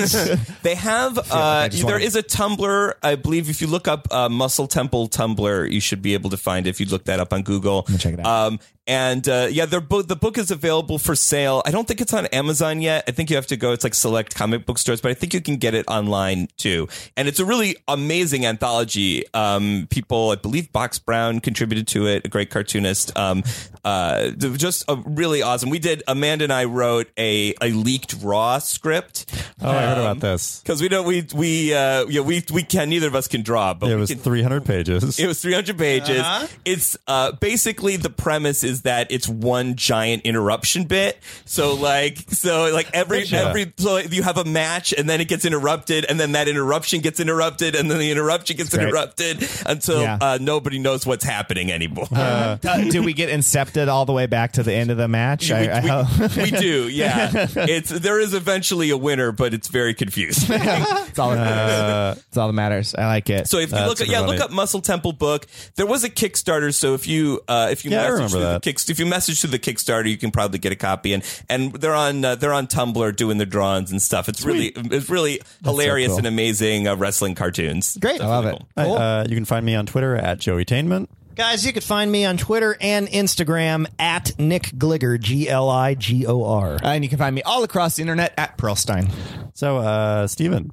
Speaker 6: skies.
Speaker 3: they have.
Speaker 6: I
Speaker 3: Uh,
Speaker 6: just
Speaker 3: there
Speaker 6: wanna-
Speaker 3: is a Tumblr. I believe if you look up uh, Muscle Temple Tumblr, you should be able to find it if you look that up on Google. Check it out. Um, and uh, yeah, they're both, the book is available for sale. I don't think it's on Amazon yet. I think you have to go. It's like select comic book stores, but I think you can get it online too. And it's a really amazing anthology. Um, people, I believe Box Brown contributed to it, a great cartoonist. Um, uh, th- just a really awesome. We did. Amanda and I wrote a a leaked raw script.
Speaker 1: Oh, I heard about this.
Speaker 3: because we don't we we uh, yeah we we can neither of us can draw, but
Speaker 1: Yeah, it
Speaker 3: we
Speaker 1: was
Speaker 3: can-
Speaker 1: 300 pages.
Speaker 3: it was 300 pages.
Speaker 1: Uh-huh.
Speaker 3: It's uh, basically the premise is that it's one giant interruption bit. So like so like every
Speaker 1: Gotcha.
Speaker 3: every so you have a match and then it gets interrupted and then that interruption gets interrupted and then the interruption gets
Speaker 4: great.
Speaker 3: interrupted until
Speaker 4: Yeah.
Speaker 3: uh, nobody knows what's happening anymore.
Speaker 4: Uh, do do we get incepted all the way back to the end of the match? I- I hope-
Speaker 3: we do, yeah. It's there is eventually a winner, but it's very confusing.
Speaker 4: it's all that matters. it's all that matters. I like it.
Speaker 3: So if you look, at, yeah, look up Muscle Temple book. There was a Kickstarter, so if you uh, if you
Speaker 1: Yeah, I
Speaker 3: message
Speaker 1: remember
Speaker 3: through
Speaker 1: that.
Speaker 3: the Kick, if you message through the Kickstarter, you can probably get a copy. And and they're on uh, they're on Tumblr doing their drawings and stuff. It's really it's really hilarious
Speaker 1: cool.
Speaker 3: and amazing uh, wrestling cartoons.
Speaker 6: Great. I love it.
Speaker 1: I- uh, you can find me on Twitter at Joeytainment.
Speaker 6: Guys, you can find me on Twitter and Instagram at Nick Gligor, G L I G O R.
Speaker 4: And you can find me all across the internet at Pearlstein.
Speaker 1: So, uh, Steven,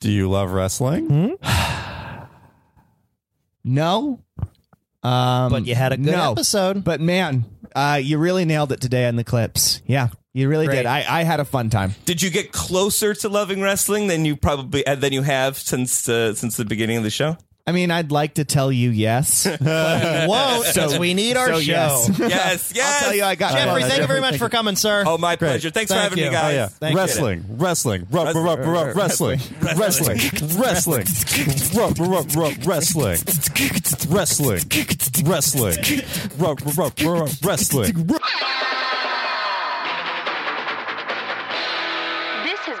Speaker 1: do you love wrestling?
Speaker 3: Hmm?
Speaker 4: No. Um,
Speaker 6: But you had a good
Speaker 4: no.
Speaker 6: episode.
Speaker 4: But man, uh, you really nailed it today on the clips. Yeah, you really
Speaker 3: Great.
Speaker 4: did. I, I had a fun time.
Speaker 3: Did you get closer to loving wrestling than you probably uh, than you have since uh, since the beginning of the show?
Speaker 4: I mean, I'd like to tell you yes.
Speaker 6: Whoa,
Speaker 4: So-
Speaker 6: we need our
Speaker 4: so
Speaker 6: show.
Speaker 4: yes.
Speaker 3: yes, yes.
Speaker 4: I'll tell you, I got
Speaker 6: Jeffrey,
Speaker 4: Uh,
Speaker 6: thank you very
Speaker 4: Jeffrey,
Speaker 6: much
Speaker 4: thank
Speaker 6: for
Speaker 4: you.
Speaker 6: coming, sir.
Speaker 3: Oh, my pleasure. Thanks for having me,
Speaker 1: Oh,
Speaker 3: guys. Thank you.
Speaker 1: Wrestling, wrestling, rub, rub, rub, rub, wrestling, wrestling,
Speaker 3: Wrestling.
Speaker 1: wrestling, rub, rub, rub, wrestling, wrestling, wrestling, rub, rub, rub, wrestling.
Speaker 13: This has